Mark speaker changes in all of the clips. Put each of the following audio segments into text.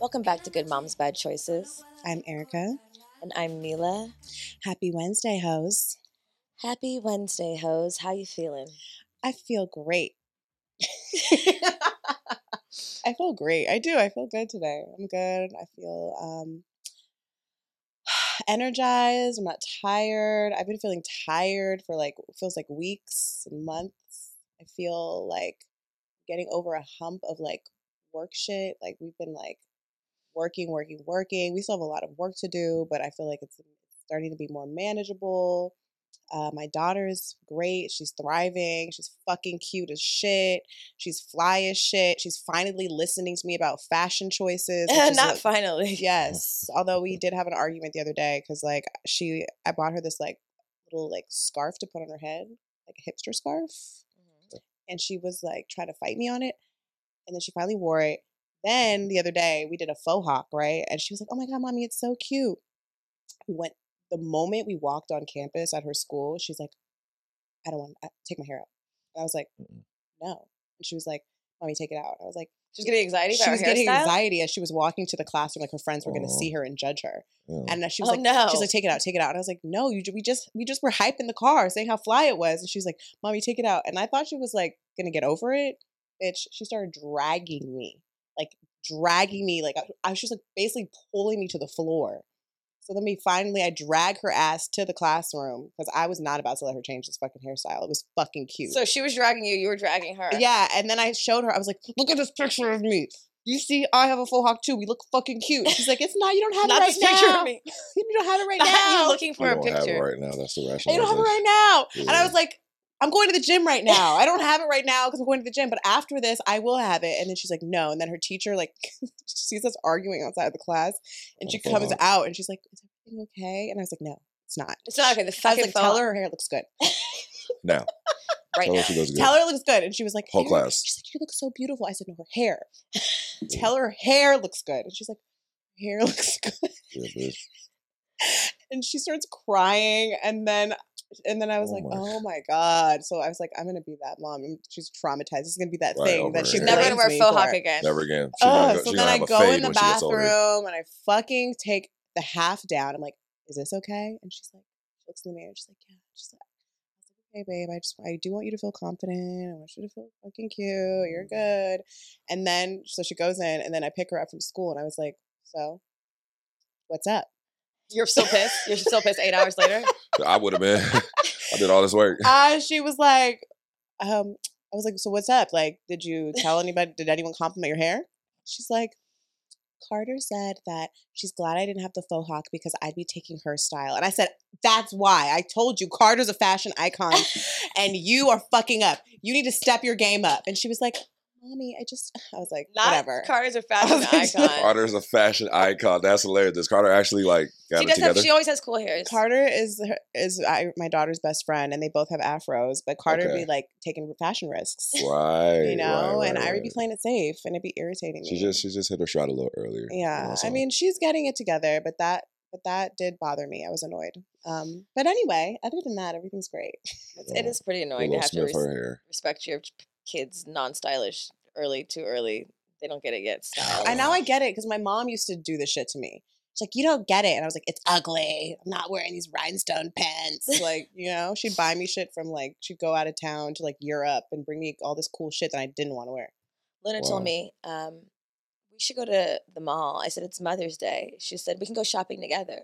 Speaker 1: Welcome back to Good Moms Bad Choices.
Speaker 2: I'm Erica.
Speaker 1: And I'm Mila.
Speaker 2: Happy Wednesday, hoes.
Speaker 1: Happy Wednesday, hoes. How you feeling?
Speaker 2: I feel great. I feel great. I do. I feel good today. I'm good. I feel um energized. I'm not tired. I've been feeling tired for like feels like weeks and months. I feel like getting over a hump of like work shit. Like we've been like working, working, working. We still have a lot of work to do, but I feel like it's starting to be more manageable. Uh, my daughter is great. She's thriving. She's fucking cute as shit. She's fly as shit. She's finally listening to me about fashion choices. which is,
Speaker 1: Not
Speaker 2: like,
Speaker 1: finally.
Speaker 2: Yes. Although we did have an argument the other day because like she, I bought her this like little like scarf to put on her head, like a hipster scarf, and she was like trying to fight me on it, and then she finally wore it. Then the other day we did a faux hawk, right? And she was like, "Oh my god, mommy, it's so cute." We went the moment we walked on campus at her school. She's like, "I don't want to take my hair out," and I was like,
Speaker 3: Mm-mm.
Speaker 2: "No," and she was like, "Mommy, take it out." I was like
Speaker 1: She's getting anxiety about
Speaker 2: she
Speaker 1: her
Speaker 2: was getting
Speaker 1: hairstyle?
Speaker 2: anxiety as she was walking to the classroom like her friends were going to
Speaker 3: Oh.
Speaker 2: see her and judge her
Speaker 3: Yeah.
Speaker 2: and then she was
Speaker 1: Oh,
Speaker 2: like she's
Speaker 1: no.
Speaker 2: like take it out take it out and i was like no you ju- we just we just were hyping the car saying how fly it was and she was like mommy take it out and i thought she was like going to get over it bitch she started dragging me like dragging me like i, I she was like basically pulling me to the floor so then we finally i drag her ass to the classroom because i was not about to let her change this fucking hairstyle it was fucking cute
Speaker 1: So she was dragging you, you were dragging her.
Speaker 2: yeah, and then I showed her. I was like, "Look at this picture of me. You see, I have a full hawk too. We look fucking cute." And She's like, "It's not. You don't have
Speaker 1: Not
Speaker 2: it right
Speaker 1: this picture
Speaker 2: now.
Speaker 1: of me.
Speaker 2: You don't have it right
Speaker 1: Not
Speaker 2: now.
Speaker 1: you looking for
Speaker 3: You
Speaker 1: a
Speaker 3: don't have it
Speaker 1: picture.
Speaker 3: right now. That's the
Speaker 2: I
Speaker 3: rationalization.
Speaker 2: don't have it right now." And I
Speaker 3: Yeah.
Speaker 2: was like, "I'm going to the gym right now. I don't have it right now because I'm going to the gym. But after this, I will have it." And then she's like, "No." And then her teacher like sees us arguing outside of the class, and she
Speaker 3: Oh,
Speaker 1: Uh-huh.
Speaker 2: comes
Speaker 3: fuck.
Speaker 2: out and she's like, "Is everything okay?" And I was like, "No, it's not."
Speaker 1: It's not okay. The
Speaker 2: I was
Speaker 1: fucking
Speaker 2: like, "Tell
Speaker 1: phone
Speaker 2: her her hair looks good.
Speaker 3: Now,
Speaker 1: right
Speaker 3: tell
Speaker 1: now.
Speaker 3: her she does good.
Speaker 2: Tell her it looks good." And she was like,
Speaker 3: Whole
Speaker 2: "Hair
Speaker 3: class.
Speaker 2: She's like, you look so beautiful. I said, no, her hair. Tell her her hair looks good. And she's like, hair looks good.
Speaker 3: Yeah, bitch.
Speaker 2: And she starts crying. And then, and then I was
Speaker 3: Oh
Speaker 2: like,
Speaker 3: my.
Speaker 2: oh my God. So I was like, I'm going to be that mom. And she's traumatized. This is going to be that
Speaker 3: Right
Speaker 2: thing
Speaker 3: over
Speaker 2: that she
Speaker 1: She's
Speaker 3: her
Speaker 1: never
Speaker 3: hair.
Speaker 1: gonna
Speaker 2: blames
Speaker 1: wear
Speaker 2: me
Speaker 1: faux
Speaker 2: for.
Speaker 1: hawk again.
Speaker 3: Never again. She
Speaker 2: Ugh,
Speaker 3: gonna go-
Speaker 2: Oh, Uh, so
Speaker 3: she
Speaker 2: then
Speaker 3: gonna
Speaker 2: I
Speaker 3: have a
Speaker 2: go in the
Speaker 3: fade when she gets older.
Speaker 2: bathroom and I fucking take the half down. I'm like, is this okay? And she's like, she looks in the mirror. She's like, yeah. She's like, I was like, okay, babe. I just, I do want you to feel confident. I want you to feel fucking cute. You're
Speaker 3: Mm-hmm.
Speaker 2: good. And then, so she goes in, and then I pick her up from school, and I was like, so, what's up?
Speaker 1: You're still pissed. You're still pissed eight hours later.
Speaker 3: I would have been. I did all this work.
Speaker 2: uh, she was like, um, I was like, so what's up? Like, did you tell anybody? Did anyone compliment your hair? She's like, Carter said that she's glad I didn't have the faux hawk because I'd be taking her style. And I said, that's why. I told you, Carter's a fashion icon and you are fucking up. You need to step your game up. And she was like, Mommy, I just, I was like,
Speaker 1: Not
Speaker 2: whatever.
Speaker 1: Carter's a fashion
Speaker 2: like,
Speaker 1: icon.
Speaker 3: Carter's a fashion icon. That's hilarious. Does Carter actually like got
Speaker 1: She
Speaker 3: it
Speaker 1: does have
Speaker 3: together?
Speaker 1: she always has cool hairs.
Speaker 2: Carter is her- is I, my daughter's best friend, and they both have afros. But Carter be
Speaker 3: Okay.
Speaker 2: like taking fashion risks.
Speaker 3: right.
Speaker 2: you know,
Speaker 3: right,
Speaker 2: and I
Speaker 3: right,
Speaker 2: would
Speaker 3: right.
Speaker 2: be playing it safe, and it'd be irritating.
Speaker 3: She
Speaker 2: me.
Speaker 3: just she just hit her shot a little earlier. you know what
Speaker 2: yeah.
Speaker 3: I'm
Speaker 2: I
Speaker 3: saying?
Speaker 2: mean, she's getting it together, but that, but that did bother me. I was annoyed. Um, but anyway, other than that, everything's great.
Speaker 1: It's- it is pretty annoying to
Speaker 3: Willow
Speaker 1: have to
Speaker 3: Oh, Smith
Speaker 1: res-
Speaker 3: her hair.
Speaker 1: respect your p- kids non-stylish early too early. They don't get it yet. Style.
Speaker 2: I now I get it because my mom used to do this shit to me. She's like, "You don't get it," and I was like, "It's ugly. I'm not wearing these rhinestone pants." Like, you know, she'd buy me shit from like she'd go out of town to like Europe and bring me all this cool shit that I didn't want to wear.
Speaker 1: Luna
Speaker 3: Wow.
Speaker 1: told me um, we should go to the mall. I said it's Mother's Day. She said we can go shopping together,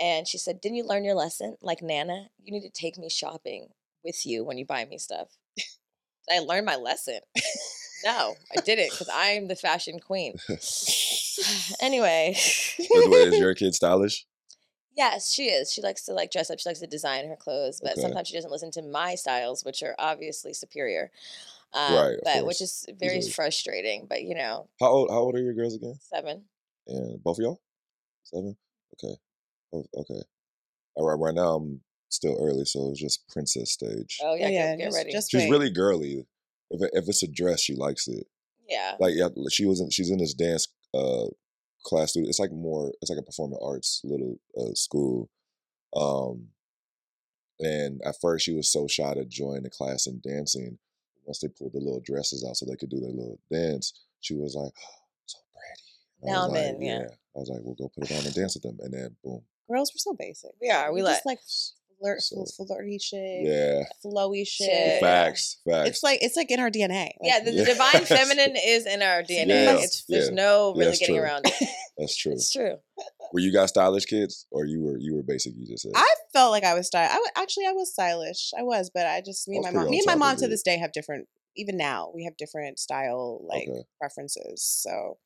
Speaker 1: and she said, "Didn't you learn your lesson? Like Nana, you need to take me shopping with you when you buy me stuff." I learned my lesson. no, I didn't because I'm the fashion queen. anyway,
Speaker 3: By the way, is your kid stylish?
Speaker 1: yes, she is. She likes to like dress up. She likes to design her clothes, but
Speaker 3: Okay.
Speaker 1: sometimes she doesn't listen to my styles, which are obviously superior. Um,
Speaker 3: Right, of
Speaker 1: but
Speaker 3: course.
Speaker 1: which is very
Speaker 3: Easily.
Speaker 1: frustrating. But you know,
Speaker 3: How old how old are your girls again?
Speaker 1: seven.
Speaker 3: and both of y'all seven okay oh, okay all right right now i'm still early so it's just princess stage
Speaker 1: Oh yeah,
Speaker 2: Oh,
Speaker 1: get, get
Speaker 2: just,
Speaker 1: ready.
Speaker 2: just
Speaker 3: she's
Speaker 2: wait.
Speaker 3: really girly if, it- if it's a dress she likes it
Speaker 1: yeah,
Speaker 3: like yeah she was in she's in this dance uh class too. it's like more it's like a performing arts little uh, school um and at first she was so shy to join the class in dancing once they pulled the little dresses out "Oh, so they could do their little dance she was like so pretty I
Speaker 1: Now
Speaker 3: was
Speaker 1: I'm
Speaker 3: like,
Speaker 1: in, yeah.
Speaker 3: I was like, we'll go put it on and dance with them, and then boom.
Speaker 2: Girls were so basic.
Speaker 1: We are. We
Speaker 2: We
Speaker 1: let
Speaker 2: just like flirt,
Speaker 3: So-
Speaker 2: flirty shit,
Speaker 3: Yeah,
Speaker 2: flowy shit.
Speaker 1: Yeah.
Speaker 3: facts, facts.
Speaker 2: It's like it's like in our DNA. Like,
Speaker 1: yeah, the, the
Speaker 3: Yeah.
Speaker 1: divine feminine is in our DNA.
Speaker 3: Yeah,
Speaker 1: It's there's
Speaker 3: yeah.
Speaker 1: no really
Speaker 3: That's
Speaker 1: getting
Speaker 3: true.
Speaker 1: around it.
Speaker 3: That's true.
Speaker 1: It's true.
Speaker 3: Were you guys stylish kids, or you were you were basic? You just said.
Speaker 2: I felt like I was stylish. I wa- actually I was stylish. I was, but I just me and
Speaker 3: I
Speaker 2: my
Speaker 3: was
Speaker 2: mom.
Speaker 3: pretty
Speaker 2: Me
Speaker 3: on
Speaker 2: and my
Speaker 3: top
Speaker 2: mom
Speaker 3: of
Speaker 2: to
Speaker 3: it.
Speaker 2: this day have different. Even now we have different style like
Speaker 3: Okay.
Speaker 2: preferences. So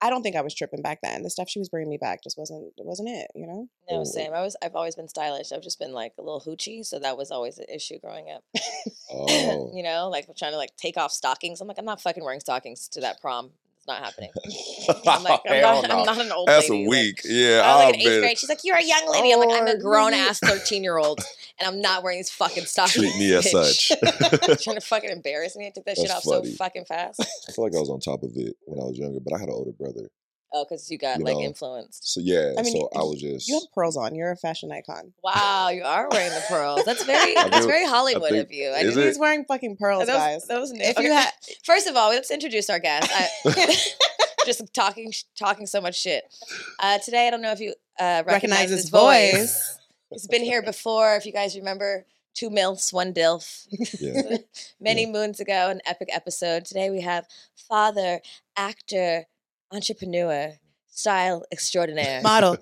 Speaker 2: I don't think I was tripping back then. The stuff she was bringing me back just wasn't it wasn't it. You know.
Speaker 1: No,
Speaker 3: Oh.
Speaker 1: same. I was. I've always been stylish. I've just been like a little hoochie, so that was always an issue growing up.
Speaker 3: Oh,
Speaker 1: you know, like trying to like take off stockings. I'm like, I'm not fucking wearing stockings to that prom. It's not happening. I'm like, I'm,
Speaker 3: Hell
Speaker 1: not,
Speaker 3: no.
Speaker 1: I'm not an old
Speaker 3: That's
Speaker 1: lady.
Speaker 3: a
Speaker 1: like-
Speaker 3: week. yeah,
Speaker 1: I was
Speaker 3: I'll
Speaker 1: like in eighth
Speaker 3: bet.
Speaker 1: grade. She's like, "You're a young lady." I'm like, "I'm
Speaker 3: Oh,
Speaker 1: a
Speaker 3: I
Speaker 1: grown
Speaker 3: knew it.
Speaker 1: ass thirteen year old, and I'm not wearing these fucking stockings."
Speaker 3: Treat me as
Speaker 1: "Oh, bitch."
Speaker 3: such. I
Speaker 1: Trying to fucking embarrass me. I took that shit off
Speaker 3: That's funny.
Speaker 1: so fucking fast.
Speaker 3: feel like I was on top of it when I was younger, but I had an older brother.
Speaker 1: Oh, because you got
Speaker 3: You
Speaker 1: like
Speaker 3: know.
Speaker 1: influenced.
Speaker 3: So yeah,
Speaker 2: I mean,
Speaker 3: so I
Speaker 2: y-
Speaker 3: was just.
Speaker 2: You have pearls on. You're a fashion icon.
Speaker 1: Wow, you are wearing the pearls. That's very
Speaker 3: I
Speaker 1: that's
Speaker 3: do.
Speaker 1: very Hollywood
Speaker 3: think-
Speaker 1: of you. I
Speaker 3: Is
Speaker 1: didn't-
Speaker 3: it?
Speaker 2: He's wearing fucking pearls,
Speaker 1: That was-
Speaker 2: guys.
Speaker 1: that was new.
Speaker 2: If you
Speaker 1: Okay.
Speaker 2: had,
Speaker 1: First of all, let's introduce our guest. I, just talking sh- talking so much shit. Uh, today, I don't know if you uh, recognize,
Speaker 2: Recognize
Speaker 1: his
Speaker 2: his
Speaker 1: voice.
Speaker 2: voice.
Speaker 1: He's been here before. If you guys remember, two milfs, one dilf.
Speaker 3: yeah.
Speaker 1: Many moons ago, an epic episode. Today, we have father, actor, entrepreneur, style extraordinaire.
Speaker 2: model.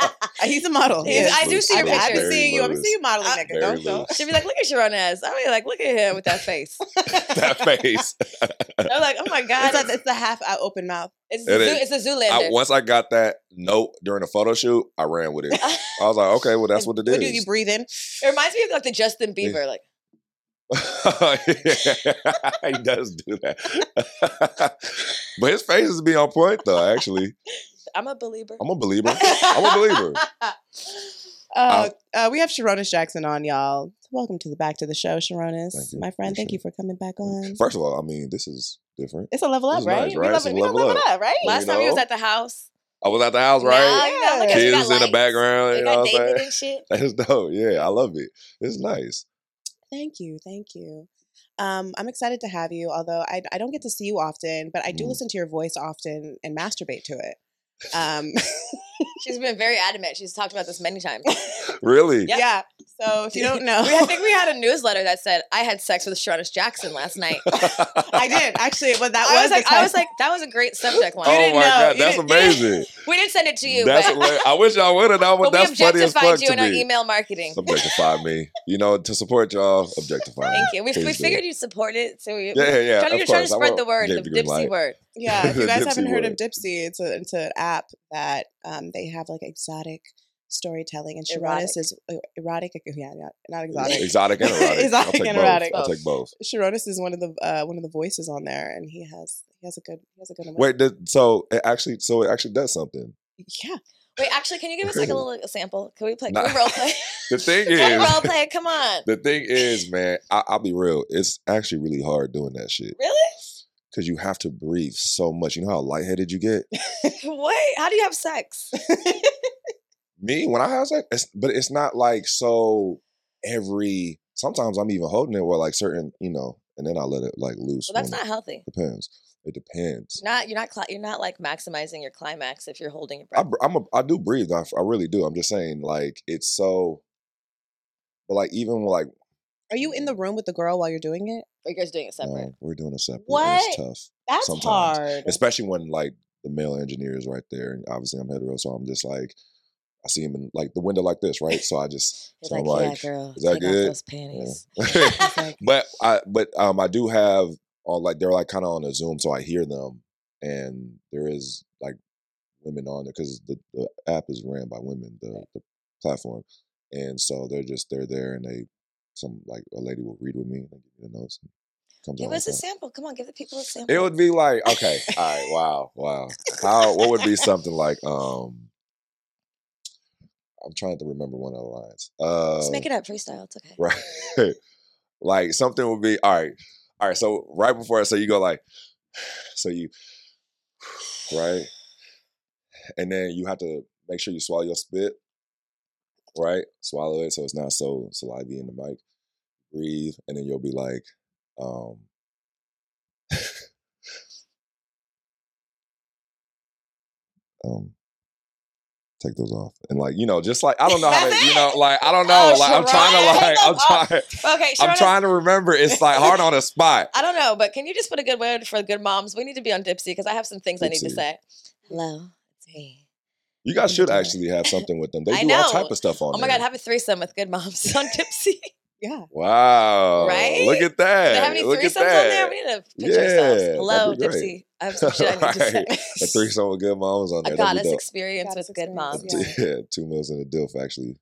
Speaker 2: Uh, He's a model.
Speaker 1: He's-
Speaker 2: Yes.
Speaker 1: I do see your
Speaker 2: I've- I've
Speaker 1: pictures.
Speaker 2: been seeing you. I've
Speaker 3: Very
Speaker 2: been seeing you modeling,
Speaker 1: loose.
Speaker 2: nigga. Don't don't.
Speaker 1: She'd be like, "Look at Sharon as." I mean, like, look at him with that face.
Speaker 3: that face.
Speaker 1: I'm like, "Oh my
Speaker 2: It's,
Speaker 1: god,
Speaker 2: a, it's the half out open mouth.
Speaker 1: it's
Speaker 3: It
Speaker 1: the, zoo,
Speaker 3: is.
Speaker 1: it's the Zoolander."
Speaker 3: I, once I got that note during a photo shoot, I ran with it. I was like, okay, well, that's what it
Speaker 2: What
Speaker 3: is.
Speaker 2: do you breathe in?
Speaker 1: It reminds me of like the Justin
Speaker 3: Yeah.
Speaker 1: Bieber, like
Speaker 3: he does do that. but his face is be on point though, actually.
Speaker 1: I'm a believer.
Speaker 3: I'm a believer. I'm a believer.
Speaker 2: Uh, uh, we have Sharonis Jackson on, y'all. Welcome to the back to the show, Sharonis.
Speaker 3: Thank you.
Speaker 2: My friend, thank
Speaker 3: Appreciate
Speaker 2: you for coming back on.
Speaker 3: First of all, I mean, this is different.
Speaker 2: It's a level
Speaker 3: This
Speaker 2: up,
Speaker 3: is
Speaker 2: right?
Speaker 3: nice,
Speaker 2: We
Speaker 3: right?
Speaker 2: love
Speaker 3: It's
Speaker 2: it.
Speaker 3: a
Speaker 2: We gonna
Speaker 3: level
Speaker 2: level it up, right?
Speaker 3: You
Speaker 1: Last time he was
Speaker 3: know?
Speaker 1: at the house,
Speaker 3: I was at the house,
Speaker 1: now,
Speaker 3: right?
Speaker 1: you know, look at you, we
Speaker 3: Kids
Speaker 1: got
Speaker 3: in the
Speaker 1: lights,
Speaker 3: background,
Speaker 1: we
Speaker 3: you
Speaker 1: got
Speaker 3: know what I'm
Speaker 1: David
Speaker 3: saying?
Speaker 1: and shit.
Speaker 3: That's dope. Yeah, I love it. It's nice.
Speaker 2: Thank you, thank you. Um, I'm excited to have you. Although I, I don't get to see you often, but I do
Speaker 3: Mm.
Speaker 2: listen to your voice often and masturbate to it. Um,
Speaker 1: She's been very adamant. She's talked about this many times.
Speaker 3: Really?
Speaker 1: Yeah.
Speaker 2: yeah. So if you don't know,
Speaker 1: We, I think we had a newsletter that said I had sex with Sharonis Jackson last night.
Speaker 2: I did actually. But that
Speaker 1: I was
Speaker 2: the
Speaker 1: like, I was
Speaker 2: time-
Speaker 1: like, that was a great subject line.
Speaker 2: You
Speaker 3: oh
Speaker 2: didn't
Speaker 3: my
Speaker 2: know.
Speaker 3: god,
Speaker 2: You
Speaker 3: that's
Speaker 2: didn't-
Speaker 3: amazing.
Speaker 1: We didn't send it to you,
Speaker 3: that's
Speaker 1: but,
Speaker 3: hilarious. I wish y'all would have known, but,
Speaker 1: but we
Speaker 3: that's funny as fuck
Speaker 1: objectified you
Speaker 3: to
Speaker 1: in our
Speaker 3: me.
Speaker 1: email marketing.
Speaker 3: Objectify me. You know, to support y'all, objectify
Speaker 1: Thank
Speaker 3: me.
Speaker 1: you. We, we
Speaker 3: Please do.
Speaker 1: figured you support it, so we,
Speaker 3: Yeah, yeah, yeah.
Speaker 1: trying to,
Speaker 3: of
Speaker 1: you're trying to
Speaker 3: course. I
Speaker 1: spread
Speaker 3: will-
Speaker 1: the word, the
Speaker 3: gave green
Speaker 1: Dipsy
Speaker 3: light.
Speaker 1: word.
Speaker 2: yeah. If
Speaker 3: The
Speaker 2: you guys
Speaker 3: Dipsy
Speaker 2: haven't heard of
Speaker 3: word.
Speaker 2: Dipsy, it's, a, it's an app that um, they have like exotic storytelling, and
Speaker 1: Erotic.
Speaker 2: Sharonis is uh, erotic. Yeah, yeah, not exotic.
Speaker 3: Exotic and erotic.
Speaker 2: Exotic
Speaker 3: I'll take
Speaker 2: and
Speaker 3: both.
Speaker 2: erotic.
Speaker 3: I'll take both.
Speaker 2: Sharonis is one of the uh, one of the voices on there, and he has he has a good he has a good amount.
Speaker 3: Wait, th- so it actually, so it actually does something.
Speaker 2: yeah.
Speaker 1: Wait, actually, can you give us like a little sample? Can we play? Can
Speaker 3: Nah.
Speaker 1: we role play?
Speaker 3: The thing
Speaker 1: Can we
Speaker 3: is,
Speaker 1: role play? Come on.
Speaker 3: the thing is, man, I, I'll be real. It's actually really hard doing that shit
Speaker 1: Really?
Speaker 3: because you have to breathe so much. You know how lightheaded you get.
Speaker 1: Wait, how do you have sex?
Speaker 3: Me when I have sex, it's, but it's not like so every. Sometimes I'm even holding it with like certain, you know, and then I let it like loose.
Speaker 1: Well, that's
Speaker 3: when-
Speaker 1: not healthy.
Speaker 3: depends. It depends.
Speaker 1: You're not you're not cli you're not like maximizing your climax if you're holding your
Speaker 3: I,
Speaker 1: breath.
Speaker 3: br- I'm a, I do breathe. I, I really do. I'm just saying, like it's so. But like even when, like
Speaker 2: Are you in the room with the girl while you're doing it?
Speaker 1: Are you guys doing it separate?
Speaker 3: no, um, we're doing a separate.
Speaker 2: What?
Speaker 3: It's tough,
Speaker 2: That's
Speaker 3: Sometimes.
Speaker 2: hard.
Speaker 3: especially when like the male engineer is right there, and obviously I'm hetero, so I'm just like I see him in like the window like this, right? So I just
Speaker 1: He's
Speaker 3: so
Speaker 1: like,
Speaker 3: I'm
Speaker 1: yeah,
Speaker 3: like,
Speaker 1: girl,
Speaker 3: is that
Speaker 1: take off
Speaker 3: good?"
Speaker 1: those panties.
Speaker 2: It's like,
Speaker 3: but I but um I do have on like they're like kind of on a Zoom, so I hear them, and there is like women on there because the, the app is ran by women, the, the platform, and so they're just they're there and they some like a lady will read with me and give me the notes. And comes
Speaker 1: Give
Speaker 3: on like
Speaker 1: us a
Speaker 3: that.
Speaker 1: sample. Come on, give the people a sample.
Speaker 3: It would be like okay, all right, wow, wow. How what would be something like um. I'm trying to remember one of the lines. Uh,
Speaker 1: Just make it up freestyle. It's okay.
Speaker 3: right? like something would be all right, all right. So right before, so you go like, so you, right, and then you have to make sure you swallow your spit, right? Swallow it so it's not so salivy in the mic. Breathe, and then you'll be like, um, um take those off and like you know just like I don't know how to
Speaker 1: That's
Speaker 3: you
Speaker 1: it.
Speaker 3: know like I don't know
Speaker 1: Oh,
Speaker 3: like I'm trying to
Speaker 1: Sharon,
Speaker 3: like
Speaker 1: take
Speaker 3: I'm
Speaker 1: those off.
Speaker 3: trying
Speaker 1: Okay, Sharon,
Speaker 3: I'm trying to remember it's like hard on the spot.
Speaker 1: I don't know, but can you just put a good word for good moms? We need to be on Dipsy because I have some things I need to
Speaker 3: Dipsy.
Speaker 1: say. Hello, it's me.
Speaker 3: You
Speaker 1: Let
Speaker 3: guys
Speaker 1: me
Speaker 3: should
Speaker 1: do it.
Speaker 3: actually have something with them. They
Speaker 1: Mm-hmm. I
Speaker 3: do all
Speaker 1: know.
Speaker 3: type of stuff on
Speaker 1: Oh my
Speaker 3: there.
Speaker 1: god, have a threesome with good moms on Dipsy.
Speaker 2: Yeah.
Speaker 3: wow.
Speaker 1: Right?
Speaker 3: Look at
Speaker 1: Do
Speaker 3: that.
Speaker 1: they have any
Speaker 3: Look
Speaker 1: threesomes
Speaker 3: at
Speaker 1: on there?
Speaker 3: that.
Speaker 1: We need to picture ourselves.
Speaker 3: Yeah,
Speaker 1: Hello,
Speaker 3: that'd be great.
Speaker 1: Dipsy. I have some shit I need to say.
Speaker 3: Right. A threesome with good moms on
Speaker 1: A
Speaker 3: there. That'd
Speaker 1: goddess
Speaker 3: be dope.
Speaker 1: experience
Speaker 2: Goddess
Speaker 1: with good moms.
Speaker 2: experience,
Speaker 3: Yeah. two meals and a diff actually.
Speaker 2: And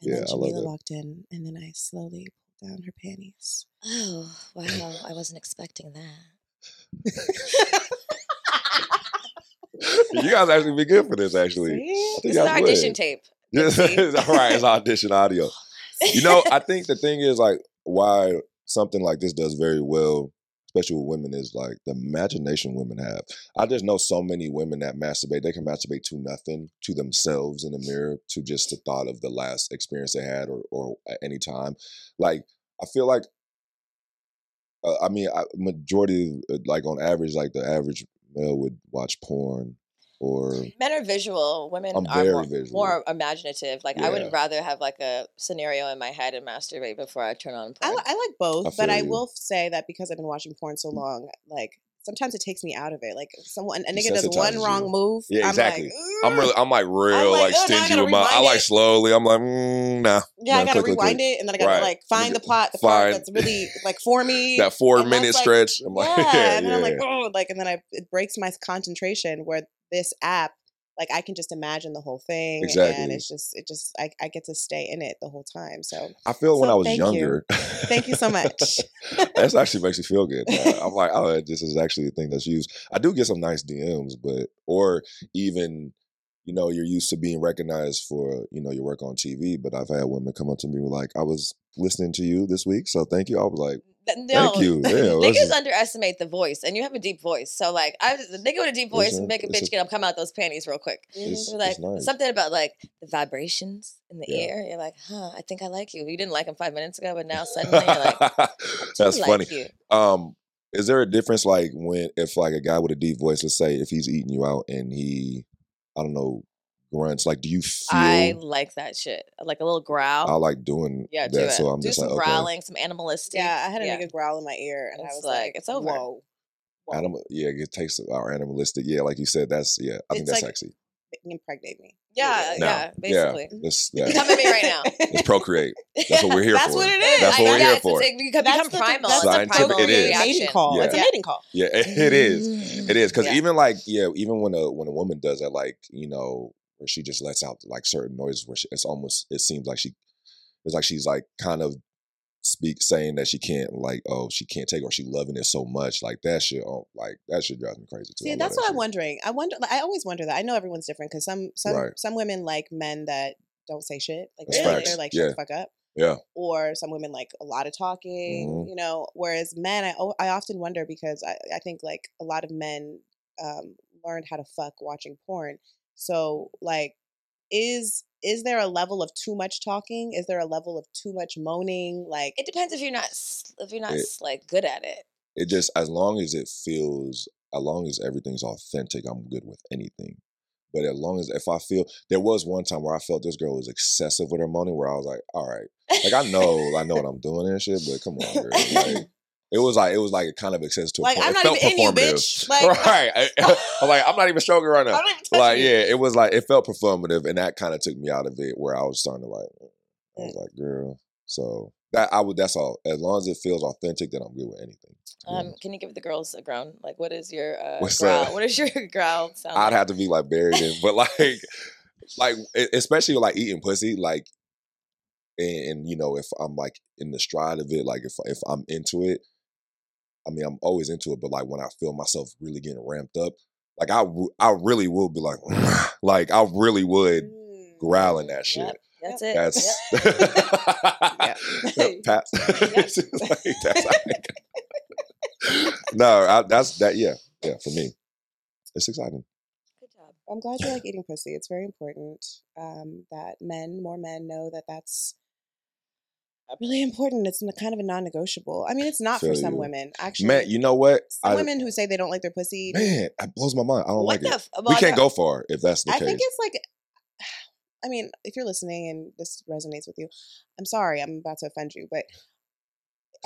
Speaker 3: Yeah,
Speaker 2: then
Speaker 3: I love
Speaker 2: Jamila
Speaker 3: that.
Speaker 2: walked in, and then I slowly pulled down her panties.
Speaker 1: Oh, wow. I wasn't expecting that.
Speaker 3: You guys actually be good for this actually.
Speaker 2: See?
Speaker 3: I think
Speaker 1: This is
Speaker 3: y'all
Speaker 1: our audition
Speaker 3: would.
Speaker 1: tape.
Speaker 3: Yes,
Speaker 1: Dipsy.
Speaker 3: all right, it's audition audio. You know, I think the thing is like why something like this does very well, especially with women, is like the imagination women have. I just know so many women that masturbate. They can masturbate to nothing, to themselves in the mirror, to just the thought of the last experience they had, or or at any time. Like I feel like, uh, I mean, I, majority of, uh, like on average, like the average male would watch porn or
Speaker 1: Men are visual. Women
Speaker 3: I'm
Speaker 1: are more,
Speaker 3: very visual.
Speaker 1: more imaginative. Like I
Speaker 3: Yeah.
Speaker 1: would rather have like a scenario in my head and masturbate before I turn on
Speaker 2: I,
Speaker 1: porn.
Speaker 2: li- I like both,
Speaker 3: I
Speaker 2: but I
Speaker 3: feel you.
Speaker 2: will say that because I've been watching porn
Speaker 3: Mm.
Speaker 2: so long, like sometimes it takes me out of it. Like someone a nigga does one
Speaker 3: Desensitizes
Speaker 2: wrong
Speaker 3: you.
Speaker 2: move,
Speaker 3: Yeah,
Speaker 2: I'm
Speaker 3: exactly.
Speaker 2: like,
Speaker 3: I'm really,
Speaker 2: "Ugh."
Speaker 3: I'm like real,
Speaker 2: Mm. like,
Speaker 3: like,
Speaker 2: "Oh, now I
Speaker 3: stingy
Speaker 2: gotta
Speaker 3: with my. I
Speaker 2: rewind
Speaker 3: like
Speaker 2: it."
Speaker 3: slowly. I'm like, mm, nah.
Speaker 2: yeah, I
Speaker 3: nah,
Speaker 2: gotta
Speaker 3: click, click, click.
Speaker 2: rewind it, and then I gotta
Speaker 3: Right.
Speaker 2: like
Speaker 3: Let me
Speaker 2: find the
Speaker 3: get-
Speaker 2: plot, the part
Speaker 3: find-
Speaker 2: that's really like for me.
Speaker 3: That four
Speaker 2: And that's
Speaker 3: minute
Speaker 2: like-
Speaker 3: stretch. I'm like,
Speaker 2: yeah,
Speaker 3: yeah,
Speaker 2: and then
Speaker 3: yeah.
Speaker 2: I'm like, oh, like, and then I it breaks my concentration. Where this app, like, I can just imagine the whole thing, and
Speaker 3: Exactly.
Speaker 2: it's just, it just, I, I get to stay in it the whole time. So
Speaker 3: I feel when
Speaker 2: So
Speaker 3: I was
Speaker 2: thank you.
Speaker 3: younger.
Speaker 2: thank you so much.
Speaker 3: That's actually makes me feel good. man. I'm like, oh, this is actually a thing that's used. I do get some nice DMs, but or even, you know, you're used to being recognized for you know your work on TV. But I've had women come up to me with like, I was listening to you this week, so thank you. I was like,
Speaker 1: Th-
Speaker 3: thank
Speaker 1: no,
Speaker 3: you. Yeah,
Speaker 1: niggas
Speaker 3: this is-
Speaker 1: underestimate the voice, and you have a deep voice. So like, I was a nigga with a deep voice
Speaker 3: It's a-
Speaker 1: and make a
Speaker 3: it's
Speaker 1: bitch
Speaker 3: a-
Speaker 1: get up, come out those panties real quick.
Speaker 3: It's-
Speaker 1: You're like
Speaker 3: nice.
Speaker 1: something about like the vibrations in the
Speaker 3: Yeah.
Speaker 1: ear. You're like, huh, I think I like you. You didn't like him five minutes ago, but now suddenly you're like, I
Speaker 3: that's
Speaker 1: do
Speaker 3: funny.
Speaker 1: like you.
Speaker 3: Um, is there a difference like when if like a guy with a deep voice, let's say if he's eating you out and he, I don't know, grunts, like do you feel
Speaker 1: I
Speaker 3: I,
Speaker 1: like that shit. Like a little growl.
Speaker 3: like doing
Speaker 1: yeah, do
Speaker 3: that?
Speaker 1: it.
Speaker 3: So I'm
Speaker 1: do
Speaker 3: just
Speaker 1: some
Speaker 3: like, okay,
Speaker 1: growling, some animalistic.
Speaker 2: Yeah, I had a nigga growl in my ear, and I
Speaker 1: It's
Speaker 2: was
Speaker 1: like,
Speaker 2: like,
Speaker 1: it's over.
Speaker 2: Whoa, whoa.
Speaker 3: animal, yeah, it takes our animalistic, yeah, like you said, that's yeah, I think
Speaker 2: It's
Speaker 3: that's
Speaker 2: like-
Speaker 3: sexy.
Speaker 2: impregnate me.
Speaker 1: Yeah,
Speaker 3: No.
Speaker 1: yeah,
Speaker 2: immediately.
Speaker 3: Yeah.
Speaker 1: basically.
Speaker 3: Let's
Speaker 1: Come
Speaker 3: yeah,
Speaker 1: at me right now.
Speaker 3: let's procreate. That's what we're here
Speaker 2: That's
Speaker 3: for.
Speaker 2: what it is.
Speaker 3: That's what
Speaker 1: I
Speaker 3: we're here
Speaker 1: guess
Speaker 3: for.
Speaker 1: It's, you can become
Speaker 2: the-
Speaker 1: primal. it's
Speaker 2: That's
Speaker 1: a
Speaker 2: the
Speaker 3: Scientific-
Speaker 1: primal
Speaker 3: it is.
Speaker 1: reaction.
Speaker 2: mating call. It's a
Speaker 1: Yeah.
Speaker 2: mating call.
Speaker 3: Yeah, it is.
Speaker 2: Mm-hmm.
Speaker 3: It is e because
Speaker 1: Yeah.
Speaker 3: even like yeah, even when a when a woman does that, like you know, where she just lets out like certain noises, where she, it's almost it seems like she it's like she's like kind of speak saying that she can't like oh she can't take it, or she loving it so much like that shit oh like that shit drives me crazy too. I
Speaker 2: See,
Speaker 3: love
Speaker 2: that's
Speaker 3: that
Speaker 2: what
Speaker 3: shit.
Speaker 2: I'm wondering. I wonder. like, I always wonder that. I know everyone's different because some some
Speaker 3: Right.
Speaker 2: some women like men that don't say shit. Like
Speaker 3: That's
Speaker 2: they're, like-
Speaker 1: facts.
Speaker 2: they're like shut
Speaker 3: Yeah.
Speaker 2: the fuck up.
Speaker 3: Yeah.
Speaker 2: Or some women like a lot of talking.
Speaker 3: Mhm.
Speaker 2: You know. Whereas men, I o- I often wonder because I I think like a lot of men um, learned how to fuck watching porn. So like is is there a level of too much talking? Is there a level of too much moaning? Like
Speaker 1: It depends if you're not s- if you're not
Speaker 3: It-
Speaker 1: s like good at it.
Speaker 3: It just as long as it feels as long as everything's authentic, I'm good with anything. But as long as if I feel there was one time where I felt this girl was excessive with her money, where I was like, all right. Like I know, I know what I'm doing and shit, but come on, girl. Like, it was like it was like kind of excessive to a
Speaker 2: Like,
Speaker 3: point.
Speaker 2: I'm
Speaker 3: it
Speaker 2: not
Speaker 3: felt
Speaker 2: even in you,
Speaker 3: performative.
Speaker 2: bitch. Like-
Speaker 3: right? I, am like, I'm not even stroking right now.
Speaker 2: I don't even touch
Speaker 3: Like,
Speaker 2: you.
Speaker 3: yeah, it was like it felt performative, and that kind of took me out of it. Where I was starting to like, I
Speaker 1: Mm.
Speaker 3: was like, girl. So that I would. That's all. As long as it feels authentic, then I'm good with anything. to be
Speaker 1: Um,
Speaker 3: honest.
Speaker 1: can you give the girls a groan? Like, what is your uh,
Speaker 3: What's
Speaker 1: growl?
Speaker 3: up?
Speaker 1: What is your growl sound?
Speaker 3: I'd
Speaker 1: like?
Speaker 3: have to be like buried in, but like, like e- especially like eating pussy, like, and, and you know, if I'm like in the stride of it, like if if I'm into it, I mean, I'm always into it, but like when I feel myself really getting ramped up, like I w- I really will be like, like I really would
Speaker 2: Mm.
Speaker 3: growl in that shit.
Speaker 1: Yep, that's it.
Speaker 3: That's
Speaker 2: Yep.
Speaker 3: Pat. It's just like, that's like- no, I, that's that. Yeah, yeah. For me, it's exciting.
Speaker 1: Yep. Good job.
Speaker 2: I'm glad you like eating pussy. It's very important um, that men, more men, know that that's really important. It's n- kind of a non-negotiable. I mean, it's not for
Speaker 3: Feel
Speaker 2: some
Speaker 3: you.
Speaker 2: women actually.
Speaker 3: Man, you know what?
Speaker 2: some
Speaker 3: I,
Speaker 2: women who say they don't like their pussy.
Speaker 3: man, that blows my mind. I don't
Speaker 1: what
Speaker 3: like
Speaker 1: the?
Speaker 3: it.
Speaker 1: F-
Speaker 3: We
Speaker 1: well,
Speaker 3: can't
Speaker 1: no,
Speaker 3: go far if that's the
Speaker 2: I
Speaker 3: case.
Speaker 2: think it's like, I mean, if you're listening and this resonates with you, I'm sorry, I'm about to offend you, but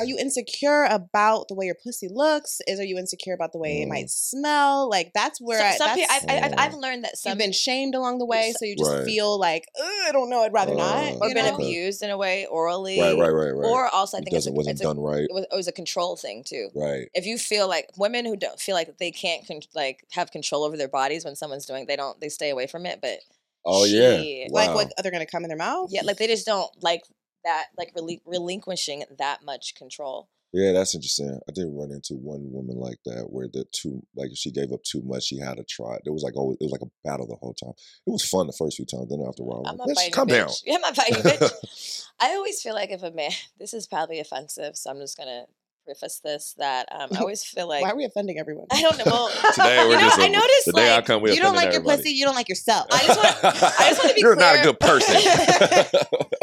Speaker 2: are you insecure about the way your pussy looks? Is are you insecure about the way it
Speaker 3: Mm.
Speaker 2: might smell? Like that's where
Speaker 1: so-
Speaker 2: I,
Speaker 1: some
Speaker 2: that's,
Speaker 1: people, I've,
Speaker 3: I-
Speaker 1: I've,
Speaker 3: Yeah.
Speaker 1: I've learned that some
Speaker 2: you've been shamed along the way,
Speaker 1: so-
Speaker 2: so you just
Speaker 3: Right.
Speaker 2: feel like "Ugh, I don't know, I'd rather not.
Speaker 3: Uh,
Speaker 1: or
Speaker 2: you
Speaker 1: been
Speaker 2: know?
Speaker 3: Okay.
Speaker 1: abused in a way orally,
Speaker 3: right, right, right, right.
Speaker 1: or also I
Speaker 3: it
Speaker 1: think it's a,
Speaker 3: doesn't wasn't
Speaker 1: it's a,
Speaker 3: done right.
Speaker 1: it was, it was a control thing too.
Speaker 3: Right.
Speaker 1: If you feel like women who don't feel like they can't con- like have control over their bodies when someone's doing, they don't they stay away from it. But
Speaker 3: Oh yeah.
Speaker 1: Shit.
Speaker 3: Wow.
Speaker 2: Like what? Are they gonna come in their
Speaker 3: Oh,
Speaker 2: mouth?
Speaker 1: yeah, like they just don't like that like rel- relinquishing that much control.
Speaker 3: Yeah, that's interesting. I did run into one woman like that where the too like if she gave up too much, she had to try. It was like always it was like a battle the whole time. It was fun the first few times. Then after a while, I'm
Speaker 1: I'm
Speaker 3: like,
Speaker 1: not
Speaker 3: "Bitch,
Speaker 1: fighting
Speaker 3: Oh, calm
Speaker 1: you,
Speaker 3: down.
Speaker 1: bitch. I'm not fighting you, bitch. I always feel like if a man, this is probably offensive, so I'm just gonna preface this that um, I always feel like
Speaker 2: Why are we offending everyone?
Speaker 1: I don't know. Well,
Speaker 3: Today
Speaker 1: you
Speaker 3: we're
Speaker 1: know,
Speaker 3: just
Speaker 1: I
Speaker 3: a-
Speaker 1: noticed
Speaker 3: the day I
Speaker 1: like,
Speaker 3: come, we
Speaker 2: you don't
Speaker 3: offending
Speaker 2: like your
Speaker 3: everybody.
Speaker 2: pussy. You don't like yourself.
Speaker 1: I just wanna- I just wanna be
Speaker 3: You're not a
Speaker 1: clear.
Speaker 3: good person.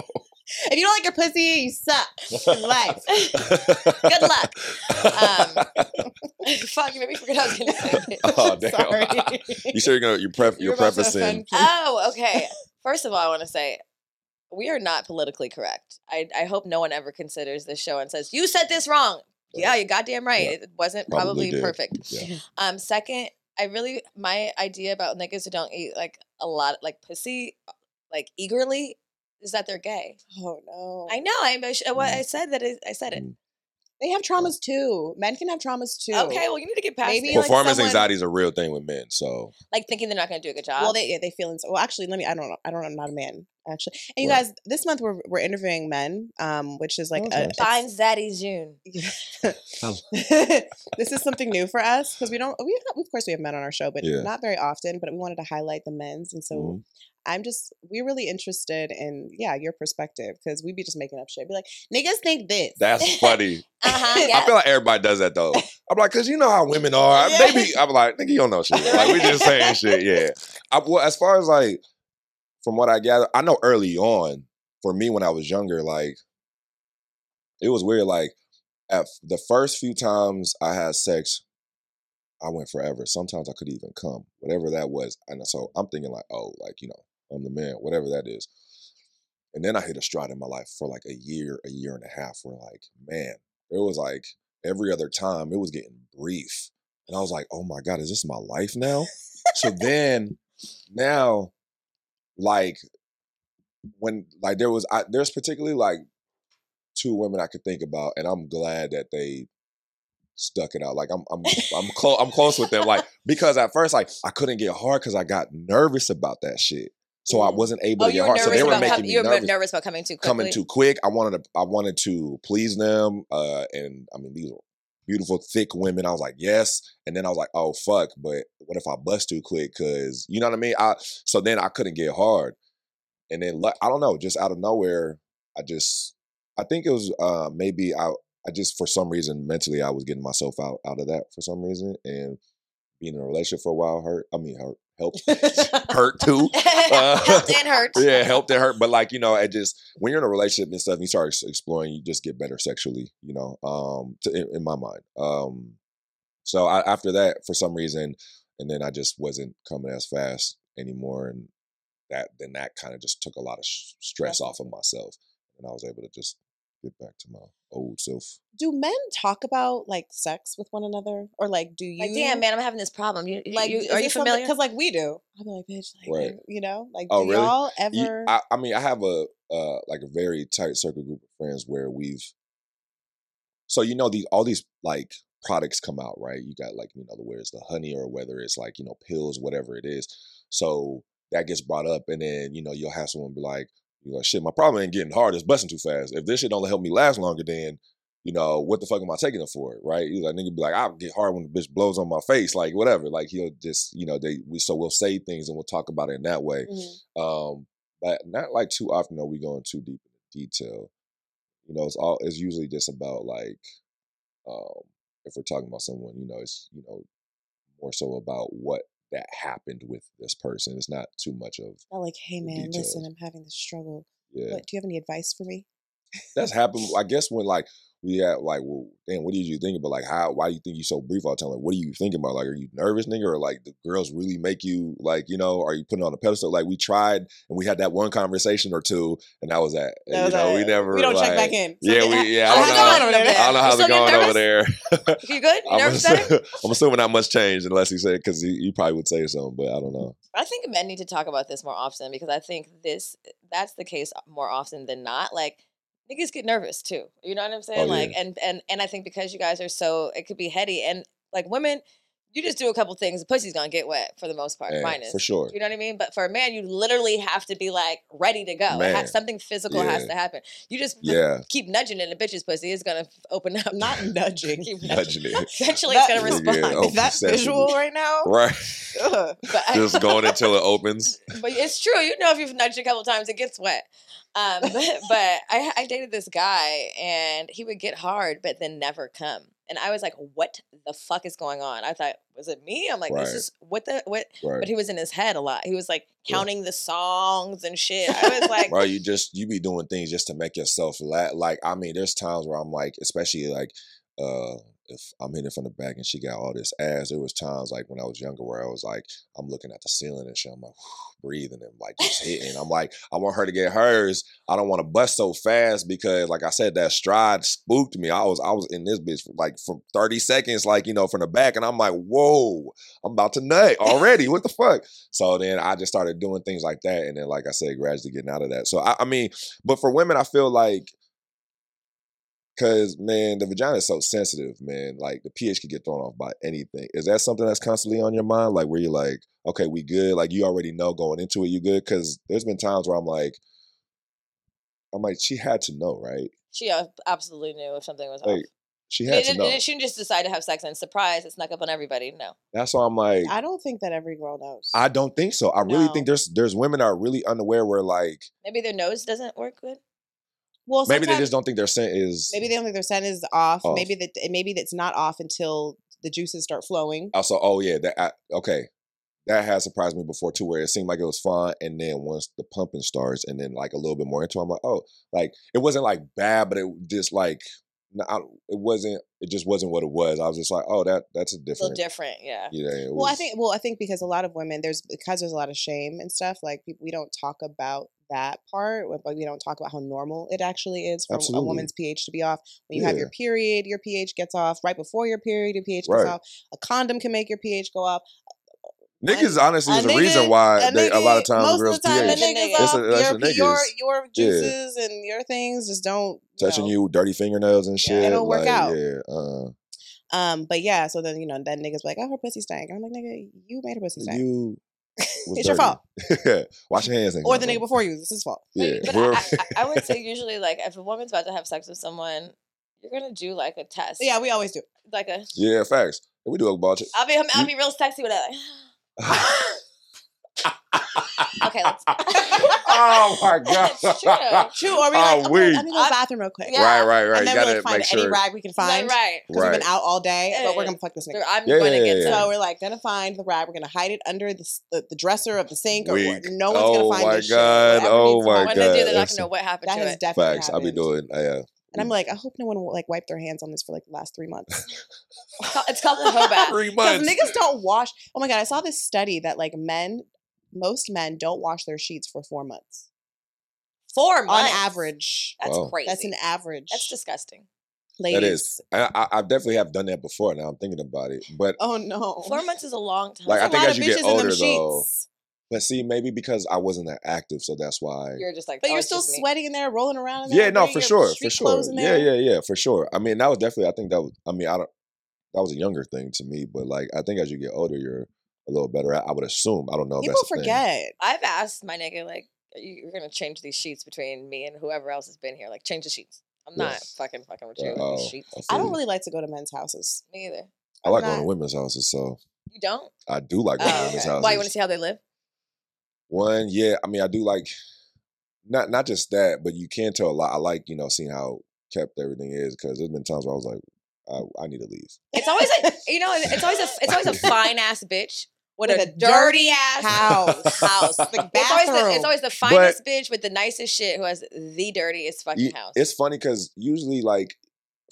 Speaker 2: if you don't like your pussy, you suck. Good life.
Speaker 3: good
Speaker 1: luck. Um, fuck, you made me forget I was gonna say it.
Speaker 3: oh damn!
Speaker 2: Sorry.
Speaker 3: you sure you're gonna you pref-
Speaker 2: You're
Speaker 3: you're,
Speaker 2: about to
Speaker 3: prefacing?
Speaker 2: offend people.
Speaker 1: Oh, okay. First of all, I want to say we are not politically correct. I, I hope no one ever considers this show and says you said this wrong. Yeah, you're goddamn right. It wasn't
Speaker 3: Probably
Speaker 1: probably,
Speaker 3: did.
Speaker 1: perfect.
Speaker 3: Yeah.
Speaker 1: Um, second, I really my idea about niggas who don't eat like a lot like pussy, like eagerly, is that they're gay.
Speaker 2: Oh no.
Speaker 1: I know. I I- what I said that is I said it.
Speaker 3: Mm.
Speaker 2: They have traumas too. Men can have traumas too.
Speaker 1: Okay, well you need to get past
Speaker 2: Maybe
Speaker 1: it.
Speaker 2: like
Speaker 3: Performance
Speaker 2: someone-
Speaker 3: anxiety is a real thing with men. So
Speaker 1: Like thinking they're not gonna do a good job.
Speaker 2: Well, they yeah, they feel ins- well. Actually, let me. I don't know. I don't. know. I'm not a man actually. And you
Speaker 3: Right.
Speaker 2: guys, this month we're we're interviewing men, um, which is like
Speaker 3: that's
Speaker 2: a,
Speaker 3: nice.
Speaker 1: find Zaddy June.
Speaker 2: this is something new for us because we don't. We have, of course we have men on our show, but
Speaker 3: Yeah.
Speaker 2: not very often. But we wanted to highlight the men's, and so
Speaker 3: mhm.
Speaker 2: I'm just we're really interested in yeah your perspective because we'd be just making up shit. Be like niggas think this.
Speaker 3: that's funny.
Speaker 1: Uh huh.
Speaker 3: I feel like everybody does that though. I'm like, cause you know how women are.
Speaker 1: Yeah.
Speaker 3: Maybe I'm like, nigga, you don't know shit. Like we just saying shit. Yeah. I, well, as far as like, from what I gather, I know early on for me when I was younger, like it was weird. Like at f- the first few times I had sex, I went forever. Sometimes I could even come, whatever that was. And so I'm thinking like, oh, like you know, I'm the man, whatever that is. And then I hit a stride in my life for like a year, a year and a half. Where like, man, it was like every other time it was getting brief, and I was like, oh my god, is this my life now? so then, now, like when like there was I, there's particularly like two women I could think about, and I'm glad that they stuck it out. Like I'm I'm I'm close I'm close with them. Like because at first like I couldn't get hard because I got nervous about that shit, so I
Speaker 1: Mm.
Speaker 3: wasn't able
Speaker 1: Oh,
Speaker 3: to
Speaker 1: you
Speaker 3: get
Speaker 1: were
Speaker 3: hard.
Speaker 1: nervous
Speaker 3: So they were
Speaker 1: about
Speaker 3: making
Speaker 1: com-
Speaker 3: me
Speaker 1: you were
Speaker 3: nervous.
Speaker 1: nervous about coming too quickly.
Speaker 3: coming too quick. I wanted to I wanted to please them, uh, and I mean these are beautiful thick women. I was like yes, and then I was like oh fuck, but what if I bust too quick? Cause you know what I mean. I so then I couldn't get hard, and then lu- I don't know, just out of nowhere, I just I think it was uh maybe I I just for some reason mentally I was getting myself out out of that for some reason, and being in a relationship for a while hurt. I mean hurt helped hurt too. Uh,
Speaker 1: Helped and hurt.
Speaker 3: Yeah, helped and hurt. But like, you know, it just when you're in a relationship and stuff, you start ex- exploring, you just get better sexually, you know, um, to, in, in my mind. Um, so I, after that, for some reason, and then I just wasn't coming as fast anymore. And that, then that kind of just took a lot of sh- stress off of myself. And I was able to just get back to my old self.
Speaker 2: Do men talk about like sex with one another, or like do you?
Speaker 1: Like, damn, man, I'm having this problem. You, like,
Speaker 2: Like,
Speaker 1: you, are you familiar?
Speaker 2: Because like we do. I'm like, bitch, like,
Speaker 3: Right.
Speaker 2: you know, like,
Speaker 3: Oh,
Speaker 2: do
Speaker 3: really?
Speaker 2: y'all
Speaker 3: You-
Speaker 2: ever?
Speaker 3: I, I mean, I have a uh, like a very tight circle group of friends where we've so you know these all these like products come out, right? You got like you know whether it's the honey or whether it's like you know pills, whatever it is. So that gets brought up, and then you know you'll have someone be like, you know, shit, my problem ain't getting hard; it's busting too fast. If this shit don't help me last longer, then you know what the fuck am I taking it for, right? You like nigga be like, I'll get hard when the bitch blows on my face, like whatever. Like he'll just you know they we so we'll say things and we'll talk about it in that way.
Speaker 2: Mhm.
Speaker 3: Um, but not like too often are we going too deep into detail. You know, it's all it's usually just about like um if we're talking about someone, you know, it's you know, more so about what that happened with this person. It's not too much of
Speaker 2: Not like, hey
Speaker 3: the
Speaker 2: man, listen,
Speaker 3: details.
Speaker 2: I'm having this struggle.
Speaker 3: yeah.
Speaker 2: What do you have any advice for me?
Speaker 3: That's happened. I guess when like we had like, well, damn, what did you think about? Like, how? Why do you think you so brief all the time? Like, what are you thinking about? Like, are you nervous, nigga, or like the girls really make you like, you know, are you putting on a pedestal? Like, we tried and we had that one conversation or two, and that was that. And,
Speaker 2: That was
Speaker 3: you know, we
Speaker 2: it.
Speaker 3: never.
Speaker 2: We don't
Speaker 3: like,
Speaker 2: check back in.
Speaker 3: Yeah,
Speaker 2: Something-
Speaker 3: we. Yeah,
Speaker 1: Oh,
Speaker 3: I
Speaker 1: how's
Speaker 3: don't
Speaker 1: it
Speaker 3: know.
Speaker 1: going over there?
Speaker 3: I don't know how's
Speaker 1: You still getting
Speaker 3: it going over there.
Speaker 1: You good? You
Speaker 3: I'm,
Speaker 1: nervous better?
Speaker 3: assu- I'm assuming not much changed unless he said because he, he probably would say something, but I don't know.
Speaker 1: I think men need to talk about this more often because I think this that's the case more often than not. Like niggas get nervous too. You know what I'm saying?
Speaker 3: Oh, yeah.
Speaker 1: like and and and I think because you guys are so it could be heady and like women, you just do a couple things, the pussy's gonna get wet for the most part.
Speaker 3: Yeah,
Speaker 1: minus
Speaker 3: for sure.
Speaker 1: You know what I mean? But for a man, you literally have to be like ready to go. It ha-
Speaker 3: Man.
Speaker 1: something physical has
Speaker 3: Yeah.
Speaker 1: to happen. You just
Speaker 3: Yeah,
Speaker 1: keep nudging in a bitch's pussy, it's gonna f- open up.
Speaker 2: Not nudging.
Speaker 1: keep nudging.
Speaker 3: nudging it.
Speaker 1: Eventually, it's
Speaker 2: That-
Speaker 1: gonna
Speaker 3: Yeah,
Speaker 1: respond.
Speaker 3: yeah, oh,
Speaker 2: that
Speaker 3: possessive.
Speaker 2: visual right now.
Speaker 3: Right.
Speaker 2: Ugh.
Speaker 1: But I-
Speaker 3: Just going until it opens.
Speaker 1: but it's true. You know, if you've nudged a couple times, it gets wet. Um, but, but I, I dated this guy, and he would get hard, but then never come. And I was like, "What the fuck is going on?" I thought, "Was it me?" I'm like, "This
Speaker 3: Right.
Speaker 1: is what the what." But
Speaker 3: Right.
Speaker 1: he was in his head a lot. He was like
Speaker 3: Yeah.
Speaker 1: counting the songs and shit. I was like,
Speaker 3: Bro, you just you be doing things just to make yourself la- like I mean, there's times where I'm like, especially like uh if I'm hitting from the back and she got all this ass, there was times like when I was younger where I was like, I'm looking at the ceiling and shit, I'm like breathing and like just hitting. I'm like, I want her to get hers. I don't want to bust so fast because like I said, that stride spooked me. I was I was in this bitch for like from 30 seconds, like, you know, from the back, and I'm like, whoa, I'm about to nut already. What the fuck? So then I just started doing things like that, and then like I said, gradually getting out of that. So I, I mean, but for women, I feel like because man, the vagina is so sensitive, man. Like the pH could get thrown off by anything. Is that something that's constantly on your mind? Like where you're like, okay, we good. Like you already know going into it, you good. Because there's been times where I'm like, I'm like, she had to know, right?
Speaker 1: she ab- absolutely knew if something was off.
Speaker 3: Like she
Speaker 1: It,
Speaker 3: had to
Speaker 1: didn't-
Speaker 3: know.
Speaker 1: it shouldn't just decide to have sex and surprise. It snuck up on everybody. No,
Speaker 3: That's why I'm like,
Speaker 2: I don't think that every girl knows.
Speaker 3: I don't think so. I really think
Speaker 2: No.
Speaker 3: there's there's women that are really unaware where like
Speaker 1: maybe their nose doesn't work good.
Speaker 2: well,
Speaker 3: maybe they
Speaker 2: sometimes-
Speaker 3: just don't Oh. think their scent is
Speaker 2: maybe they don't think their scent is off.
Speaker 3: Off.
Speaker 2: Maybe that maybe that's not off until the juices start flowing.
Speaker 3: also oh yeah that I, okay that has surprised me before too where it seemed like it was fun and then once the pumping starts and then like a little bit more into it, i'm like oh like it wasn't like bad but it just like no, I, it wasn't it just wasn't what it was i was just like oh that that's a
Speaker 1: It's a little different,
Speaker 3: different
Speaker 1: yeah.
Speaker 3: yeah it
Speaker 2: Well, I
Speaker 3: was-
Speaker 2: think well, I think because a lot of women there's because there's a lot of shame and stuff. Like peop- we don't talk about that part, we- but we don't talk about how normal it actually is for a
Speaker 3: Absolutely.
Speaker 2: woman's pH to be off. When you have your
Speaker 3: Yeah.
Speaker 2: period, your pH gets off. Right before your period, your pH gets
Speaker 3: Right.
Speaker 2: off. A condom can make your pH go up.
Speaker 3: niggas honestly
Speaker 2: a
Speaker 3: is the
Speaker 2: nigga-
Speaker 3: reason why
Speaker 2: a
Speaker 3: Uh, they, a lot of
Speaker 2: nigga-
Speaker 3: times
Speaker 2: most
Speaker 3: girls
Speaker 2: of the time,
Speaker 1: pH.
Speaker 2: the niggas
Speaker 1: It's
Speaker 3: a-
Speaker 2: off
Speaker 3: that's
Speaker 2: your,
Speaker 3: the
Speaker 2: your
Speaker 3: niggas.
Speaker 2: your juices and your things just don't you
Speaker 3: touching
Speaker 2: know.
Speaker 3: you dirty fingernails and
Speaker 2: Yeah,
Speaker 3: shit
Speaker 2: it don't work
Speaker 3: like
Speaker 2: out.
Speaker 3: yeah uh,
Speaker 2: Um, but yeah, so then you know that niggas be like, oh, her pussy stank. I'm like, nigga, you made her pussy stank.
Speaker 3: you was
Speaker 2: It's your
Speaker 3: dirty.
Speaker 2: fault.
Speaker 3: wash your hands nigga,
Speaker 2: or the
Speaker 3: bro.
Speaker 2: nigga before you. It's his fault.
Speaker 1: But,
Speaker 3: yeah
Speaker 1: but I,
Speaker 3: whoever-
Speaker 1: I, I- I would say usually like if a woman's about to have sex with someone, you're gonna do like a test.
Speaker 2: Yeah, we always do.
Speaker 1: Like a
Speaker 3: yeah facts we do a ball check.
Speaker 1: I'll be I'll
Speaker 3: You-
Speaker 1: be real sexy with that. like, okay, let's
Speaker 3: oh my god!
Speaker 1: It's true. Right,
Speaker 2: True. Or we
Speaker 3: Ah,
Speaker 2: like, oh,
Speaker 3: we-
Speaker 2: let me go to
Speaker 1: I-
Speaker 2: the bathroom real quick.
Speaker 1: Yeah.
Speaker 3: Right, right, right.
Speaker 2: I'm
Speaker 3: You
Speaker 2: never
Speaker 3: gotta
Speaker 2: gonna find
Speaker 3: make sure.
Speaker 2: any rag we can find.
Speaker 1: right.
Speaker 2: Because we've
Speaker 3: Right.
Speaker 2: been out all day, but we're
Speaker 1: Yeah.
Speaker 2: gonna fuck this nigga.
Speaker 1: I'm
Speaker 3: Yeah,
Speaker 1: gonna
Speaker 3: yeah,
Speaker 1: get
Speaker 3: yeah.
Speaker 1: some.
Speaker 2: So we're like gonna find the rag. We're gonna hide it under the s- the, the dresser of the sink, or
Speaker 3: Weak.
Speaker 2: what- no one's gonna
Speaker 3: Oh
Speaker 2: find
Speaker 3: my
Speaker 2: this
Speaker 3: God.
Speaker 2: shit. Whatever
Speaker 3: Oh
Speaker 2: needs to
Speaker 3: my
Speaker 2: happen.
Speaker 1: When they do,
Speaker 3: God,
Speaker 1: they're not gonna
Speaker 3: that's-
Speaker 1: know what happened
Speaker 2: That
Speaker 1: to
Speaker 2: has
Speaker 1: it.
Speaker 2: definitely
Speaker 3: Facts. I'll be
Speaker 2: happened.
Speaker 3: doing. Uh,
Speaker 2: And I'm like, I hope no one will like wipe their hands on this for like the last three months.
Speaker 1: It's called- It's called a hoe bath.
Speaker 3: three
Speaker 2: Because
Speaker 3: months.
Speaker 2: niggas don't wash. Oh my god, I saw this study that like men, most men don't wash their sheets for four months
Speaker 1: Four months
Speaker 2: on average.
Speaker 1: That's
Speaker 3: Wow.
Speaker 1: crazy.
Speaker 2: That's an average.
Speaker 1: That's disgusting.
Speaker 2: ladies.
Speaker 3: That is. I, I, I definitely have done that before. Now I'm thinking about it, but
Speaker 2: Oh no.
Speaker 1: Four months is a long time.
Speaker 3: Like,
Speaker 2: There's
Speaker 3: I
Speaker 2: a
Speaker 3: think
Speaker 2: lot
Speaker 3: as
Speaker 2: of
Speaker 3: you get
Speaker 2: bitches in them
Speaker 3: older, though,
Speaker 2: sheets.
Speaker 3: but see, maybe because I wasn't that active, so that's why.
Speaker 1: you're just like,
Speaker 2: But
Speaker 1: oh,
Speaker 2: you're
Speaker 1: it's
Speaker 2: still
Speaker 1: just me.
Speaker 2: sweating in there, rolling around in there.
Speaker 3: Yeah, no,
Speaker 2: wearing
Speaker 3: for
Speaker 2: your
Speaker 3: sure, for
Speaker 2: street
Speaker 3: sure.
Speaker 2: clothes in
Speaker 3: Yeah,
Speaker 2: there.
Speaker 3: yeah, yeah, for sure. I mean, that was definitely. I think that was. I mean, I don't. That was a younger thing to me, but like, I think as you get older, you're a little better. at I would assume. I don't know. if
Speaker 2: People
Speaker 3: that's a thing.
Speaker 2: forget.
Speaker 1: I've asked my nigga like, "Are you- you're gonna change these sheets between me and whoever else has been here. Like, change the sheets. I'm
Speaker 3: Yeah.
Speaker 1: not fucking fucking with you
Speaker 3: Uh,
Speaker 1: with
Speaker 3: oh,
Speaker 1: these sheets.
Speaker 3: I
Speaker 2: I
Speaker 3: feel
Speaker 2: don't
Speaker 3: you.
Speaker 2: really like to go to men's houses.
Speaker 1: Me either.
Speaker 3: I
Speaker 2: I'm
Speaker 3: like going to
Speaker 2: not-
Speaker 3: women's houses, so
Speaker 1: You don't?
Speaker 3: I do like going to
Speaker 2: Oh,
Speaker 3: women's
Speaker 2: okay.
Speaker 3: houses.
Speaker 1: Why you want to see how they live?
Speaker 3: One, yeah, I mean, I do like not not just that, but you can tell a lot. I like you know seeing how kept everything is because there's been times where I was like, I, I need to leave.
Speaker 1: It's always a you know, it's always a it's always a fine ass bitch
Speaker 4: What
Speaker 2: With
Speaker 4: a,
Speaker 2: a
Speaker 4: dirty,
Speaker 2: dirty
Speaker 4: ass
Speaker 2: house.
Speaker 4: house.
Speaker 2: The
Speaker 4: It's always, the, it's
Speaker 2: bathroom.
Speaker 4: always the finest bitch with the nicest shit who has the dirtiest fucking
Speaker 3: Ye-
Speaker 4: house.
Speaker 3: E, It's funny because usually, like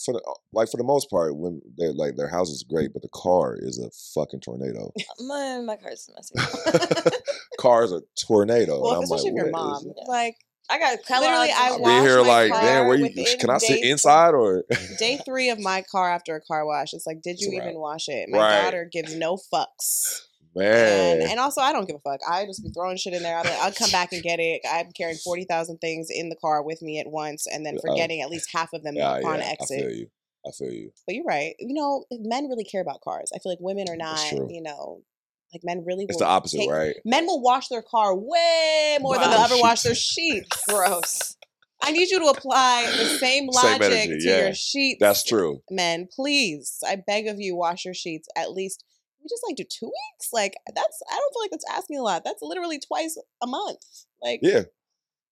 Speaker 3: for the uh, like for the most part, when they like their house is great, but the car is a fucking tornado.
Speaker 4: my, my car's messy.
Speaker 3: Cars a tornado.
Speaker 2: Well,
Speaker 3: and I'm
Speaker 2: especially
Speaker 3: like,
Speaker 2: if your
Speaker 3: "What is
Speaker 2: mom,
Speaker 3: it?"
Speaker 4: Yeah.
Speaker 2: like
Speaker 4: I got Kellogg's.
Speaker 2: literally, I
Speaker 4: and shit.
Speaker 3: I'll be here
Speaker 2: wash my
Speaker 3: like, damn,
Speaker 2: car
Speaker 3: where you
Speaker 2: within
Speaker 3: can I sit
Speaker 2: days-
Speaker 3: inside or
Speaker 2: day three of my car after a car wash, it's like, did you
Speaker 3: It's a
Speaker 2: even
Speaker 3: wrap.
Speaker 2: wash it? My
Speaker 3: Right.
Speaker 2: daughter gives no fucks.
Speaker 3: man?
Speaker 2: And, and also, I don't give a fuck. I just be throwing shit in there. I'm like, I'll come back and get it. I'm carrying 40,000 things in the car with me at once and then
Speaker 3: Oh.
Speaker 2: forgetting at least half of them
Speaker 3: yeah,
Speaker 2: upon
Speaker 3: yeah, I feel
Speaker 2: exit.
Speaker 3: you. I feel you.
Speaker 2: But you're right. You know, men really care about cars. I feel like women are
Speaker 3: That's
Speaker 2: not,
Speaker 3: true.
Speaker 2: you know, like men really
Speaker 3: It's
Speaker 2: will
Speaker 3: the opposite,
Speaker 2: take-
Speaker 3: right?
Speaker 2: Men will wash their car way more than they'll
Speaker 4: Wow.
Speaker 2: ever wash their sheets.
Speaker 4: gross.
Speaker 2: I need you to apply the same
Speaker 3: Same
Speaker 2: logic
Speaker 3: energy,
Speaker 2: to
Speaker 3: yeah.
Speaker 2: your sheets
Speaker 3: That's true.
Speaker 2: men, please, I beg of you, wash your sheets at least. We just like do two weeks. Like that's I don't feel like that's asking a lot. That's literally twice a month. Like
Speaker 3: Yeah.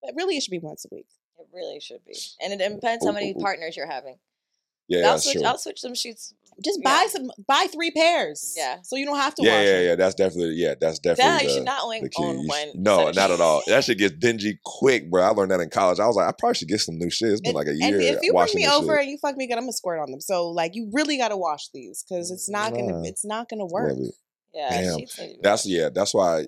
Speaker 2: but really, it should be once a week.
Speaker 4: It really should be, and it depends how
Speaker 3: Ooh,
Speaker 4: many
Speaker 3: ooh, ooh.
Speaker 4: partners you're having.
Speaker 3: Yeah,
Speaker 4: I'll
Speaker 3: that's
Speaker 4: switch.
Speaker 3: true.
Speaker 4: I'll switch some sheets.
Speaker 2: Just
Speaker 4: Yeah.
Speaker 2: buy some, buy three pairs.
Speaker 4: Yeah.
Speaker 2: So you don't have to
Speaker 3: yeah,
Speaker 2: wash.
Speaker 3: yeah,
Speaker 2: them.
Speaker 3: yeah. That's definitely yeah. That's
Speaker 4: Yeah,
Speaker 3: definitely
Speaker 4: you
Speaker 3: the,
Speaker 4: should not
Speaker 3: the
Speaker 4: only
Speaker 3: key.
Speaker 4: own
Speaker 3: You
Speaker 4: one.
Speaker 3: should- no,
Speaker 4: set of
Speaker 3: not at
Speaker 4: sheets.
Speaker 3: all. That shit gets dingy quick, bro. I learned that in college. I was like, I probably should get some new shit. It's been
Speaker 2: And-
Speaker 3: like a year
Speaker 2: And if you bring
Speaker 3: washing
Speaker 2: me
Speaker 3: this
Speaker 2: over
Speaker 3: shit.
Speaker 2: and you fuck me good, I'm gonna squirt on them. So like, you really gotta wash these because it's not gonna,
Speaker 3: Nah.
Speaker 2: it's not gonna
Speaker 3: Love
Speaker 2: work.
Speaker 3: it.
Speaker 4: Yeah,
Speaker 3: Damn.
Speaker 4: sheets need to be
Speaker 3: That's
Speaker 4: washed.
Speaker 3: yeah. That's why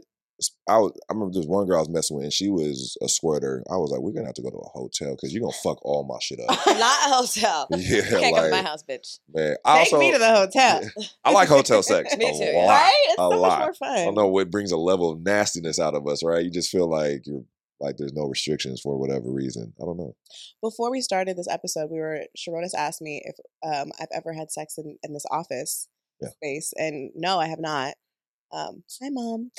Speaker 3: I was. I remember this one girl I was messing with, and she was a squirter. I was like, we're gonna have to go to a hotel because you're gonna fuck all my shit up.
Speaker 4: Not a hotel.
Speaker 3: yeah,
Speaker 4: You can't come to my
Speaker 3: like,
Speaker 4: house, bitch.
Speaker 3: man. I
Speaker 2: Take
Speaker 3: also
Speaker 2: me to the hotel.
Speaker 3: I like hotel sex
Speaker 4: Me
Speaker 3: a
Speaker 4: too, yeah.
Speaker 3: lot.
Speaker 2: right? It's
Speaker 3: a
Speaker 2: so
Speaker 3: lot.
Speaker 2: much more
Speaker 3: I
Speaker 2: fun.
Speaker 3: don't know what brings a level of nastiness out of us, right? You just feel like you're like there's no restrictions for whatever reason. I don't know.
Speaker 2: before we started this episode, we were Sharonis asked me if um, I've ever had sex in, in this office
Speaker 3: Yeah.
Speaker 2: space, and no, I have not. Um, hi, mom.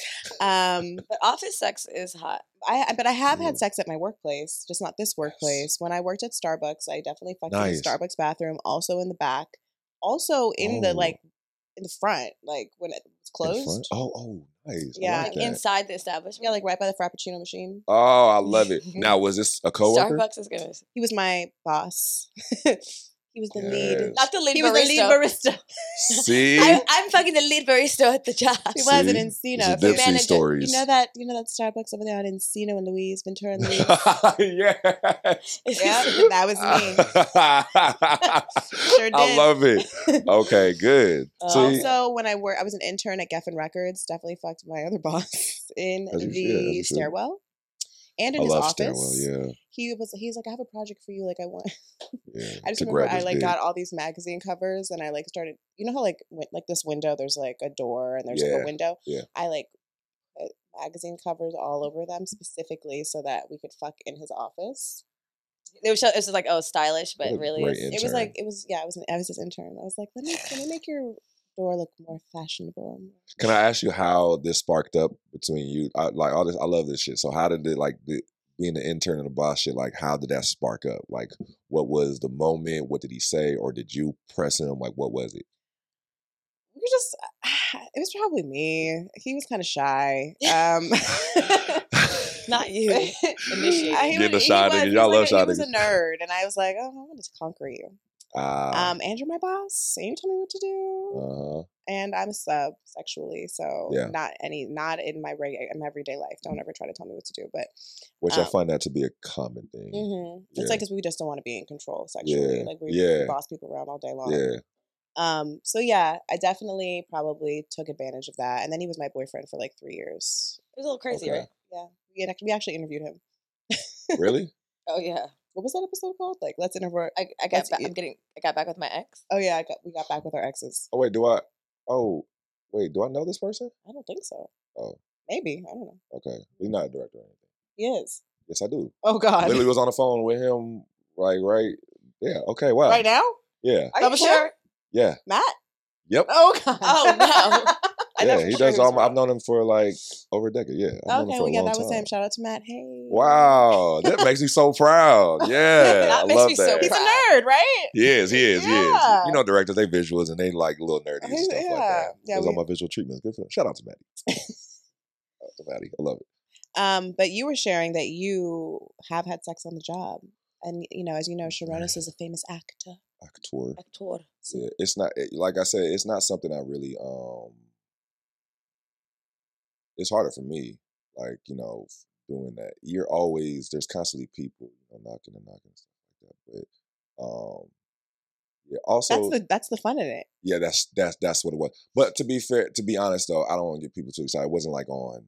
Speaker 2: Um,
Speaker 4: But office sex is hot.
Speaker 2: I but I have had
Speaker 3: Mm.
Speaker 2: sex at my workplace, just not this workplace. When I worked at Starbucks, I definitely fucked in
Speaker 3: Nice.
Speaker 2: the Starbucks bathroom, also in the back, also in the
Speaker 3: Oh.
Speaker 2: like in the front, like when it was
Speaker 3: In the
Speaker 2: closed.
Speaker 3: front? Oh, oh, nice.
Speaker 2: Yeah,
Speaker 3: I like
Speaker 4: Like
Speaker 3: that.
Speaker 4: inside the establishment.
Speaker 2: Yeah, like right by the Frappuccino machine.
Speaker 3: oh, I love it. Now, was this a coworker?
Speaker 4: Starbucks is gonna
Speaker 2: He was my boss. he was the lead.
Speaker 3: Yes.
Speaker 4: not the lead
Speaker 2: He was
Speaker 4: barista.
Speaker 2: the lead barista.
Speaker 3: See,
Speaker 4: I'm, I'm fucking the lead barista at the job.
Speaker 2: He was in
Speaker 3: See? It's a
Speaker 2: Encino. If
Speaker 4: your
Speaker 2: you-
Speaker 3: Dipsy
Speaker 4: manager-
Speaker 3: stories.
Speaker 2: You know that you know that Starbucks over there on Encino and Louise Ventura and Louise.
Speaker 3: yes.
Speaker 2: yeah, that was me. Sure
Speaker 3: I
Speaker 2: did.
Speaker 3: love it. Okay, good.
Speaker 4: Oh,
Speaker 3: See,
Speaker 4: so-
Speaker 2: Also, when I were I was an intern at Geffen Records, definitely fucked my other boss in
Speaker 3: As you should, as
Speaker 2: the
Speaker 3: you should.
Speaker 2: stairwell and in
Speaker 3: I
Speaker 2: his
Speaker 3: love
Speaker 2: office.
Speaker 3: stairwell. Yeah,
Speaker 2: He was he's like, I have a project for you. Like I want.
Speaker 3: yeah.
Speaker 2: I just
Speaker 3: to
Speaker 2: remember
Speaker 3: grab
Speaker 2: I
Speaker 3: his
Speaker 2: like
Speaker 3: dick.
Speaker 2: got all these magazine covers and I like started. You know how like wi- like this window, there's like a door and there's like
Speaker 3: Yeah,
Speaker 2: a window.
Speaker 3: yeah.
Speaker 2: I like put magazine covers all over them specifically so that we could fuck in his office.
Speaker 4: it was, it was like oh stylish, but
Speaker 3: What a
Speaker 4: really
Speaker 3: great
Speaker 4: it's-
Speaker 2: it was
Speaker 3: intern.
Speaker 2: like it was yeah i was an, i was his intern i was like let me can i make your door look more fashionable
Speaker 3: Can I ask you how this sparked up between you? I, like all this, I love this shit. So how did it like the, being the intern and the boss shit? Like how did that spark up? Like what was the moment? What did he say, or did you press him? Like what was it?
Speaker 2: we were just uh, it was probably me he was kind of shy um
Speaker 4: not you. Initiated.
Speaker 2: I- he
Speaker 3: Getting a
Speaker 2: was- he
Speaker 3: shy
Speaker 2: was-
Speaker 3: nigga.
Speaker 2: he
Speaker 3: Y'all
Speaker 2: was like
Speaker 3: love
Speaker 2: a-
Speaker 3: shy
Speaker 2: he was a
Speaker 3: niggas.
Speaker 2: nerd and i was like oh i'm gonna just conquer you
Speaker 3: Ah,
Speaker 2: um and you're my boss and you tell me what to do
Speaker 3: uh-huh.
Speaker 2: and i'm a sub sexually so
Speaker 3: Yeah. Mm.
Speaker 2: not any not in my regular in my everyday life don't ever try to tell me what to do but
Speaker 3: Which I
Speaker 2: um,
Speaker 3: find that to be a common thing.
Speaker 2: mhm.
Speaker 3: Mm. Yeah.
Speaker 2: it's like 'cause we just don't want to be in control sexually
Speaker 3: Yeah,
Speaker 2: like we,
Speaker 3: yeah.
Speaker 2: we boss people around all day long
Speaker 3: Yeah,
Speaker 2: Um, so yeah, I definitely probably took advantage of that. And then he was my boyfriend for like three years.
Speaker 4: It was a little crazy,
Speaker 3: Okay.
Speaker 4: right?
Speaker 2: Yeah. We, had, act- we actually interviewed him.
Speaker 3: really?
Speaker 4: Oh yeah.
Speaker 2: What was that episode called? Like, let's interview.
Speaker 4: I, I got
Speaker 2: That's
Speaker 4: back,
Speaker 3: e
Speaker 2: it.
Speaker 4: I'm getting I got back with my ex.
Speaker 2: Oh yeah, I got, we got back with our exes.
Speaker 3: Oh wait, do I? Oh wait, do I know this person?
Speaker 2: I don't think so.
Speaker 3: Oh.
Speaker 2: Maybe I don't know.
Speaker 3: Okay, he's not a director. or anything.
Speaker 2: He is.
Speaker 3: Yes, I do.
Speaker 2: Oh God.
Speaker 3: Literally was on the phone with him. Like right. Yeah. Okay. Wow.
Speaker 2: Right now?
Speaker 3: Yeah.
Speaker 2: Are you
Speaker 4: Double sure?
Speaker 3: Yeah.
Speaker 2: Matt?
Speaker 3: Yep.
Speaker 2: Oh God.
Speaker 4: Oh no. I know
Speaker 3: yeah.
Speaker 4: for
Speaker 3: He
Speaker 4: sure
Speaker 3: does
Speaker 4: was
Speaker 3: all. My, I've
Speaker 4: wrong.
Speaker 3: known him for like over a decade. Yeah. I've known
Speaker 2: okay.
Speaker 3: him for
Speaker 2: Well,
Speaker 3: a
Speaker 2: yeah,
Speaker 3: long
Speaker 2: that was
Speaker 3: time.
Speaker 2: him. Shout out to Matt. Hey.
Speaker 3: Wow, that makes me so proud. Yeah,
Speaker 4: That
Speaker 3: I
Speaker 4: makes
Speaker 3: love
Speaker 4: me so
Speaker 3: that.
Speaker 2: He's a
Speaker 4: Proud.
Speaker 2: nerd, right?
Speaker 3: He is, he is, he is.
Speaker 2: Yeah.
Speaker 3: You know, directors, they visuals and they like little nerdy and
Speaker 2: He's-
Speaker 3: stuff like
Speaker 2: yeah.
Speaker 3: that.
Speaker 2: Yeah,
Speaker 3: Yeah, all
Speaker 2: we-
Speaker 3: my visual treatments. Good for them. Shout out to Maddie. Shout out to Maddie. I love it.
Speaker 2: Um, but you were sharing that you have had sex on the job. And you know, as you know, Sharonis is a famous actor.
Speaker 3: Actor.
Speaker 4: Actor.
Speaker 3: Yeah, it's not it- like I said. It's not something I really um it's harder for me, like you know, f- doing that. You're always there's constantly people, you know, knocking and knocking and stuff like that. But um, yeah. Also,
Speaker 2: That's the that's the fun in it.
Speaker 3: yeah, that's that's that's what it was. But to be fair, to be honest though, I don't want to get people too excited. It wasn't like on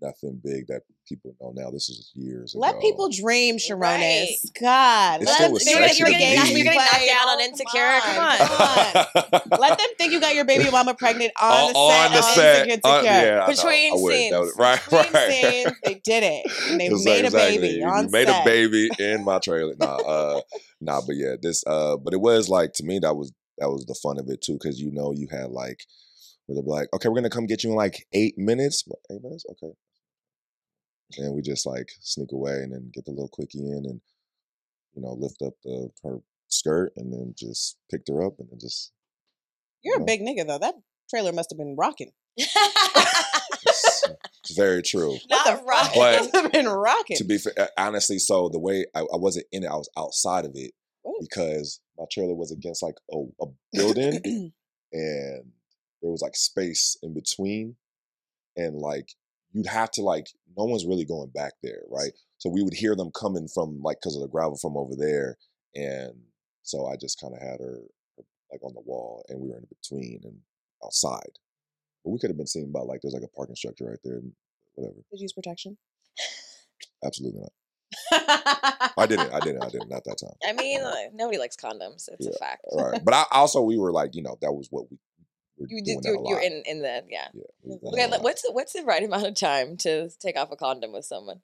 Speaker 3: nothing big that people know now. This is years ago.
Speaker 2: Let people dream, Sharonis.
Speaker 4: Right.
Speaker 2: God,
Speaker 3: It's
Speaker 2: let
Speaker 3: still
Speaker 2: them
Speaker 3: was
Speaker 2: think that
Speaker 3: sexy
Speaker 2: you're
Speaker 3: to
Speaker 2: getting,
Speaker 3: me.
Speaker 2: you're getting knocked
Speaker 4: Like,
Speaker 2: out on
Speaker 4: oh, come
Speaker 2: insecure. Come
Speaker 4: on.
Speaker 2: on, come on. let them think you got your baby mama pregnant on the set
Speaker 3: on the
Speaker 2: of
Speaker 3: set.
Speaker 2: Insecure.
Speaker 3: on-
Speaker 2: Secure.
Speaker 3: yeah, I know.
Speaker 2: Between
Speaker 3: I wish that
Speaker 2: scenes.
Speaker 3: was- right,
Speaker 2: Between
Speaker 3: right.
Speaker 2: scenes, they did it. And they
Speaker 3: It's
Speaker 2: made
Speaker 3: like,
Speaker 2: a baby
Speaker 3: exactly.
Speaker 2: on
Speaker 3: we made
Speaker 2: set.
Speaker 3: a baby in my trailer. Nah, uh, nah, but yeah, this. Uh, but it was like to me that was that was the fun of it too, because you know you had like where they're like, okay, we're gonna come get you in like eight minutes. What, eight minutes? Okay. And we just like sneak away and then get the little quickie in and you know lift up the her skirt and then just picked her up and then just
Speaker 2: You're
Speaker 3: Yeah.
Speaker 2: a big nigga though. That trailer must have been rocking.
Speaker 3: it's, it's very true.
Speaker 4: Not
Speaker 2: rock?
Speaker 4: rocking.
Speaker 3: But-
Speaker 2: It must have been rocking.
Speaker 3: to be fair, uh, honestly, so the way I, I wasn't in it, I was outside of it
Speaker 2: Ooh.
Speaker 3: because my trailer was against like a, a building and there was like space in between. And like, you'd have to, like, no one's really going back there, right? So we would hear them coming from like, because of the gravel from over there. And so I just kind of had her like on the wall and we were in between and outside. But we could have been seen by like, there's like a parking structure right there and whatever.
Speaker 2: Did you use protection?
Speaker 3: Absolutely not.
Speaker 2: I
Speaker 3: I didn't. I didn't. I didn't. Not that time.
Speaker 4: I mean, like, nobody likes condoms. It's a fact.
Speaker 3: right. But I also we were like, you know, that was what we were
Speaker 4: You
Speaker 3: doing
Speaker 4: did,
Speaker 3: that
Speaker 4: you're,
Speaker 3: a
Speaker 4: you're
Speaker 3: lot. uh,
Speaker 4: in in the yeah.
Speaker 3: yeah, we were doing
Speaker 4: Okay,
Speaker 3: that a
Speaker 4: like,
Speaker 3: lot.
Speaker 4: what's what's the right amount of time to take off a condom with someone?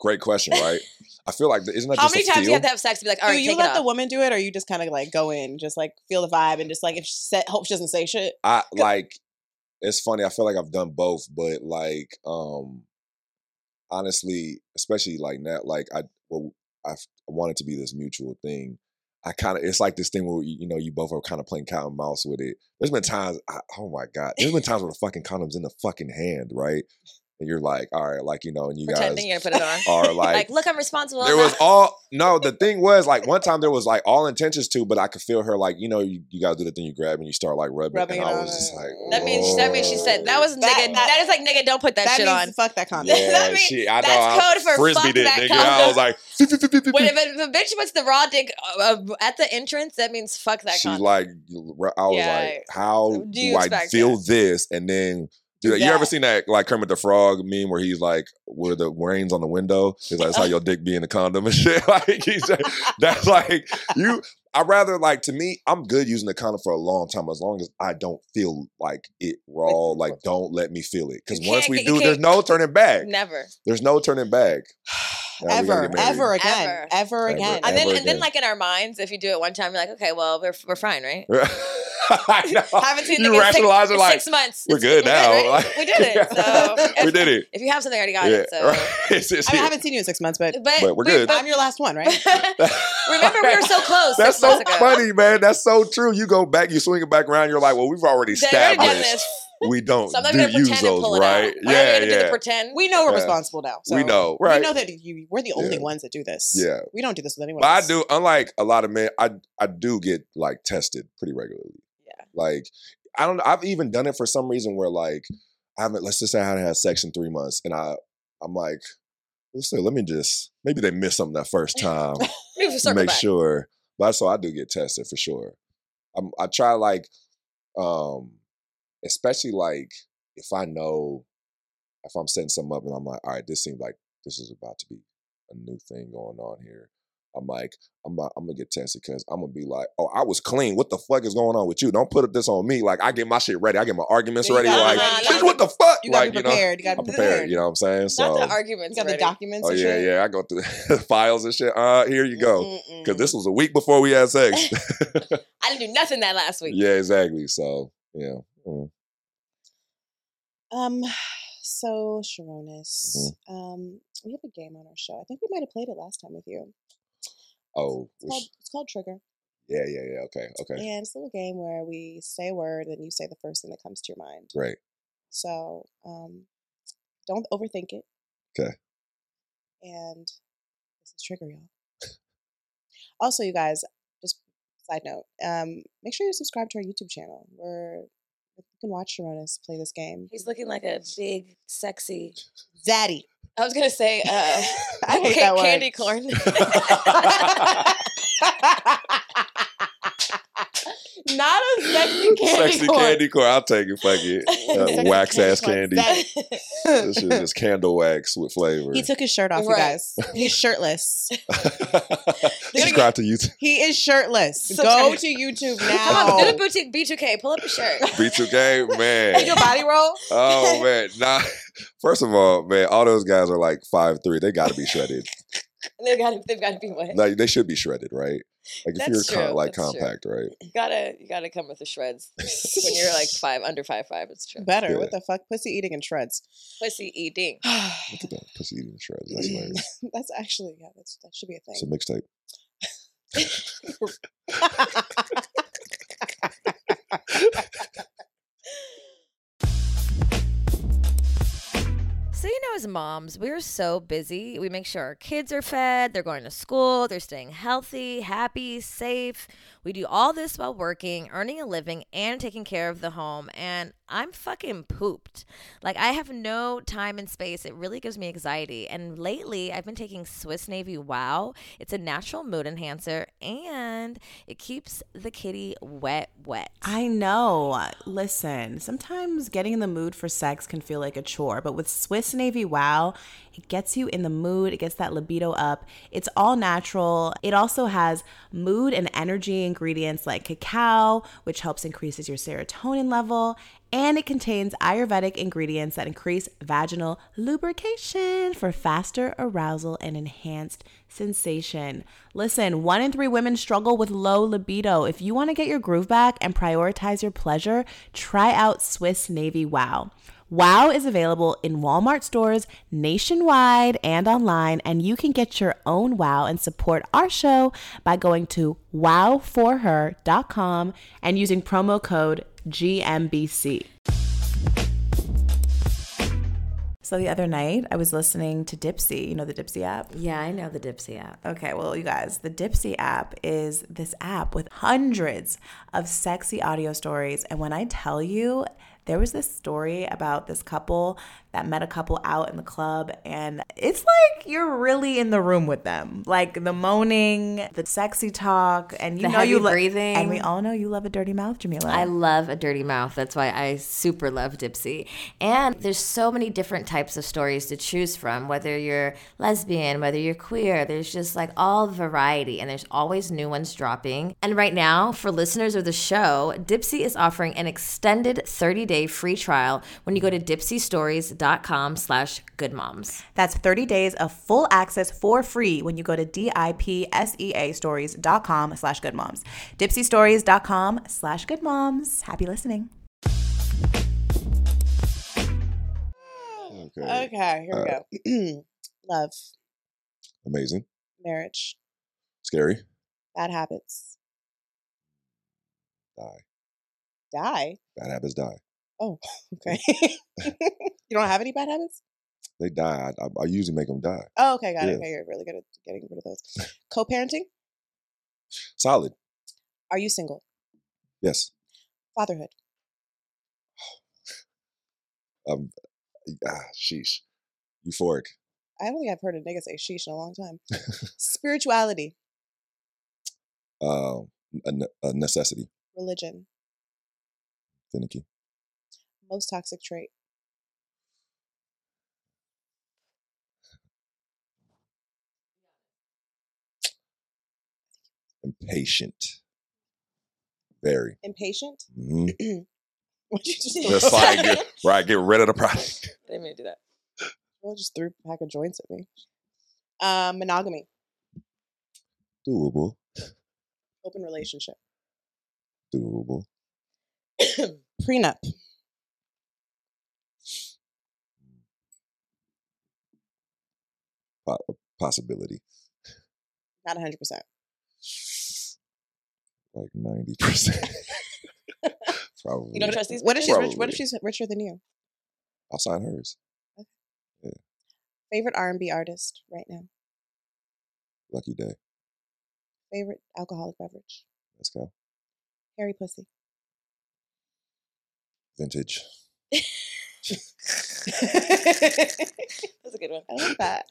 Speaker 3: Great question, right? I feel like th- isn't that
Speaker 4: How
Speaker 3: just
Speaker 4: many
Speaker 3: a
Speaker 4: times do you have
Speaker 3: feel?
Speaker 4: to have sex to be like, all
Speaker 2: Do
Speaker 4: right,
Speaker 2: you
Speaker 4: take
Speaker 2: let
Speaker 4: it
Speaker 2: the
Speaker 4: off?
Speaker 2: woman do it, or you just kind of like go in, just like feel the vibe, and just like if she said, hope she doesn't say shit.
Speaker 3: I like. It's funny. I feel like I've done both, but like, um, honestly, especially like now, like I, well, I f- I want it to be this mutual thing. I kind of, it's like this thing where you, you know you both are kind of playing cat and mouse with it. There's been times, I, oh my god, there's been times where the fucking condom's in the fucking hand, right? And you're like, all right, like you know, and you
Speaker 4: Pretending
Speaker 3: guys
Speaker 4: you're gonna put it on.
Speaker 3: are
Speaker 4: like, look, I'm responsible.
Speaker 3: there
Speaker 4: I'm
Speaker 3: was
Speaker 4: not-
Speaker 3: all no. The thing was like one time there was like all intentions to, but I could feel her like you know you, you gotta do the thing you grab and you start like rubbing,
Speaker 2: Rubbing
Speaker 3: and
Speaker 2: it
Speaker 3: I
Speaker 2: on
Speaker 3: was just
Speaker 2: it.
Speaker 3: like
Speaker 4: that means that means she said
Speaker 3: Oh.
Speaker 4: that was nigga.
Speaker 2: That- that-
Speaker 4: that is like nigga. Don't put that,
Speaker 2: That
Speaker 4: shit
Speaker 2: means
Speaker 4: on.
Speaker 2: fuck that condom.
Speaker 3: yeah,
Speaker 4: that means-
Speaker 3: she, I know
Speaker 4: that's
Speaker 3: I
Speaker 4: code for fuck
Speaker 3: frisbeed it,
Speaker 4: that
Speaker 3: nigga. I was like, "Beep, beep, beep, beep, beep,
Speaker 4: When
Speaker 3: beep."
Speaker 4: if a, if a bitch puts the raw dick uh, uh, at the entrance, that means fuck that
Speaker 3: she
Speaker 4: condom.
Speaker 3: like, you- ru- I was
Speaker 4: Yeah.
Speaker 3: like, how
Speaker 4: Do you
Speaker 3: do I
Speaker 4: expect
Speaker 3: feel this? And then. Do
Speaker 2: Do
Speaker 3: that. You ever
Speaker 2: that.
Speaker 3: seen that like Kermit the Frog meme where he's like, where the rain's on the window? He's like, that's how your dick be in the condom and shit. Like he's just, That's like you. I rather like to me. I'm good using the condom for a long time as long as I don't feel like it raw. Like don't let me feel it because
Speaker 4: You
Speaker 3: once
Speaker 4: can't
Speaker 3: we
Speaker 4: get- you
Speaker 3: do, there's
Speaker 4: can't-
Speaker 3: no turning back.
Speaker 4: Never.
Speaker 3: There's no turning back. Now we
Speaker 2: ever,
Speaker 3: gotta get married.
Speaker 2: ever again,
Speaker 4: Ever.
Speaker 2: ever,
Speaker 3: Ever,
Speaker 2: again.
Speaker 4: And then
Speaker 3: Never
Speaker 4: and then
Speaker 3: again.
Speaker 4: like in our minds, if you do it one time, you're like, okay, well, we're we're fine, right?
Speaker 3: I know.
Speaker 4: Haven't seen
Speaker 3: Oh, you
Speaker 4: nigga in six-
Speaker 3: rationalize it
Speaker 4: in
Speaker 3: like
Speaker 4: six months.
Speaker 3: we're
Speaker 4: It's-
Speaker 3: good now.
Speaker 4: right?
Speaker 3: Like-
Speaker 4: we did it. So
Speaker 3: we
Speaker 4: if,
Speaker 3: did it.
Speaker 4: if you have something, I already got
Speaker 3: yeah,
Speaker 4: it. So.
Speaker 3: right. It's just
Speaker 2: I, mean, I
Speaker 3: here.
Speaker 2: haven't seen you in six months, but
Speaker 4: But,
Speaker 3: But we're
Speaker 4: we-
Speaker 3: good.
Speaker 4: but-
Speaker 2: I'm your last one, right?
Speaker 4: remember, we were so close.
Speaker 3: That's
Speaker 4: six
Speaker 3: so
Speaker 4: months ago.
Speaker 3: funny, man. That's so true. You go back, you swing it back around. You're like, well, we've already
Speaker 4: They already
Speaker 3: established.
Speaker 4: done this.
Speaker 3: We don't
Speaker 4: So I'm not
Speaker 3: do
Speaker 4: gonna
Speaker 3: use
Speaker 4: pretend and
Speaker 3: those,
Speaker 4: pull it
Speaker 3: right?
Speaker 4: out. I'm not
Speaker 3: Yeah,
Speaker 4: gonna do the
Speaker 3: yeah.
Speaker 4: pretend.
Speaker 2: We know we're
Speaker 3: Yeah.
Speaker 2: responsible now. So
Speaker 3: we know, right?
Speaker 2: We know that you we're the only
Speaker 3: Yeah.
Speaker 2: ones that do this.
Speaker 3: Yeah.
Speaker 2: We don't do this with anyone
Speaker 3: But I
Speaker 2: else.
Speaker 3: do, unlike a lot of men, I I do get like tested pretty regularly.
Speaker 4: Yeah.
Speaker 3: Like I don't. I've even done it for some reason where like I haven't. Let's just say I haven't had sex in three months, and I I'm like, let's say, let me just maybe they missed something that first time.
Speaker 4: We can
Speaker 3: to
Speaker 4: circle
Speaker 3: make
Speaker 4: back.
Speaker 3: sure. But so I do get tested for sure. I'm, I try like, um, especially like if I know if I'm setting something up and I'm like, all right, this seems like this is about to be a new thing going on here. I'm like, I'm not, I'm gonna get tested because I'm gonna be like, oh, I was clean. What the fuck is going on with you? Don't put this on me. Like, I get my shit ready. I get my arguments
Speaker 2: Yeah, you
Speaker 3: ready.
Speaker 2: gotta
Speaker 3: Like,
Speaker 4: be ready.
Speaker 3: bitch, what the fuck?
Speaker 2: You gotta
Speaker 3: like,
Speaker 2: be
Speaker 3: you know,
Speaker 2: prepared. You gotta
Speaker 3: I'm
Speaker 2: be
Speaker 3: prepared.
Speaker 2: prepared.
Speaker 3: You know what I'm saying? So,
Speaker 4: Not the
Speaker 2: You
Speaker 4: arguments.
Speaker 2: got the
Speaker 4: ready.
Speaker 2: documents
Speaker 3: oh
Speaker 2: and
Speaker 3: yeah,
Speaker 2: shit.
Speaker 3: yeah. I go through the files and shit. Uh, here you go. Because this
Speaker 4: Mm-hmm.
Speaker 3: was a week before we had sex.
Speaker 4: I didn't do nothing that last week.
Speaker 3: Yeah, exactly. So yeah, mm.
Speaker 2: Um, so Sharonis, um, we have a game on our show. I think we might have played it last time with you.
Speaker 3: oh
Speaker 2: It's called,
Speaker 3: which-
Speaker 2: it's called Trigger,
Speaker 3: yeah, yeah, yeah. Okay, okay,
Speaker 2: and it's a little game where we say a word and you say the first thing that comes to your mind.
Speaker 3: great.
Speaker 2: So, um, don't overthink it.
Speaker 3: 'Kay.
Speaker 2: And this is Trigger, y'all. Also, you guys, just side note, um, make sure you subscribe to our YouTube channel. We're You can watch Sharonis play this game.
Speaker 4: He's looking like a big, sexy.
Speaker 2: Zaddy.
Speaker 4: I was gonna say, uh,
Speaker 2: I hate
Speaker 4: ca-
Speaker 2: that word.
Speaker 4: candy corn.
Speaker 2: Not a sexy candy
Speaker 3: Sexy
Speaker 2: corn.
Speaker 3: candy corn. I'll take it. Fuck it. Uh,
Speaker 2: Sexy
Speaker 3: wax ass
Speaker 2: candy
Speaker 3: candy.
Speaker 2: corn.
Speaker 3: This is just candle wax with flavor.
Speaker 2: He took his shirt off, you
Speaker 4: Right.
Speaker 2: guys. He's shirtless.
Speaker 3: Subscribe to YouTube.
Speaker 2: He is shirtless.
Speaker 4: So
Speaker 2: Go
Speaker 4: tight.
Speaker 2: to YouTube
Speaker 4: Come on, do
Speaker 2: now.
Speaker 4: the boutique B2K. Pull up a shirt.
Speaker 3: B2K,
Speaker 2: Can you do
Speaker 3: man.
Speaker 2: a body roll.
Speaker 3: Oh man. Nah. First of all, man, all those guys are like five three. They gotta be shredded.
Speaker 4: They've got to. They've got to be wet.
Speaker 3: Like they should be shredded, right? Like if you're
Speaker 4: That's
Speaker 3: con-
Speaker 4: true,
Speaker 3: like
Speaker 4: that's true.
Speaker 3: compact, right?
Speaker 4: You gotta. You gotta come with the shreds when you're like five under five five. It's true.
Speaker 2: Better.
Speaker 3: Yeah.
Speaker 2: What the fuck? Pussy eating and shreds.
Speaker 4: Pussy eating.
Speaker 3: Look at that pussy eating shreds. That's hilarious.
Speaker 2: That's actually yeah. That's, that should be a
Speaker 3: It's a
Speaker 2: thing.
Speaker 3: mixtape.
Speaker 4: So, you know, as moms, we're so busy. We make sure our kids are fed, they're going to school, they're staying healthy, happy, safe. We do all this while working, earning a living, and taking care of the home. And I'm fucking pooped. Like, I have no time and space. It really gives me anxiety. And lately, I've been taking Swiss Navy Wow. It's a natural mood enhancer and it keeps the kitty wet, wet.
Speaker 5: I know. Listen, sometimes getting in the mood for sex can feel like a chore, but with Swiss Navy Wow, it gets you in the mood, it gets that libido up. It's all natural. It also has mood and energy ingredients like cacao, which helps increases your serotonin level, and it contains Ayurvedic ingredients that increase vaginal lubrication for faster arousal and enhanced sensation. Listen, one in three women struggle with low libido. If you want to get your groove back and prioritize your pleasure, try out Swiss Navy Wow. Wow is available in Walmart stores nationwide and online, and you can get your own wow and support our show by going to wowforher.com and using promo code GMBC. So the other night, I was listening to Dipsy, you know, the Dipsy app.
Speaker 1: Yeah, I know the Dipsy app.
Speaker 5: Okay, well, you guys, the Dipsy app is this app with hundreds of sexy audio stories. And when I tell you, there was this story about this couple that met a couple out in the club, and it's like you're really in the room with them. Like the moaning, the sexy talk, and you
Speaker 1: The
Speaker 5: know you
Speaker 1: heavy
Speaker 5: lo-
Speaker 1: breathing.
Speaker 5: And we all know you love a dirty mouth, Jamila.
Speaker 1: I love a dirty mouth. That's why I super love Dipsy. And there's so many different types of stories to choose from, whether you're lesbian, whether you're queer. There's just like all variety, and there's always new ones dropping. And right now, for listeners of the show, Dipsy is offering an extended 30-day free trial when you go to dipsystories.com slash goodmoms.
Speaker 5: That's 30 days of full access for free when you go to D-I-P-S-E-A stories.com slash goodmoms. Dipsystories.com slash goodmoms. Happy listening.
Speaker 3: Okay. Uh,
Speaker 2: Okay, here we go. Love,
Speaker 3: Amazing.
Speaker 2: marriage,
Speaker 3: Scary.
Speaker 2: bad habits,
Speaker 3: Die.
Speaker 2: die.
Speaker 3: Bad habits die.
Speaker 2: Oh, okay. you don't have any bad habits?
Speaker 3: They die. I, I, I usually make them die.
Speaker 2: Oh, okay, got
Speaker 3: Yeah.
Speaker 2: it. Okay, you're really good at getting rid of those. Co-parenting?
Speaker 3: Solid.
Speaker 2: Are you single?
Speaker 3: Yes.
Speaker 2: Fatherhood?
Speaker 3: Um. Ah, sheesh. Euphoric.
Speaker 2: I don't think I've heard a nigga say sheesh in a long time. Spirituality,
Speaker 3: Um. A, ne- a necessity.
Speaker 2: religion,
Speaker 3: Finicky.
Speaker 2: most toxic trait.
Speaker 3: Impatient. Very.
Speaker 2: Impatient?
Speaker 3: hmm
Speaker 2: What you just,
Speaker 3: Just like get, right. Get rid of the product.
Speaker 4: They may do that.
Speaker 2: Well, just threw a pack of joints at me. Uh, monogamy,
Speaker 3: Doable.
Speaker 2: open relationship,
Speaker 3: Doable.
Speaker 2: prenup,
Speaker 3: Possibility.
Speaker 2: not 100%.
Speaker 3: Like ninety percent. Probably.
Speaker 4: You don't trust these
Speaker 2: What if she's rich, what
Speaker 3: Probably.
Speaker 2: if she's richer than you?
Speaker 3: I'll sign hers.
Speaker 2: Favorite R&B artist right now?
Speaker 3: Lucky day.
Speaker 2: Favorite alcoholic beverage?
Speaker 3: Let's go.
Speaker 2: Hairy pussy.
Speaker 3: vintage.
Speaker 4: That's a good one.
Speaker 2: I like that.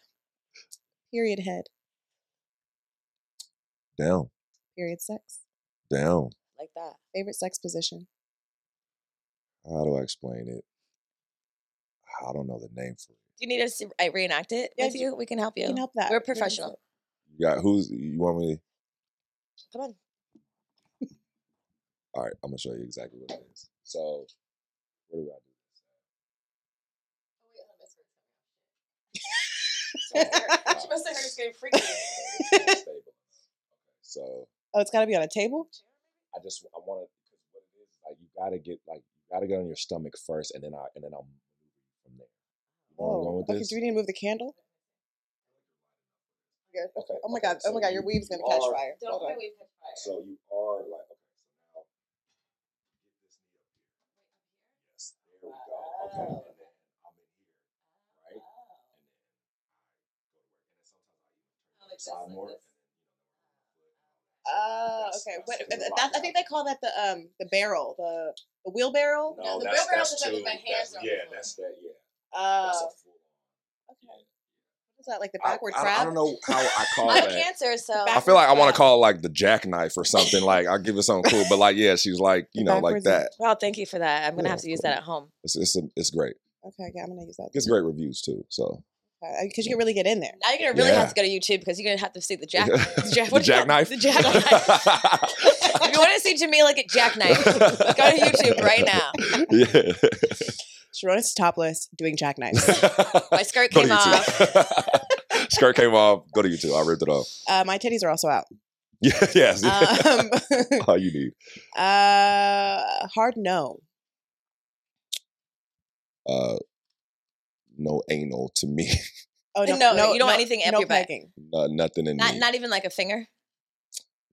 Speaker 2: Period head.
Speaker 3: Down,
Speaker 2: Period sex.
Speaker 3: down.
Speaker 4: Like that.
Speaker 2: Favorite sex position.
Speaker 3: How do I explain it? I don't know the name for it.
Speaker 4: Do you need us to uh, reenact it
Speaker 2: Yeah,
Speaker 4: with
Speaker 2: you-
Speaker 4: you? We can help you.
Speaker 2: You can help that.
Speaker 4: We're
Speaker 2: What is
Speaker 4: professional.
Speaker 2: it?
Speaker 3: You got who's you want me?
Speaker 4: Come on.
Speaker 3: All right, I'm gonna show you exactly what it is. So, what do I do?
Speaker 2: Oh,
Speaker 4: she must have heard us getting freaky.
Speaker 3: Stable. so
Speaker 2: Oh, it's got to be on a table.
Speaker 3: I just I want to because what it is like you gotta get like you gotta get on your stomach first, and then I and then I'll move from there. You know where I'm going
Speaker 2: Oh,
Speaker 3: with
Speaker 2: okay.
Speaker 3: this?
Speaker 2: Do we need to move the candle? Okay.
Speaker 3: Okay,
Speaker 2: Oh my
Speaker 3: okay,
Speaker 2: god! Oh my
Speaker 3: so
Speaker 2: god! Your
Speaker 3: you-
Speaker 2: weave's
Speaker 3: you
Speaker 2: gonna catch
Speaker 3: are-
Speaker 2: fire. Hold on.
Speaker 3: So you are like okay, so now get this knee up here. Yes, there we go. Okay, and then I'm in here,
Speaker 2: Oh.
Speaker 3: right? And then I go to work, and then sometimes I even turn side more. and
Speaker 2: Oh,
Speaker 3: That's-
Speaker 2: okay.
Speaker 3: that's
Speaker 2: What,
Speaker 3: the
Speaker 2: uh,
Speaker 3: lock
Speaker 2: that, I think they call that the um the barrel, the the wheelbarrow.
Speaker 3: then- No,
Speaker 4: the
Speaker 3: that's
Speaker 4: river
Speaker 3: that's
Speaker 4: also
Speaker 3: too.
Speaker 4: with my
Speaker 3: that's-
Speaker 4: hands on the
Speaker 3: yeah,
Speaker 4: floor.
Speaker 3: that's that. Yeah,
Speaker 4: uh,
Speaker 3: that's
Speaker 2: Oh,
Speaker 3: a full.
Speaker 2: okay. What is that like the
Speaker 3: I-
Speaker 2: backward
Speaker 3: I,
Speaker 2: crab?
Speaker 3: I don't know how I call
Speaker 4: I'm a
Speaker 3: that.
Speaker 4: cancer, so
Speaker 3: I feel like I want to call it like the jackknife or something. Like I'll give it something cool, but like yeah, she's like you know like
Speaker 2: Backwards and-
Speaker 3: that.
Speaker 4: Well, thank you for that. I'm gonna
Speaker 3: Yeah,
Speaker 4: have to use
Speaker 3: of
Speaker 4: that at home.
Speaker 3: It's it's a, it's great.
Speaker 2: Okay, okay, I'm gonna use that
Speaker 3: It gets great reviews too. So
Speaker 2: because you can really get in there.
Speaker 4: Now you're gonna really
Speaker 3: Yeah.
Speaker 4: have to go to YouTube because you're gonna have to see the jack.
Speaker 3: The
Speaker 4: jack what do you call-
Speaker 3: jackknife?
Speaker 4: The jackknife. if you want to see Jamila get jackknife, go to YouTube right now.
Speaker 2: Sharona's topless doing jackknives.
Speaker 3: Yeah.
Speaker 4: My skirt
Speaker 3: Go to
Speaker 4: came off.
Speaker 3: YouTube. Skirt came off. Go to YouTube. I ripped it off.
Speaker 2: uh, my titties are also out.
Speaker 3: Yeah, yes.
Speaker 4: Uh,
Speaker 2: Um,
Speaker 3: All you need.
Speaker 2: uh, hard no.
Speaker 3: Uh, no anal to me.
Speaker 2: Oh
Speaker 4: No, you don't want anything up
Speaker 2: no
Speaker 4: your butt.
Speaker 2: pegging.
Speaker 3: No, nothing in
Speaker 4: Not
Speaker 3: me.
Speaker 4: not even like a finger.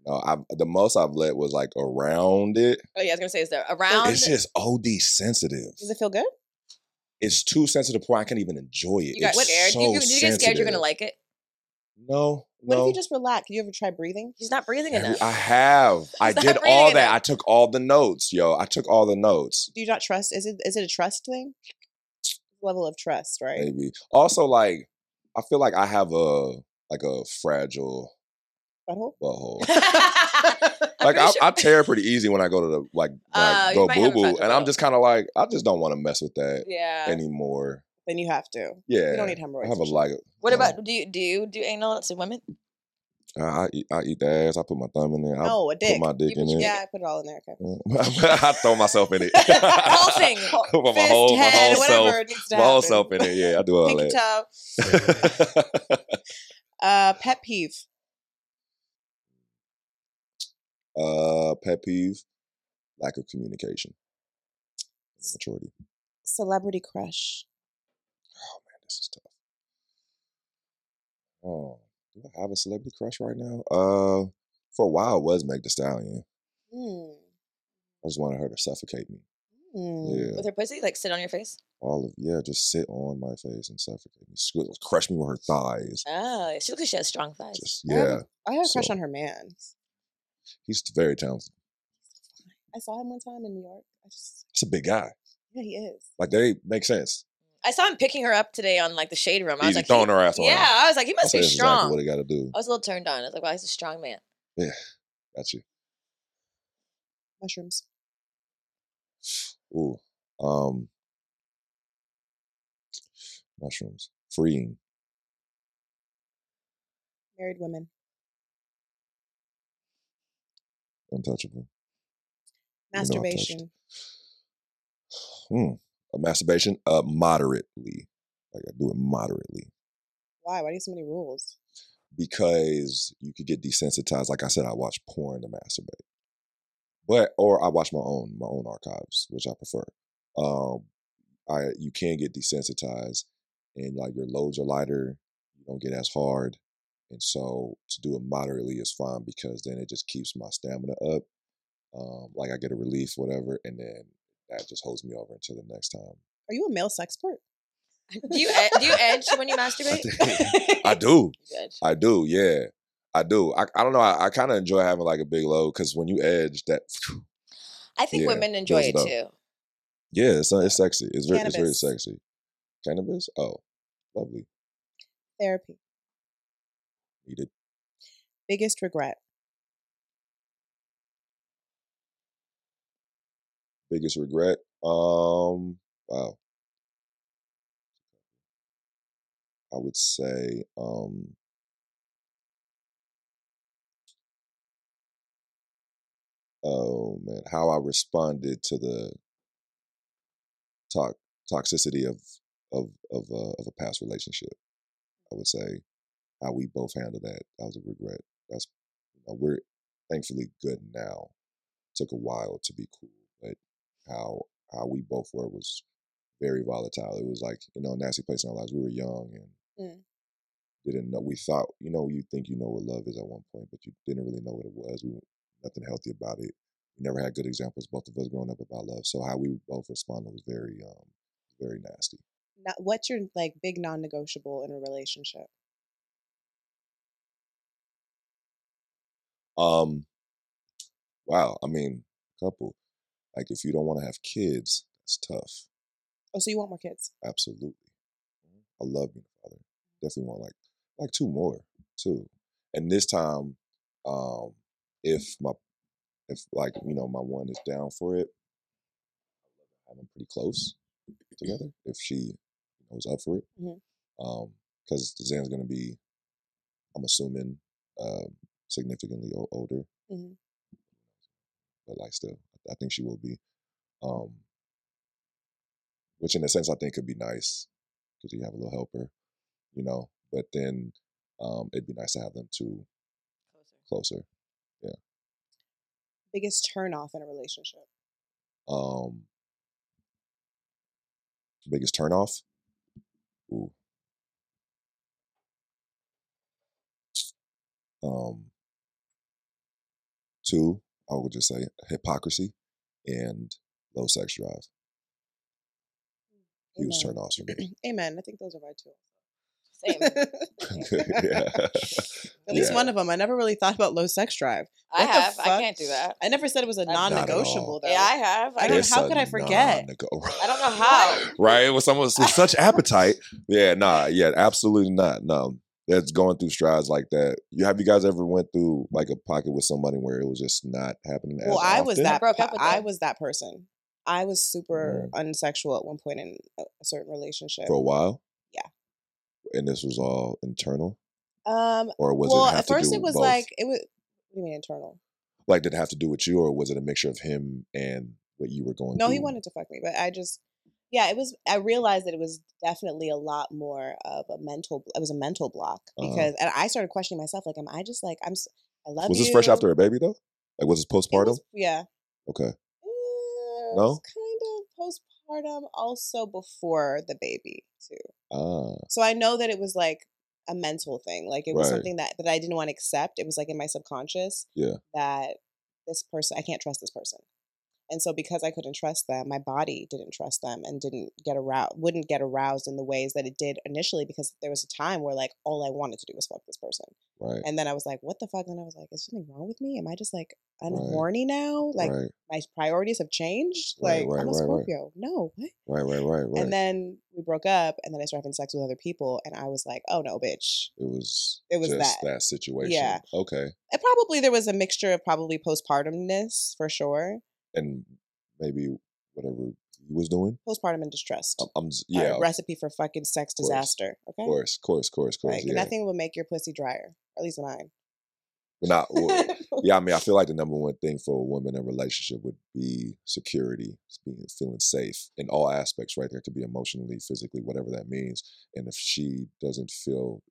Speaker 3: no, I've, the most I've let was like around it.
Speaker 4: Oh yeah, I was gonna say is there around
Speaker 3: It's just OD sensitive.
Speaker 2: Does it feel good?
Speaker 3: It's too sensitive to the point I can't even enjoy it.
Speaker 4: you got
Speaker 3: it's
Speaker 4: scared.
Speaker 3: So
Speaker 4: you, you, did you get scared you're gonna
Speaker 3: sensitive.
Speaker 4: like it?
Speaker 3: No,
Speaker 2: What
Speaker 3: no.
Speaker 2: if you just relax? You ever try breathing?
Speaker 4: He's not breathing
Speaker 3: Every-
Speaker 4: enough.
Speaker 3: uh, I have. I
Speaker 4: not
Speaker 3: did
Speaker 4: breathing
Speaker 3: all that.
Speaker 4: enough.
Speaker 3: I took all the notes, yo. I took all the notes.
Speaker 2: Do you not trust? Is it is it a trust thing? Level of trust, right?
Speaker 3: Maybe. Also, like, I feel like I have a like a fragile
Speaker 2: Butthole?
Speaker 3: butthole.
Speaker 4: I'm
Speaker 3: like
Speaker 4: pretty
Speaker 3: I,
Speaker 4: sure-
Speaker 3: I tear pretty easy when I go to the like when I
Speaker 4: Oh, you
Speaker 3: go
Speaker 4: might have
Speaker 3: boo
Speaker 4: a
Speaker 3: boo,
Speaker 4: fragile
Speaker 3: and I'm
Speaker 4: butthole.
Speaker 3: just kind of like I just don't want to mess with that
Speaker 4: Yeah.
Speaker 3: anymore.
Speaker 2: Then you have to.
Speaker 3: Yeah,
Speaker 2: You don't need
Speaker 3: Eh, I
Speaker 2: hemorrhoids.
Speaker 3: have a
Speaker 2: and shit.
Speaker 3: like.
Speaker 4: what
Speaker 3: no.
Speaker 4: about do you do you do anal to women?
Speaker 3: I, I eat, I eat the ass. I put my thumb in it. I
Speaker 2: No, a dick.
Speaker 3: put my dick
Speaker 4: Oh, You
Speaker 3: in
Speaker 4: put your
Speaker 3: it.
Speaker 2: yeah, I put it all in there. Okay.
Speaker 3: I throw myself in it.
Speaker 4: Whole thing.
Speaker 3: Put my
Speaker 2: Fist,
Speaker 3: whole, Oh, my
Speaker 2: head,
Speaker 3: whole
Speaker 2: whatever
Speaker 3: self,
Speaker 2: it needs to
Speaker 3: my whole
Speaker 2: happen.
Speaker 3: self in it. Yeah, I do all
Speaker 2: Pinky toe.
Speaker 3: that.
Speaker 2: Uh, pet peeve.
Speaker 3: uh, pet peeve: lack of communication, maturity.
Speaker 2: Celebrity crush.
Speaker 3: This is tough. Oh, do I have a celebrity crush right now? Uh, for a while it was Meg The Stallion.
Speaker 2: Hmm.
Speaker 3: I just wanted her to suffocate me.
Speaker 2: Hmm.
Speaker 3: Yeah,
Speaker 4: With her pussy, like sit on your face.
Speaker 3: all of yeah, just sit on my face and suffocate me. Squ- Crush me with her thighs.
Speaker 4: Oh, she looks like she has strong thighs.
Speaker 3: Just
Speaker 2: I have a-
Speaker 3: yeah,
Speaker 2: I have a crush
Speaker 3: So-
Speaker 2: on her man.
Speaker 3: he's very talented.
Speaker 2: I saw him one time in New York. I just,
Speaker 3: He's a big guy.
Speaker 2: yeah, he is.
Speaker 3: Like they make sense.
Speaker 4: I saw him picking her up today on like the shade room. I was
Speaker 3: Easy
Speaker 4: like,
Speaker 3: throwing
Speaker 4: he-
Speaker 3: her ass around.
Speaker 4: yeah, I was like, he must
Speaker 3: That's
Speaker 4: be strong. Oh,
Speaker 3: exactly what they got to do.
Speaker 4: I was a little turned on. I was like, wow, he's a strong man.
Speaker 3: Got you.
Speaker 2: Mushrooms.
Speaker 3: Ooh, um, mushrooms freeing.
Speaker 2: Married women.
Speaker 3: untouchable. You know I touched-
Speaker 2: Masturbation.
Speaker 3: Hmm. A masturbation, uh, moderately. Like I do it moderately
Speaker 2: Why? Why do you have so many rules?
Speaker 3: because you could get desensitized. Like I said, I watch porn to masturbate, but or I watch my own my own archives, which I prefer. Um, I you can get desensitized, and like your loads are lighter. You don't get as hard, and so to do it moderately is fine because then it just keeps my stamina up. Um, like I get a relief, whatever, and then that just holds me over until the next time.
Speaker 2: Are you a male sex expert?
Speaker 4: Do you
Speaker 3: e-,
Speaker 4: ed- do you edge when you masturbate?
Speaker 3: I do.
Speaker 4: You edge.
Speaker 3: I do. Yeah. I do. I, I don't know. I, I kind of enjoy having like a big load because when you edge that,
Speaker 4: I think
Speaker 3: Yeah,
Speaker 4: women enjoy it
Speaker 3: builds
Speaker 4: too.
Speaker 3: Yeah, it's not, it's sexy. It's very, it's very
Speaker 2: Cannabis.
Speaker 3: sexy. Cannabis? Oh, lovely.
Speaker 2: Therapy.
Speaker 3: Eat it.
Speaker 2: Biggest regret.
Speaker 3: Biggest regret? Um, wow. I would say, um, oh man, how I responded to the tox toxicity of of of uh, of a past relationship. I would say how we both handled that. That was a regret. That's you know, we're thankfully good now. Took a while to be cool, but how how we both were was very volatile. It was like you know a nasty place in our lives. We were young and.
Speaker 2: Mm.
Speaker 3: Didn't know. We thought, you know, you think you know what love is at one point, but you didn't really know what it was. We nothing healthy about it. We never had good examples, both of us growing up about love. So how we both responded was very, um, very nasty.
Speaker 2: Not, what's your like big non-negotiable in a relationship?
Speaker 3: Um, wow. I mean, couple. Like, if you don't want to have kids, that's tough.
Speaker 2: Oh, so you want more kids?
Speaker 3: Absolutely. I love being a father. Definitely want like like two more too. And this time, um, if my if like you know my one is down for it, I love having pretty close together. If she was up for it,
Speaker 2: Mhm.
Speaker 3: um, because Zan's gonna be, I'm assuming, um, significantly o- older.
Speaker 2: Mhm.
Speaker 3: But like still, I think she will be. Um, which in a sense I think could be nice because you have a little helper, you know. But then um, it'd be nice to have them two closer.
Speaker 2: Biggest turn off in a relationship.
Speaker 3: Um, biggest turnoff? Ooh. Um, two, I would just say hypocrisy and low sex drive. Huge
Speaker 2: Amen.
Speaker 3: turnoffs for me.
Speaker 2: Amen. I think those are my two.
Speaker 4: Same.
Speaker 3: yeah.
Speaker 2: At least
Speaker 3: Yeah.
Speaker 2: one of them. I never really thought about low sex drive.
Speaker 4: I
Speaker 2: What the
Speaker 4: have. I
Speaker 2: fuck?
Speaker 4: can't do that.
Speaker 2: I never said it was a
Speaker 4: Not at all.
Speaker 2: non-negotiable though.
Speaker 4: Yeah, I have. I
Speaker 2: don't-
Speaker 4: don't.
Speaker 3: It's
Speaker 2: how
Speaker 3: a
Speaker 2: could I forget?
Speaker 3: non-nego-
Speaker 4: I don't know how.
Speaker 3: right? With someone with such appetite. Yeah, nah, yeah, absolutely not. No. That's going through strides like that. You have you guys ever went through like a pocket with somebody where it was just not happening as
Speaker 2: well, I was
Speaker 3: often?
Speaker 2: that.
Speaker 4: broke
Speaker 2: pa-
Speaker 4: up with
Speaker 2: I
Speaker 4: them.
Speaker 2: was that person. I was super
Speaker 3: Mm.
Speaker 2: unsexual at one point in a a certain relationship.
Speaker 3: for a while?
Speaker 2: Yeah.
Speaker 3: And this was all internal?
Speaker 2: Um.
Speaker 3: Or was
Speaker 2: well,
Speaker 3: it have
Speaker 2: at first
Speaker 3: to
Speaker 2: it
Speaker 3: do
Speaker 2: was
Speaker 3: both?
Speaker 2: like it was. What do you mean internal?
Speaker 3: like did it have to do with you or was it a mixture of him and what you were going
Speaker 2: No,
Speaker 3: through?
Speaker 2: he wanted to fuck me, but I just. Yeah, it was. I realized that it was definitely a lot more of a mental. It was a mental block
Speaker 3: Uh-huh.
Speaker 2: because, and I started questioning myself. Like, am I just like I'm? s- I love
Speaker 3: Was this fresh
Speaker 2: you.
Speaker 3: after a baby though? Like was this
Speaker 2: It
Speaker 3: postpartum?
Speaker 2: was- yeah. Mm,
Speaker 3: okay.
Speaker 2: Uh,
Speaker 3: No?
Speaker 2: it's kind of postpartum, also before the baby too.
Speaker 3: Ah.
Speaker 2: So I know that it was like a mental thing. Like it was
Speaker 3: Right.
Speaker 2: something that that I didn't want to accept. It was like in my subconscious.
Speaker 3: Yeah.
Speaker 2: That this person, I can't trust this person. And so because I couldn't trust them, my body didn't trust them and didn't get aroused, wouldn't get aroused in the ways that it did initially because there was a time where like all I wanted to do was fuck this person.
Speaker 3: Right.
Speaker 2: And then I was like, what the fuck? And I was like, is something wrong with me? Am I just like
Speaker 3: Right.
Speaker 2: unhorny now? Like
Speaker 3: right.
Speaker 2: my priorities have changed.
Speaker 3: Right,
Speaker 2: like
Speaker 3: right,
Speaker 2: I'm a
Speaker 3: right, right.
Speaker 2: Scorpio. No, what?
Speaker 3: Right, right, right, right.
Speaker 2: And then we broke up, and then I started having sex with other people, and I was like, oh no, bitch.
Speaker 3: it was
Speaker 2: It was
Speaker 3: just
Speaker 2: that.
Speaker 3: that. situation.
Speaker 2: Yeah.
Speaker 3: Okay.
Speaker 2: And probably there was a mixture of probably postpartumness for sure,
Speaker 3: And maybe whatever he was doing.
Speaker 2: postpartum and distrust.
Speaker 3: I'm, I'm z-
Speaker 2: A
Speaker 3: Oh, yeah. Of
Speaker 2: recipe for fucking sex
Speaker 3: course.
Speaker 2: disaster. Okay.
Speaker 3: course, course, course, course.
Speaker 2: Like
Speaker 3: yeah.
Speaker 2: nothing will make your pussy drier, at least mine.
Speaker 3: But not well, yeah, I mean, I feel like the number one thing for a woman in a relationship would be security, just being feeling safe in all aspects, right? That could be emotionally, physically, whatever that means. And if she doesn't feel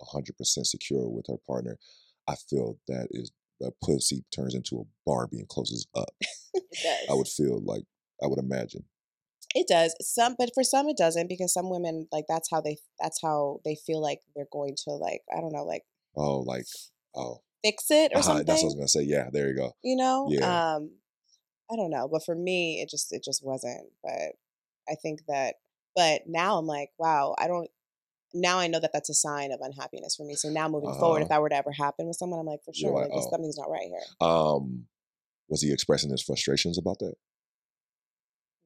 Speaker 3: 100% secure with her partner, I feel that is the pussy turns into a Barbie and closes up.
Speaker 4: It does.
Speaker 3: I would feel like, I would imagine.
Speaker 2: It does some, but for some it doesn't because some women like that's how they that's how they feel like they're going to like I don't know like
Speaker 3: Oh, like, oh,
Speaker 2: fix it or
Speaker 3: uh-huh,
Speaker 2: something.
Speaker 3: that's what I was going to say. Yeah, there you go.
Speaker 2: you know
Speaker 3: Yeah.
Speaker 2: um i don't know but for me it just it just wasn't but i think that but now i'm like wow i don't now i know that that's a sign of unhappiness for me so now moving forward if
Speaker 3: Uh-huh.
Speaker 2: that were to ever happen with someone i'm like for
Speaker 3: You're
Speaker 2: sure
Speaker 3: like,
Speaker 2: like, this
Speaker 3: oh.
Speaker 2: something's not right here
Speaker 3: Um, was he expressing his frustrations about that?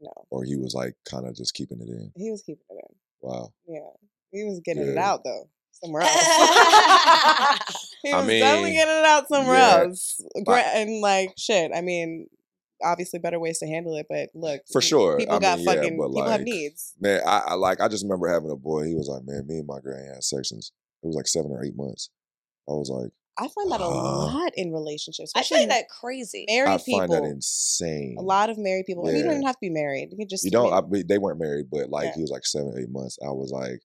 Speaker 2: No,
Speaker 3: or he was like kind of just keeping it in.
Speaker 2: he was keeping it
Speaker 3: Wow.
Speaker 2: in. Yeah, he was getting it
Speaker 3: Yeah.
Speaker 2: out though somewhere else. he
Speaker 3: I
Speaker 2: was definitely
Speaker 3: mean,
Speaker 2: getting it out somewhere
Speaker 3: yeah.
Speaker 2: else. Gra- and like shit, I mean, obviously better ways to handle it, but look,
Speaker 3: For sure.
Speaker 2: people
Speaker 3: I
Speaker 2: got
Speaker 3: mean, yeah,
Speaker 2: fucking
Speaker 3: but,
Speaker 2: people have
Speaker 3: like,
Speaker 2: needs.
Speaker 3: Man, I, I like I just remember having a boy. He was like, man, me and my granny had sections. It was like seven or eight months. I was like,
Speaker 2: I find that a
Speaker 3: Uh,
Speaker 2: lot in relationships.
Speaker 4: I
Speaker 2: especially
Speaker 4: find that crazy.
Speaker 2: married
Speaker 3: I
Speaker 2: people.
Speaker 3: find that insane.
Speaker 2: a lot of married people, and you don't
Speaker 3: Yeah.
Speaker 2: even have to be married. You can just I
Speaker 3: You don't.
Speaker 2: mean,
Speaker 3: I, mean, they weren't married, but like
Speaker 2: Yeah.
Speaker 3: he was like seven, eight months. I was like,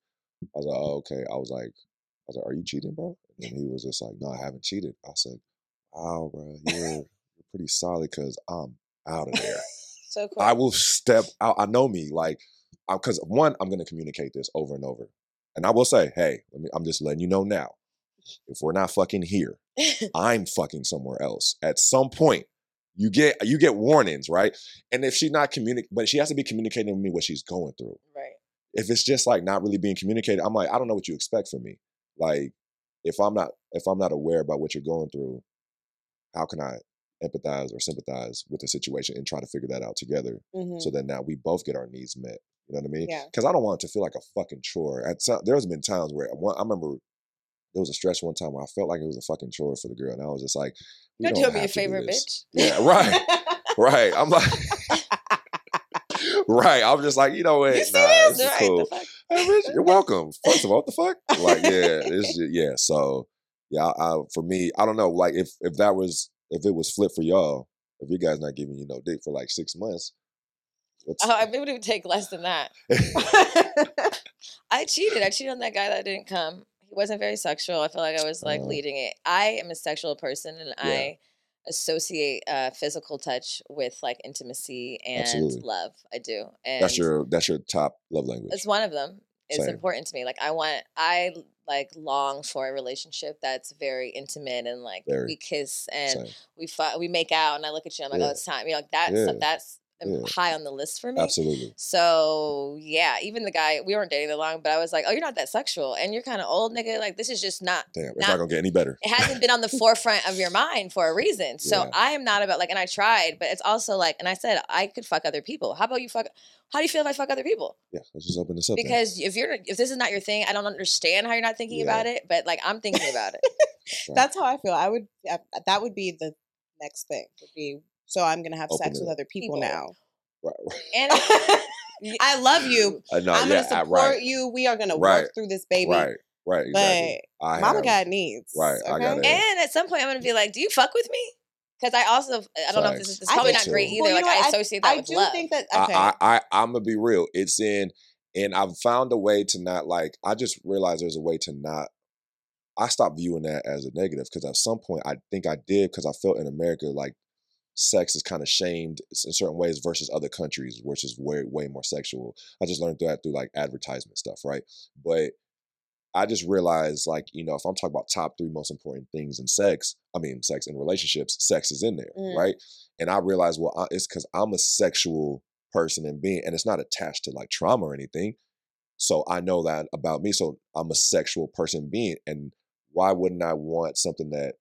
Speaker 3: I was like, oh, okay. I was like, I was like, are you cheating, bro? And he was just like, no, I haven't cheated. I said, wow, bro, you're, you're pretty solid because I'm out of there.
Speaker 4: So quick.
Speaker 3: I will step out. I know me, like, because one, I'm going to communicate this over and over, and I will say, hey, let me, I'm just letting you know now. If we're not fucking here, I'm fucking somewhere else. At some point, you get you get warnings, right? And if she's not communicating, but she has to be communicating with me what she's going through.
Speaker 4: right.
Speaker 3: If it's just like not really being communicated, I'm like, I don't know what you expect from me. Like, if I'm not if I'm not aware about what you're going through, how can I empathize or sympathize with the situation and try to figure that out together?
Speaker 2: mhm.
Speaker 3: so then now we both get our needs met. You know what I mean?
Speaker 2: Yeah.
Speaker 3: Because I don't want it to feel like a fucking chore. At some, there's been times where I, want, I remember there was a stretch one time where I felt like it was a fucking chore for the girl, and I was just like, "We
Speaker 4: Don't,
Speaker 3: don't
Speaker 4: do me
Speaker 3: have to
Speaker 4: a favor,
Speaker 3: this."
Speaker 4: bitch.
Speaker 3: Yeah, right, right. I'm like, right. I'm just like, you know what?
Speaker 2: You
Speaker 3: nah,
Speaker 2: serious?
Speaker 3: this is
Speaker 4: Right, the
Speaker 3: cool.
Speaker 4: fuck?
Speaker 3: Hey, bitch, you're welcome. First of all, what the fuck? Like, yeah, it's just, yeah. So, yeah, I, I, for me, I don't know. Like, if if that was if it was flip for y'all, if you guys not giving you no dick for like six months, what's,
Speaker 4: Oh, I mean, it would even take less than that. I cheated. I cheated on that guy that didn't come. He wasn't very sexual. I feel like I was like
Speaker 3: Oh.
Speaker 4: leading it. I am a sexual person, and
Speaker 3: Yeah.
Speaker 4: I associate uh, physical touch with like intimacy and
Speaker 3: Absolutely.
Speaker 4: love. I do. And
Speaker 3: That's your that's your top love language.
Speaker 4: It's one of them. It's
Speaker 3: Same.
Speaker 4: important to me. Like I want, I l- like long for a relationship that's very intimate and like
Speaker 3: Very.
Speaker 4: we kiss and
Speaker 3: Same.
Speaker 4: we fu- we make out, and I look at you. I'm like,
Speaker 3: Yeah.
Speaker 4: oh, it's time. You know, like that's
Speaker 3: Yeah.
Speaker 4: that's um,
Speaker 3: Yeah.
Speaker 4: high on the list for me.
Speaker 3: Absolutely.
Speaker 4: So yeah, even the guy we weren't dating that long, but I was like, oh, you're not that sexual, and you're kind of old, nigga. Like this is just not.
Speaker 3: Damn, it's not
Speaker 4: Not-
Speaker 3: gonna get any better.
Speaker 4: It hasn't been on the forefront of your mind for a reason. So
Speaker 3: Yeah.
Speaker 4: I am not about like, and I tried, but it's also like, and I said I could fuck other people. How about you fuck? How do you feel if I fuck other people?
Speaker 3: Yeah, let's just open this up. then.
Speaker 4: Because if you're if this is not your thing, I don't understand how you're not thinking
Speaker 3: Yeah.
Speaker 4: about it. But like I'm thinking about it.
Speaker 3: Right.
Speaker 2: That's how I feel. I would I, that would be the next thing. Would be so I'm gonna have
Speaker 3: Open
Speaker 2: sex
Speaker 3: it
Speaker 2: with
Speaker 3: up.
Speaker 2: other people,
Speaker 4: People.
Speaker 2: now.
Speaker 3: Right, right.
Speaker 4: And Y-
Speaker 2: I love you.
Speaker 3: Uh, no,
Speaker 2: I'm
Speaker 3: yeah,
Speaker 2: gonna
Speaker 3: I-
Speaker 2: support
Speaker 3: right,
Speaker 2: you. We are gonna
Speaker 3: Right.
Speaker 2: work through this baby.
Speaker 3: right, right, exactly. I
Speaker 2: But mama
Speaker 3: have-
Speaker 2: got needs.
Speaker 3: Right, I got it.
Speaker 4: and at some point, I'm gonna be like, do you fuck with me? Because I also uh, I don't know if this is
Speaker 3: Facts.
Speaker 4: it's probably
Speaker 2: I
Speaker 4: not
Speaker 2: think-
Speaker 4: great
Speaker 2: well,
Speaker 4: either.
Speaker 2: you
Speaker 4: like
Speaker 2: know what?
Speaker 4: I associate that
Speaker 2: I
Speaker 4: with
Speaker 2: do
Speaker 4: love.
Speaker 2: think that okay.
Speaker 3: I, I, I, I'm gonna be real. It's in, and I've found a way to not like. I just realized there's a way to not. I stopped viewing that as a negative because at some point I think I did because I felt in America like sex is kind of shamed s- in certain ways versus other countries, which is way way more sexual. I just learned that through like advertisement stuff, right? But I just realized like you know if I'm talking about top three most important things in sex, I mean sex in relationships, sex is in there,
Speaker 2: Mm.
Speaker 3: right? And I realized well I, it's because I'm a sexual person and being, and it's not attached to like trauma or anything. So I know that about me. So I'm a sexual person being, and why wouldn't I want something that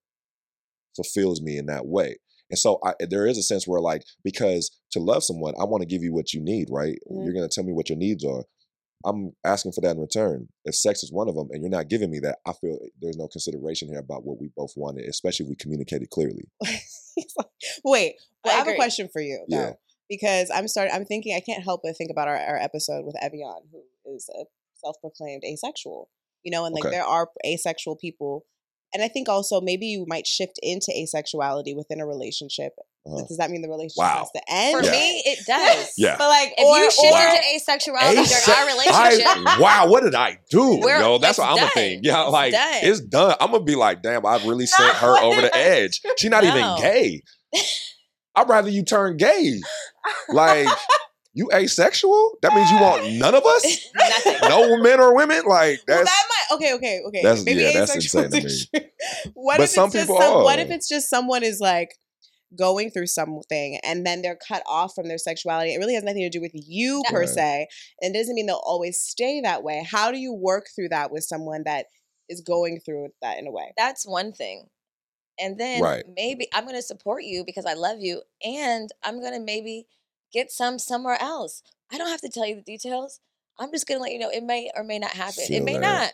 Speaker 3: fulfills me in that way? And so I, there is a sense where like because to love someone, I want to give you what you need, right?
Speaker 2: Mhm.
Speaker 3: You're gonna tell me what your needs are. I'm asking for that in return. If sex is one of them, and you're not giving me that, I feel eh, there's no consideration here about what we both wanted, especially if we communicated clearly.
Speaker 2: He's like, wait, well, I,
Speaker 4: I
Speaker 2: have a
Speaker 4: agree.
Speaker 2: question for you though,
Speaker 3: Yeah.
Speaker 2: because I'm starting. I'm thinking I can't help but think about our, our episode with Evian, who is a self-proclaimed asexual. You know, and like
Speaker 3: Okay.
Speaker 2: there are asexual people, and I think also maybe you might shift into asexuality within a relationship.
Speaker 3: Uh-huh.
Speaker 2: Does that mean the relationship
Speaker 3: Wow.
Speaker 2: has to end?
Speaker 4: For
Speaker 3: Yeah.
Speaker 4: me, it does.
Speaker 3: Yeah.
Speaker 2: but like,
Speaker 4: If
Speaker 2: or,
Speaker 4: you shift
Speaker 2: or-
Speaker 3: Wow.
Speaker 4: into asexuality during our
Speaker 3: Asex- I-
Speaker 4: relationship,
Speaker 3: wow, what did I do?
Speaker 4: We're-
Speaker 3: yo, that's
Speaker 4: it's
Speaker 3: what I'm gonna
Speaker 4: done.
Speaker 3: think. Yeah,
Speaker 4: It's
Speaker 3: like
Speaker 4: done.
Speaker 3: it's done. I'm gonna be like, damn, I've really sent her over the edge. She's not
Speaker 4: No.
Speaker 3: even gay. I'd rather you turn gay. Like you asexual? That means you want none of us?
Speaker 4: nothing.
Speaker 3: No men or women? Like
Speaker 2: well,
Speaker 3: that's
Speaker 2: that might okay, okay, okay.
Speaker 3: that's-
Speaker 2: maybe
Speaker 3: yeah, that's
Speaker 2: asexual
Speaker 3: insane to
Speaker 2: is extreme. what
Speaker 3: But
Speaker 2: if
Speaker 3: some
Speaker 2: it's just
Speaker 3: people
Speaker 2: some, what
Speaker 3: are.
Speaker 2: if it's just someone is like going through something and then they're cut off from their sexuality. It really has nothing to do with you
Speaker 4: Yeah.
Speaker 2: per
Speaker 3: Right.
Speaker 2: se, and it doesn't mean they'll always stay that way. How do you work through that with someone that is going through that in a way?
Speaker 4: That's one thing. And then
Speaker 3: Right.
Speaker 4: maybe I'm going to support you because I love you. And I'm going to maybe get some somewhere else. I don't have to tell you the details. I'm just gonna let you know it may or may not happen. it
Speaker 3: Feel
Speaker 4: may
Speaker 3: that.
Speaker 4: not,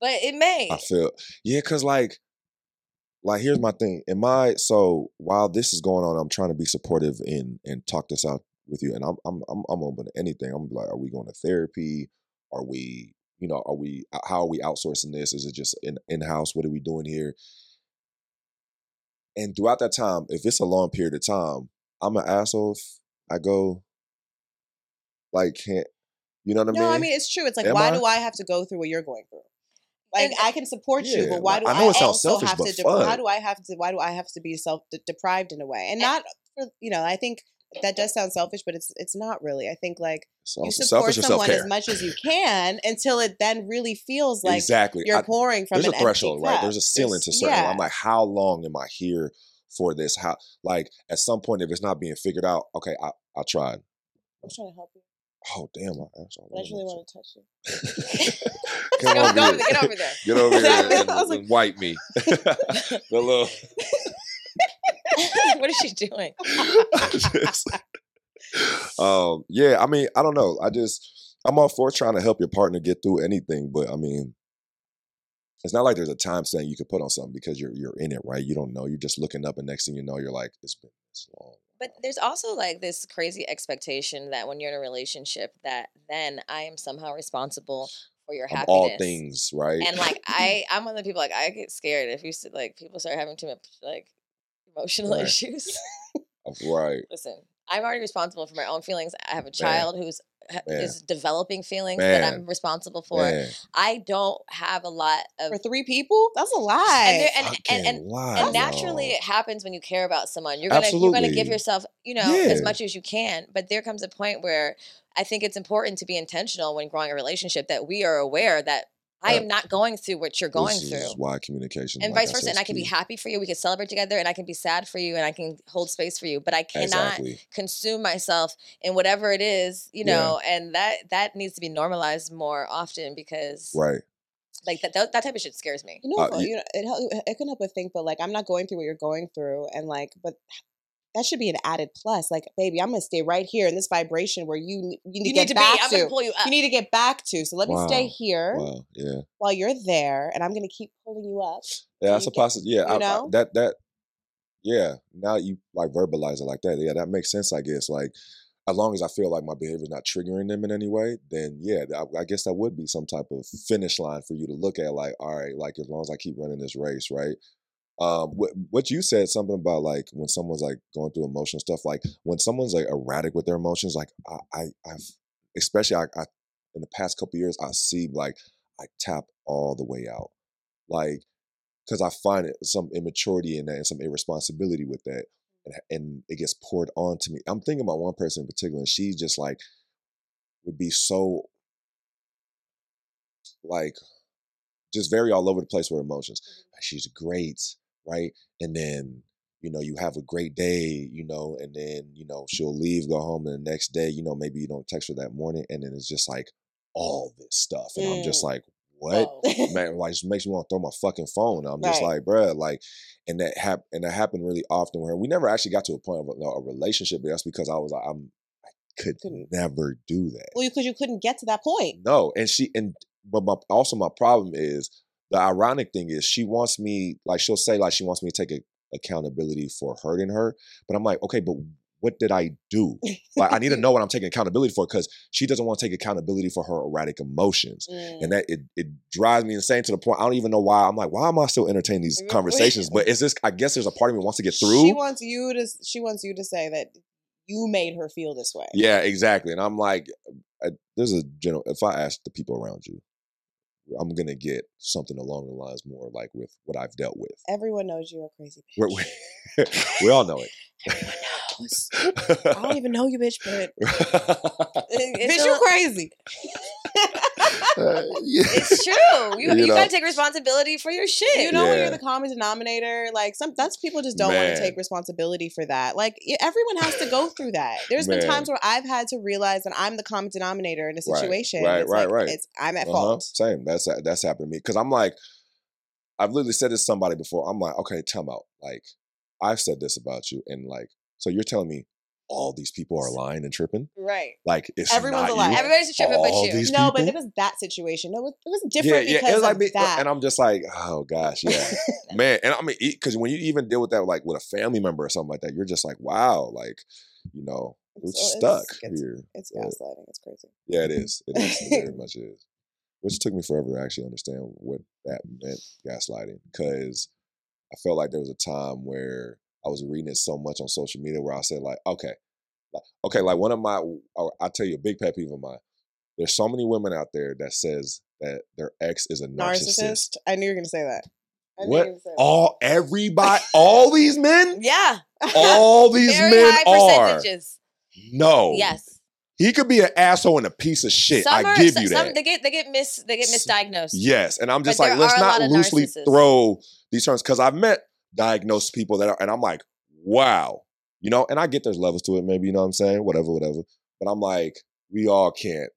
Speaker 4: but it may.
Speaker 3: I feel yeah, cause like, like here's my thing. In my so while this is going on, I'm trying to be supportive and and talk this out with you. And I'm I'm I'm, I'm open to anything. I'm like, are we going to therapy? Are we you know are we how are we outsourcing this? Is it just in in house? What are we doing here? And throughout that time, if it's a long period of time, I'm an asshole. If I go like can't you know what I mean?
Speaker 2: no, I mean it's true. It's like
Speaker 3: Am
Speaker 2: why
Speaker 3: I?
Speaker 2: do I have to go through what you're going through? Like
Speaker 4: And-
Speaker 2: I can support you,
Speaker 3: Yeah,
Speaker 2: but why
Speaker 3: like,
Speaker 2: do
Speaker 3: I
Speaker 2: I,
Speaker 3: know it sounds
Speaker 2: also
Speaker 3: selfish,
Speaker 2: have
Speaker 3: but
Speaker 2: to?
Speaker 3: fuck.
Speaker 2: how do I have to? Why do I have to be self de- deprived in a way? And
Speaker 4: And-
Speaker 2: not for you know. I think that does sound selfish, but it's it's not really. I think like
Speaker 3: it's
Speaker 2: you
Speaker 3: also
Speaker 2: support
Speaker 3: selfish and self
Speaker 2: someone as
Speaker 3: care.
Speaker 2: much as you can until it then really feels like
Speaker 3: exactly.
Speaker 2: you're
Speaker 3: I-
Speaker 2: pouring from
Speaker 3: there's
Speaker 2: an
Speaker 3: a threshold,
Speaker 2: empty
Speaker 3: right?
Speaker 2: cup.
Speaker 3: There's a ceiling to
Speaker 2: There's-
Speaker 3: certain.
Speaker 2: yeah.
Speaker 3: I'm like, how long am I here for this? How like at some point, if it's not being figured out, okay, I I tried.
Speaker 2: I'm trying to help you,
Speaker 3: Oh damn, my ass!
Speaker 2: but I just really want to touch you.
Speaker 3: Come
Speaker 2: Go,
Speaker 3: over
Speaker 2: go,
Speaker 3: here.
Speaker 2: over- get over there.
Speaker 3: Get over
Speaker 2: Exactly.
Speaker 3: here
Speaker 2: I was
Speaker 3: and,
Speaker 2: like-
Speaker 3: and wipe me. the little.
Speaker 4: what is she doing?
Speaker 3: Just- um, yeah, I mean, I don't know. I just I'm all for trying to help your partner get through anything, but I mean, it's not like there's a time saying you could put on something because you're you're in it, right? You don't know. You're just looking up, and next thing you know, you're like, it's been this long.
Speaker 4: But there's also like this crazy expectation that when you're in a relationship, that then I am somehow responsible for your
Speaker 3: I'm
Speaker 4: happiness.
Speaker 3: all things, right?
Speaker 4: And like I, I'm one of the people like I get scared if you s- like people start having too much like emotional
Speaker 3: Right.
Speaker 4: issues.
Speaker 3: right,
Speaker 4: Listen, I'm already responsible for my own feelings. I have a child who's ha-
Speaker 3: Man.
Speaker 4: is developing feelings that I'm
Speaker 3: Man.
Speaker 4: responsible for.
Speaker 3: man.
Speaker 4: I don't have a lot of
Speaker 2: For three people, that's a lie.
Speaker 4: and, there- and,
Speaker 3: fucking
Speaker 4: and, and
Speaker 3: lie,
Speaker 4: and naturally
Speaker 3: y'all.
Speaker 4: it happens when you care about someone you're gonna you're gonna give
Speaker 3: Absolutely.
Speaker 4: yourself you know as
Speaker 3: Yeah.
Speaker 4: much as you can but there comes a point where i think it's important to be intentional when growing a relationship that we are aware that i am not going through what you're going
Speaker 3: Uh, this
Speaker 4: through
Speaker 3: is why communication
Speaker 4: and
Speaker 3: like
Speaker 4: vice
Speaker 3: said,
Speaker 4: versa
Speaker 3: is
Speaker 4: and i can be
Speaker 3: key.
Speaker 4: happy for you we can celebrate together and i can be sad for you and i can hold space for you but i cannot
Speaker 3: Exactly.
Speaker 4: consume myself in whatever it is you
Speaker 3: Yeah.
Speaker 4: know and that that needs to be normalized more often because
Speaker 3: Right.
Speaker 4: like that, that that type of shit scares me
Speaker 2: You know,
Speaker 3: Uh,
Speaker 2: well,
Speaker 3: y-
Speaker 2: you know, it help, it can help but think, but like, I'm not going through what you're going through, and like, but that should be an added plus. Like, baby, I'm gonna stay right here in this vibration where you n- you need
Speaker 4: you
Speaker 2: to get
Speaker 4: need to be
Speaker 2: back
Speaker 4: i'm
Speaker 2: to.
Speaker 4: gonna pull you up
Speaker 2: you need to get back to. So let me stay
Speaker 3: Wow.
Speaker 2: here
Speaker 3: Wow. Yeah.
Speaker 2: while you're there, and I'm gonna keep pulling you up.
Speaker 3: Yeah,
Speaker 2: you
Speaker 3: that's a
Speaker 2: get-
Speaker 3: possibility. Yeah,
Speaker 2: you
Speaker 3: I- I-
Speaker 2: know?
Speaker 3: that that. Yeah, now you like verbalize it like that. Yeah, that makes sense. I guess like as long as I feel like my behavior is not triggering them in any way, then yeah, th- I, I guess that would be some type of finish line for you to look at. Like, all right, like as long as I keep running this race, right? Um, what what you said something about like when someone's like going through emotional stuff, like when someone's like erratic with their emotions, like I, I I've especially I, I in the past couple years I see like I tap all the way out, like because I find it, some immaturity in that and some irresponsibility with that, and, and it gets poured onto me. I'm thinking about one person in particular, and she just like would be so like just very all over the place with emotions. She's great, right? And then you know you have a great day, you know, and then you know she'll leave, go home, and the next day, you know, maybe you don't text her that morning, and then it's just like all this stuff, and I'm just
Speaker 2: Mm.
Speaker 3: like, what?
Speaker 2: Right.
Speaker 3: man, like just makes me want to throw my fucking phone. I'm just
Speaker 2: Right.
Speaker 3: like, bruh, like, and that hap- and that happened really often. Where we never actually got to a point of a, a relationship, but that's because I was like, I'm, I could
Speaker 2: Couldn't.
Speaker 3: never do that.
Speaker 2: well, because you couldn't get to that point.
Speaker 3: No, and she and but my also my problem is the ironic thing is she wants me like she'll say like she wants me to take a, accountability for hurting her, but I'm like, okay, but what did I do? Like I need to know what I'm taking accountability for because she doesn't want to take accountability for her erratic emotions
Speaker 2: Mm-hmm. Mm.
Speaker 3: and that it, it drives me insane to the point I don't even know why I'm like why am I still entertaining these
Speaker 2: Right.
Speaker 3: conversations but is this I guess there's a part of me that wants to get
Speaker 2: She
Speaker 3: through
Speaker 2: wants you to. She wants you to say that you made her feel this way.
Speaker 3: yeah exactly and I'm like I, there's a general if I ask the people around you I'm gonna get something along the lines more like with what I've dealt with
Speaker 2: Everyone knows you're a crazy bitch.
Speaker 3: We're- we we all know it
Speaker 2: Everyone knows. I don't even know you, bitch, but
Speaker 4: It's
Speaker 2: bitch,
Speaker 4: a-
Speaker 2: you crazy.
Speaker 3: Uh, yeah.
Speaker 4: It's true. You,
Speaker 3: You
Speaker 4: you,
Speaker 3: know.
Speaker 4: gotta take responsibility for your shit.
Speaker 2: you know when you're
Speaker 3: Yeah.
Speaker 2: the common denominator like some that's people just don't want
Speaker 3: Man.
Speaker 2: to take responsibility for that like y- everyone has to go through that There's been times where i've had to realize that i'm the common denominator in a
Speaker 3: Right,
Speaker 2: situation
Speaker 3: right,
Speaker 2: it's
Speaker 3: right,
Speaker 2: like,
Speaker 3: right.
Speaker 2: it's i'm at
Speaker 3: Uh-huh,
Speaker 2: fault
Speaker 3: Same. That's that's happened to me because I'm like, I've literally said this to somebody before. I'm like, okay, time out. Like, I've said this about you, and like, so you're telling me all these people are lying and tripping.
Speaker 4: Right.
Speaker 3: Like it's
Speaker 2: Everyone's
Speaker 3: not
Speaker 2: a lie.
Speaker 3: you.
Speaker 4: Everybody's tripping but
Speaker 3: all
Speaker 4: you.
Speaker 3: these
Speaker 2: no, but
Speaker 3: people?
Speaker 2: it was that situation. No, it was, it was different
Speaker 3: yeah, yeah.
Speaker 2: because
Speaker 3: it was like
Speaker 2: of
Speaker 3: me-
Speaker 2: that.
Speaker 3: and I'm just like, oh gosh, yeah, man. And I mean, because when you even deal with that, like with a family member or something like that, you're just like, wow, like you know, we're
Speaker 2: So it's-
Speaker 3: stuck
Speaker 2: it's-
Speaker 3: here.
Speaker 2: it's
Speaker 3: Yeah.
Speaker 2: gaslighting. It's crazy.
Speaker 3: Yeah, it is. It, is. it very much is. Which took me forever to actually understand what that meant, gaslighting, because I felt like there was a time where I was reading it so much on social media where I said like, okay, like, okay, like one of my, I'll, I'll tell you a big pet peeve of mine. There's so many women out there that says that their ex is a narcissist.
Speaker 2: Narcissist. I knew you were gonna say that. I knew you
Speaker 3: What?
Speaker 2: were gonna say that.
Speaker 3: All everybody, all these men,
Speaker 4: Yeah.
Speaker 3: all these
Speaker 4: Very
Speaker 3: men
Speaker 4: high
Speaker 3: are
Speaker 4: percentages.
Speaker 3: no.
Speaker 4: Yes.
Speaker 3: he could be an asshole and a piece of shit.
Speaker 4: Some
Speaker 3: I
Speaker 4: are-
Speaker 3: give
Speaker 4: so-
Speaker 3: you that.
Speaker 4: some- they get they get mis they get
Speaker 3: S-
Speaker 4: misdiagnosed.
Speaker 3: Yes, and I'm just
Speaker 4: But
Speaker 3: like,
Speaker 4: there
Speaker 3: let's
Speaker 4: are a
Speaker 3: not
Speaker 4: lot of
Speaker 3: loosely
Speaker 4: narcissists.
Speaker 3: throw these terms because I've met diagnosed people that are, and I'm like, wow, you know. And I get there's levels to it, maybe you know what I'm saying, whatever, whatever. But I'm like, we all can't,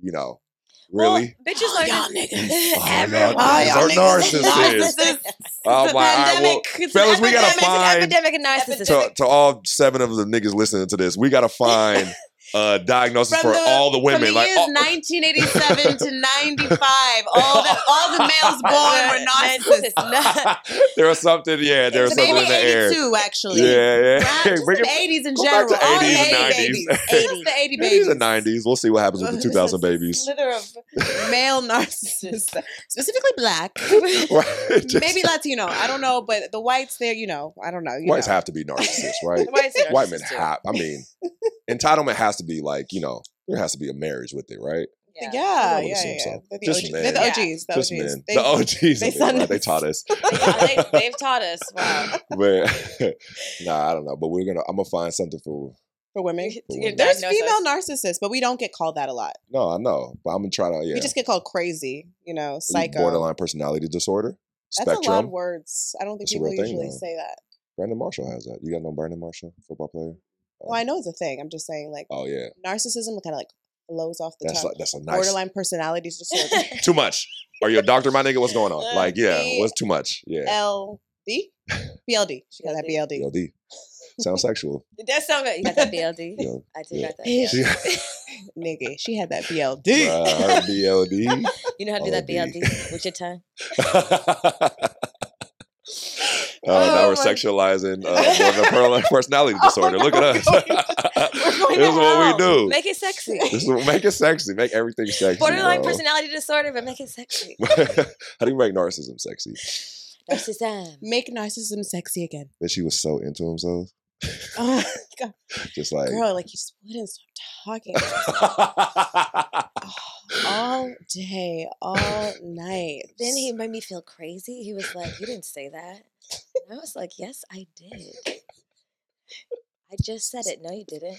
Speaker 3: you know,
Speaker 4: Well,
Speaker 3: really.
Speaker 4: bitches learn.
Speaker 2: y'all
Speaker 4: niggas.
Speaker 3: y'all niggas are narcissists.
Speaker 4: It's
Speaker 3: Oh my, all
Speaker 4: a
Speaker 3: right, well,
Speaker 4: pandemic. It's an
Speaker 3: fellas, we gotta
Speaker 4: epidemic.
Speaker 3: find-
Speaker 4: It's an epidemic of narcissism.
Speaker 3: to, to all seven of the niggas listening to this, we gotta find a diagnosis
Speaker 4: From
Speaker 3: for
Speaker 4: the-
Speaker 3: all the women.
Speaker 4: From the
Speaker 3: like,
Speaker 4: years
Speaker 3: oh,
Speaker 4: 1987 to 95, all the all the males born were narcissists.
Speaker 3: there was something, yeah, there was
Speaker 2: It's
Speaker 3: something
Speaker 2: maybe
Speaker 3: in the air.
Speaker 2: 82, actually.
Speaker 3: Yeah, yeah.
Speaker 2: Not just
Speaker 3: Bring
Speaker 2: the
Speaker 3: it-
Speaker 2: 80s in
Speaker 3: go back
Speaker 2: general.
Speaker 3: to
Speaker 2: All the
Speaker 3: 80s
Speaker 2: 80
Speaker 3: and 90s.
Speaker 2: babies.
Speaker 4: Just the
Speaker 3: Maybe
Speaker 4: 80 babies.
Speaker 3: the 90s. We'll see what happens with the 2000 babies.
Speaker 2: Slither of male narcissists, specifically black,
Speaker 3: Right? Just-
Speaker 2: maybe Latino. I don't know, but the whites there, you know, I don't know. You
Speaker 3: whites
Speaker 2: know.
Speaker 3: have to be narcissists, right?
Speaker 4: White,
Speaker 3: White men have. I mean, entitlement has to be like, you know, there has to be a marriage with it, right?
Speaker 2: Yeah,
Speaker 4: Yeah.
Speaker 2: yeah,
Speaker 3: would
Speaker 2: yeah.
Speaker 3: assume
Speaker 2: yeah.
Speaker 3: so.
Speaker 2: They're, the
Speaker 3: Just
Speaker 2: OGs.
Speaker 3: men.
Speaker 2: They're the
Speaker 4: Yeah.
Speaker 2: OGs. The
Speaker 3: Just
Speaker 2: OGs.
Speaker 3: men.
Speaker 2: They-
Speaker 3: the OGs.
Speaker 2: they
Speaker 3: They, right?
Speaker 2: send
Speaker 3: they
Speaker 2: us-
Speaker 3: taught us.
Speaker 4: Yeah, they, have taught us. Wow.
Speaker 3: but nah, I don't know. But we're gonna. I'm gonna find something for.
Speaker 2: for women.
Speaker 4: You-
Speaker 3: But
Speaker 4: you
Speaker 3: women.
Speaker 2: There's
Speaker 4: diagnose
Speaker 2: female
Speaker 4: us.
Speaker 2: narcissists, but we don't get called that a lot.
Speaker 3: No, I know. But I'm gonna try to. Yeah. E
Speaker 2: We just get called crazy, you know, psycho.
Speaker 3: Borderline personality disorder.
Speaker 2: That's
Speaker 3: spectrum.
Speaker 2: a lot of words. I don't think
Speaker 3: That's a
Speaker 2: people
Speaker 3: real thing,
Speaker 2: usually
Speaker 3: though.
Speaker 2: say that.
Speaker 3: Brandon Marshall has that. You got no Brandon Marshall, football player.
Speaker 2: Well, I know it's a thing. I'm just saying, like,
Speaker 3: Oh yeah,
Speaker 2: narcissism kind of like blows off the
Speaker 3: that's
Speaker 2: tongue.
Speaker 3: like, that's a nice.
Speaker 2: Borderline personality disorder.
Speaker 3: Too much. Are you a doctor, my nigga? What's going on?
Speaker 2: Uh,
Speaker 3: Like, yeah,
Speaker 2: see,
Speaker 3: what's too much? Yeah.
Speaker 2: LD? BLD. She got that BLD.
Speaker 3: BLD. Sounds sexual.
Speaker 4: That sound good. You got that BLD.
Speaker 3: Yeah.
Speaker 4: I did
Speaker 3: Yeah.
Speaker 4: got that. Yeah.
Speaker 3: She-
Speaker 2: Nigga, she had that BLD.
Speaker 3: Bruh, her BLD.
Speaker 4: You know how
Speaker 3: Oh,
Speaker 4: to do that
Speaker 3: OD.
Speaker 4: BLD with your tongue.
Speaker 3: oh, Uh, now
Speaker 4: Oh
Speaker 3: we're
Speaker 4: my- Oh
Speaker 3: sexualizing uh, borderline personal- personality disorder. Look at us.
Speaker 2: going
Speaker 3: this is
Speaker 2: to
Speaker 3: what
Speaker 2: hell.
Speaker 3: we do.
Speaker 4: Make it sexy.
Speaker 3: This is, make it sexy. Make everything sexy.
Speaker 4: Borderline
Speaker 3: bro.
Speaker 4: personality disorder, but make it sexy.
Speaker 3: How do you make narcissism sexy?
Speaker 4: Narcissism.
Speaker 2: Make narcissism sexy again.
Speaker 3: That she was so into himself,
Speaker 2: Oh, God.
Speaker 3: just like
Speaker 2: Girl, like, you just wouldn't stop talking all day, all night.
Speaker 4: Then he made me feel crazy. He was like, "You didn't say that." And I was like, "Yes, I did. I just said it. No, you didn't."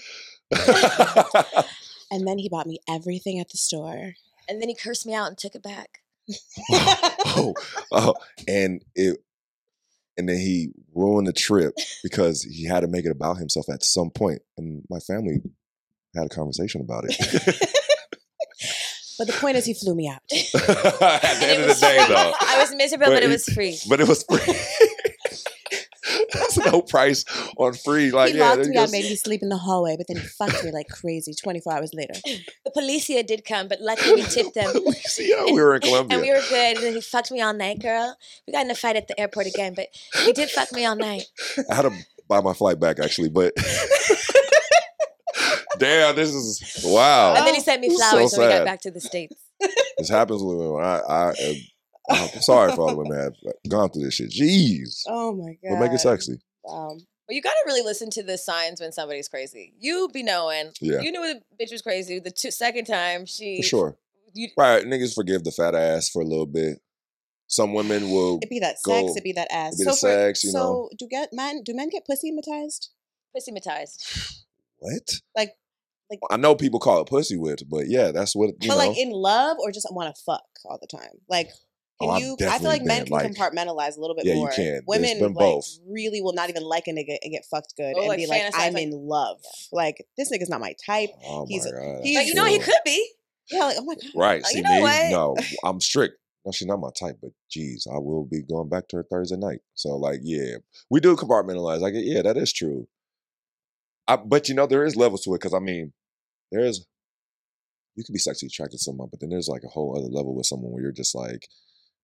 Speaker 2: And then he bought me everything at the store.
Speaker 4: And then he cursed me out and took it back.
Speaker 3: oh, oh, and it, and then he ruined the trip because he had to make it about himself at some point, and my family had a conversation about it.
Speaker 2: But the point is, he flew me out.
Speaker 3: Uh, at the
Speaker 4: And
Speaker 3: end
Speaker 4: it
Speaker 3: of the
Speaker 4: was
Speaker 3: day,
Speaker 4: free.
Speaker 3: though,
Speaker 4: I was miserable,
Speaker 3: But
Speaker 4: but, it
Speaker 3: he-
Speaker 4: was free.
Speaker 3: but it was free. There's no price on free. Like,
Speaker 2: he
Speaker 3: yeah,
Speaker 2: locked
Speaker 3: it
Speaker 2: me out,
Speaker 3: goes-
Speaker 2: made me sleep in the hallway, but then he fucked me like crazy 24 hours later.
Speaker 4: The policia did come, but luckily we tipped them.
Speaker 3: Louisiana, we were in Colombia.
Speaker 4: And we were good. And then he fucked me all night, girl. We got in a fight at the airport again, but he did fuck me all night.
Speaker 3: I had to buy my flight back actually, but damn, this is wow.
Speaker 4: And then he sent me
Speaker 3: Oh, so
Speaker 4: flowers when we
Speaker 3: sad.
Speaker 4: got back to the States.
Speaker 3: this happens with women. I, I, I am sorry for all the women that have gone through this shit. Jeez,
Speaker 2: Oh my God.
Speaker 3: but make it sexy.
Speaker 2: Wow.
Speaker 4: But you gotta really listen to the signs when somebody's crazy. You be knowing.
Speaker 3: Yeah.
Speaker 4: You knew the bitch was crazy the two, second time she.
Speaker 3: For sure,
Speaker 4: You,
Speaker 3: right? Niggas forgive the fat ass for a little bit. Some women will.
Speaker 2: It'd be that
Speaker 3: Go.
Speaker 2: sex, it'd be that ass.
Speaker 3: It'd be the sex, you
Speaker 2: so
Speaker 3: know.
Speaker 2: do get men do men get pussy matized?
Speaker 4: pussy matized.
Speaker 3: What?
Speaker 2: Like- like-
Speaker 3: I know people call it pussy whipped, but yeah, that's what
Speaker 2: But
Speaker 3: you know.
Speaker 2: like in love or just wanna fuck all the time? Like can
Speaker 3: Oh, I've
Speaker 2: you I feel like
Speaker 3: definitely
Speaker 2: men
Speaker 3: been,
Speaker 2: can
Speaker 3: like-
Speaker 2: compartmentalize a little bit
Speaker 3: Yeah, you
Speaker 2: more.
Speaker 3: can. There's
Speaker 2: Women
Speaker 3: been
Speaker 2: like
Speaker 3: both.
Speaker 2: really will not even like a nigga and get fucked good
Speaker 4: Oh,
Speaker 2: and
Speaker 4: like
Speaker 2: be like,
Speaker 4: fantasize,
Speaker 2: I'm
Speaker 4: like-
Speaker 2: in love. Like this nigga's not my type.
Speaker 3: oh my
Speaker 2: he's-
Speaker 3: god!
Speaker 2: he's-
Speaker 4: But you know he
Speaker 3: Girl.
Speaker 4: could be.
Speaker 2: Yeah, like, oh my god.
Speaker 3: Right.
Speaker 4: Oh,
Speaker 3: See
Speaker 4: you know
Speaker 3: me?
Speaker 4: what?
Speaker 3: No, I'm strict. No, she's not my type, but geez, I will be going back to her Thursday night. So like, yeah, we do compartmentalize. Like, yeah, that is true. I, but you know, there is levels to it because I mean, there is you could be sexually attracted to someone, but then there's like a whole other level with someone where you're just like,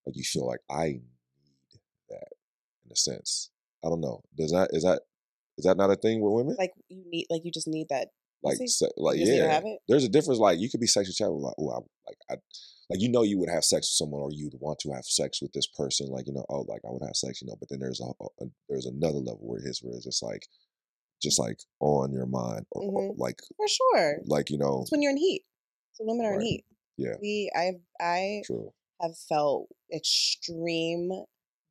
Speaker 3: like you feel like I need that in a sense. I don't know. Does that is that is that not a thing with women?
Speaker 2: Like you need, like you just need that.
Speaker 3: Like,
Speaker 2: see,
Speaker 3: se- like
Speaker 2: just need to
Speaker 3: yeah,
Speaker 2: have it.
Speaker 3: there's a difference. Like you could be sexually attracted, like oh, I, like I, like you know you would have sex with someone, or you'd want to have sex with this person. Like you know, oh, like I would have sex, you know. But then there's a, a- there's another level where it is where it's just like, just like on your mind, or, or,
Speaker 4: Mm-hmm.
Speaker 2: Mhm.
Speaker 3: like
Speaker 2: for sure.
Speaker 3: like you know,
Speaker 2: It's when you're in heat. So women are in
Speaker 3: Right.
Speaker 2: heat.
Speaker 3: Yeah.
Speaker 2: We, I, I
Speaker 3: true.
Speaker 2: have felt extreme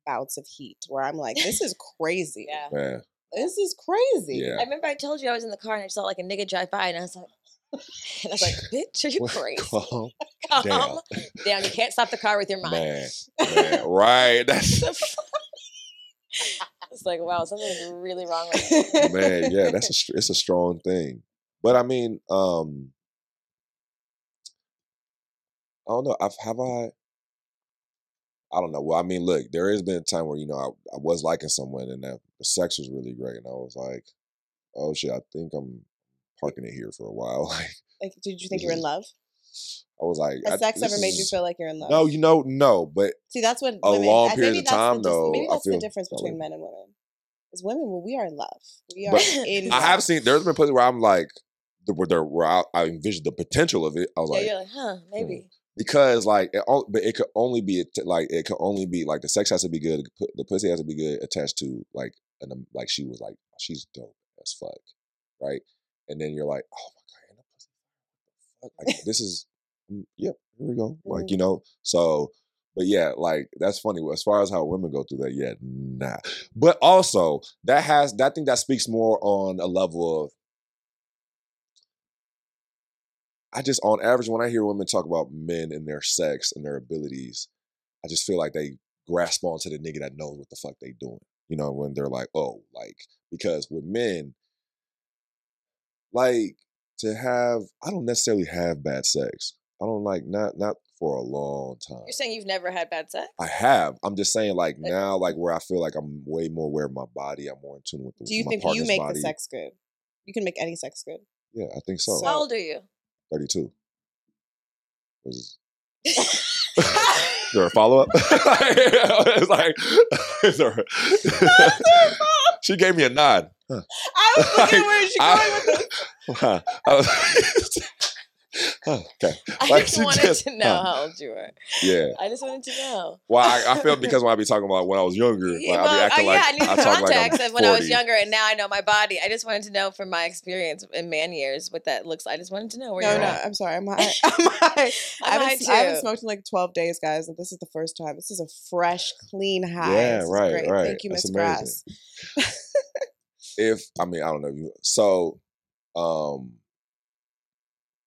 Speaker 2: bouts of heat where I'm like, this is crazy.
Speaker 4: Yeah.
Speaker 3: Man,
Speaker 2: This is crazy.
Speaker 3: yeah.
Speaker 4: I remember I told you I was in the car and I saw like a nigga drive by and I was like, and I was like, bitch, are you
Speaker 3: Well,
Speaker 4: crazy?
Speaker 3: calm
Speaker 4: Calm
Speaker 3: down,
Speaker 4: down. You can't stop the car with your mind.
Speaker 3: man, man, right? That's
Speaker 4: It's like, wow, something's really wrong with me.
Speaker 3: man yeah that's a str- it's a strong thing but i mean um i don't know i've have i i don't know well i mean look there has been a time where you know i, I was liking someone and that the sex was really great and i was like oh shit i think i'm parking it here for a while like
Speaker 2: like, did you think
Speaker 3: This
Speaker 2: you were in
Speaker 3: is-
Speaker 2: love?
Speaker 3: i was like I-
Speaker 2: Has sex
Speaker 3: this
Speaker 2: ever made you
Speaker 3: is-
Speaker 2: feel like you're in love?
Speaker 3: no you know no but
Speaker 2: See, that's what
Speaker 3: a
Speaker 2: women,
Speaker 3: long
Speaker 2: I-
Speaker 3: period
Speaker 2: maybe
Speaker 3: of
Speaker 2: that's
Speaker 3: time,
Speaker 2: the, dis-
Speaker 3: though,
Speaker 2: Maybe
Speaker 3: I
Speaker 2: that's the
Speaker 3: feel
Speaker 2: difference
Speaker 3: that
Speaker 2: between
Speaker 3: way.
Speaker 2: men and women. Is women, well, we are in love. We are
Speaker 3: But
Speaker 2: in.
Speaker 3: i have
Speaker 2: love.
Speaker 3: seen there's been places where i'm like the- where there where I, I envisioned the potential of it i was
Speaker 4: Yeah,
Speaker 3: like Hmm.
Speaker 4: you're like, huh, maybe.
Speaker 3: because like it all, but it could only be att- like it could only be like the sex has to be good p- the pussy has to be good attached to like an um, like she was like she's dope as fuck right and then you're like oh my god and the pussy, what the fuck? Like, this is mm, yep here we go like you know so but yeah like that's funny as far as how women go through that yeah nah but also that has that thing that speaks more on a level of I just on average when I hear women talk about men and their sex and their abilities, I just feel like they grasp onto the nigga that knows what the fuck they doing. You know, when they're like, oh, like because with men, like to have I don't necessarily have bad sex. I don't like not not for a long time.
Speaker 4: You're saying you've never had bad sex?
Speaker 3: I have. I'm just saying, like now, like where I feel like I'm way more aware of my body. I'm more in tune with the,
Speaker 2: Do you
Speaker 3: my
Speaker 2: think you
Speaker 3: partner's
Speaker 2: make
Speaker 3: body.
Speaker 2: the sex good? You can make any sex good.
Speaker 3: Yeah, I think so.
Speaker 2: So-
Speaker 4: How old are you?
Speaker 3: 32. Was Is there a follow up? it's like, is there? she gave me a nod. Huh.
Speaker 2: I was looking at where she going
Speaker 3: I-
Speaker 2: with this.
Speaker 3: Huh. I was- Huh, okay.
Speaker 4: I
Speaker 3: Like,
Speaker 4: just
Speaker 3: she
Speaker 4: wanted
Speaker 3: just-
Speaker 4: to know
Speaker 3: huh.
Speaker 4: how old you were.
Speaker 3: Yeah.
Speaker 4: I just wanted to know.
Speaker 3: Well, I, I feel because when I be talking about when I was younger, like,
Speaker 4: Yeah,
Speaker 3: I be
Speaker 4: well,
Speaker 3: acting
Speaker 4: uh, yeah, I
Speaker 3: like
Speaker 4: need
Speaker 3: I
Speaker 4: the
Speaker 3: talk like I'm
Speaker 4: context
Speaker 3: 40.
Speaker 4: of when I was younger, and now I know my body. I just wanted to know from my experience in man years what that looks. I just wanted to know where
Speaker 2: No,
Speaker 4: you're
Speaker 2: no,
Speaker 4: at.
Speaker 2: I'm sorry. I'm high. I'm high. I
Speaker 4: Oh, I'm
Speaker 2: haven't,
Speaker 4: high
Speaker 2: s- I haven't
Speaker 4: too.
Speaker 2: smoked in like 12 days, guys, and this is the first time. This is a fresh, clean high.
Speaker 3: Yeah,
Speaker 2: This is
Speaker 3: right,
Speaker 2: great.
Speaker 3: right.
Speaker 2: Thank you,
Speaker 3: That's
Speaker 2: Miss
Speaker 3: amazing.
Speaker 2: Grass.
Speaker 3: If I mean I don't know you. So, um,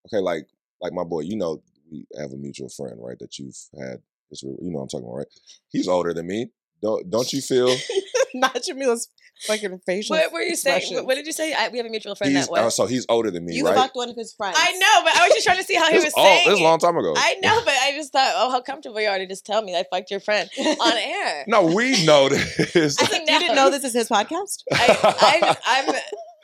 Speaker 3: okay, like like my boy, you know we have a mutual friend, right? That you've had. this real- You know what I'm talking about, right? He's older than me. Don't don't you feel?
Speaker 2: Not Jamila's fucking facial.
Speaker 4: What were you saying? What,
Speaker 2: expressions.
Speaker 4: what did you say? I, we have a mutual friend
Speaker 3: He's,
Speaker 4: that was.
Speaker 3: uh, so he's older than me,
Speaker 2: you
Speaker 3: right?
Speaker 2: fucked one of his friends.
Speaker 4: I know, but I was just trying to see how he
Speaker 3: This
Speaker 4: was
Speaker 3: all-
Speaker 4: saying.
Speaker 3: this
Speaker 4: it.
Speaker 3: long time ago.
Speaker 4: I know, but I just thought, oh, how comfortable you are to just tell me I fucked your friend on air.
Speaker 3: No, we know this.
Speaker 4: I think
Speaker 2: You didn't know this is his podcast?
Speaker 4: I, I'm, I'm,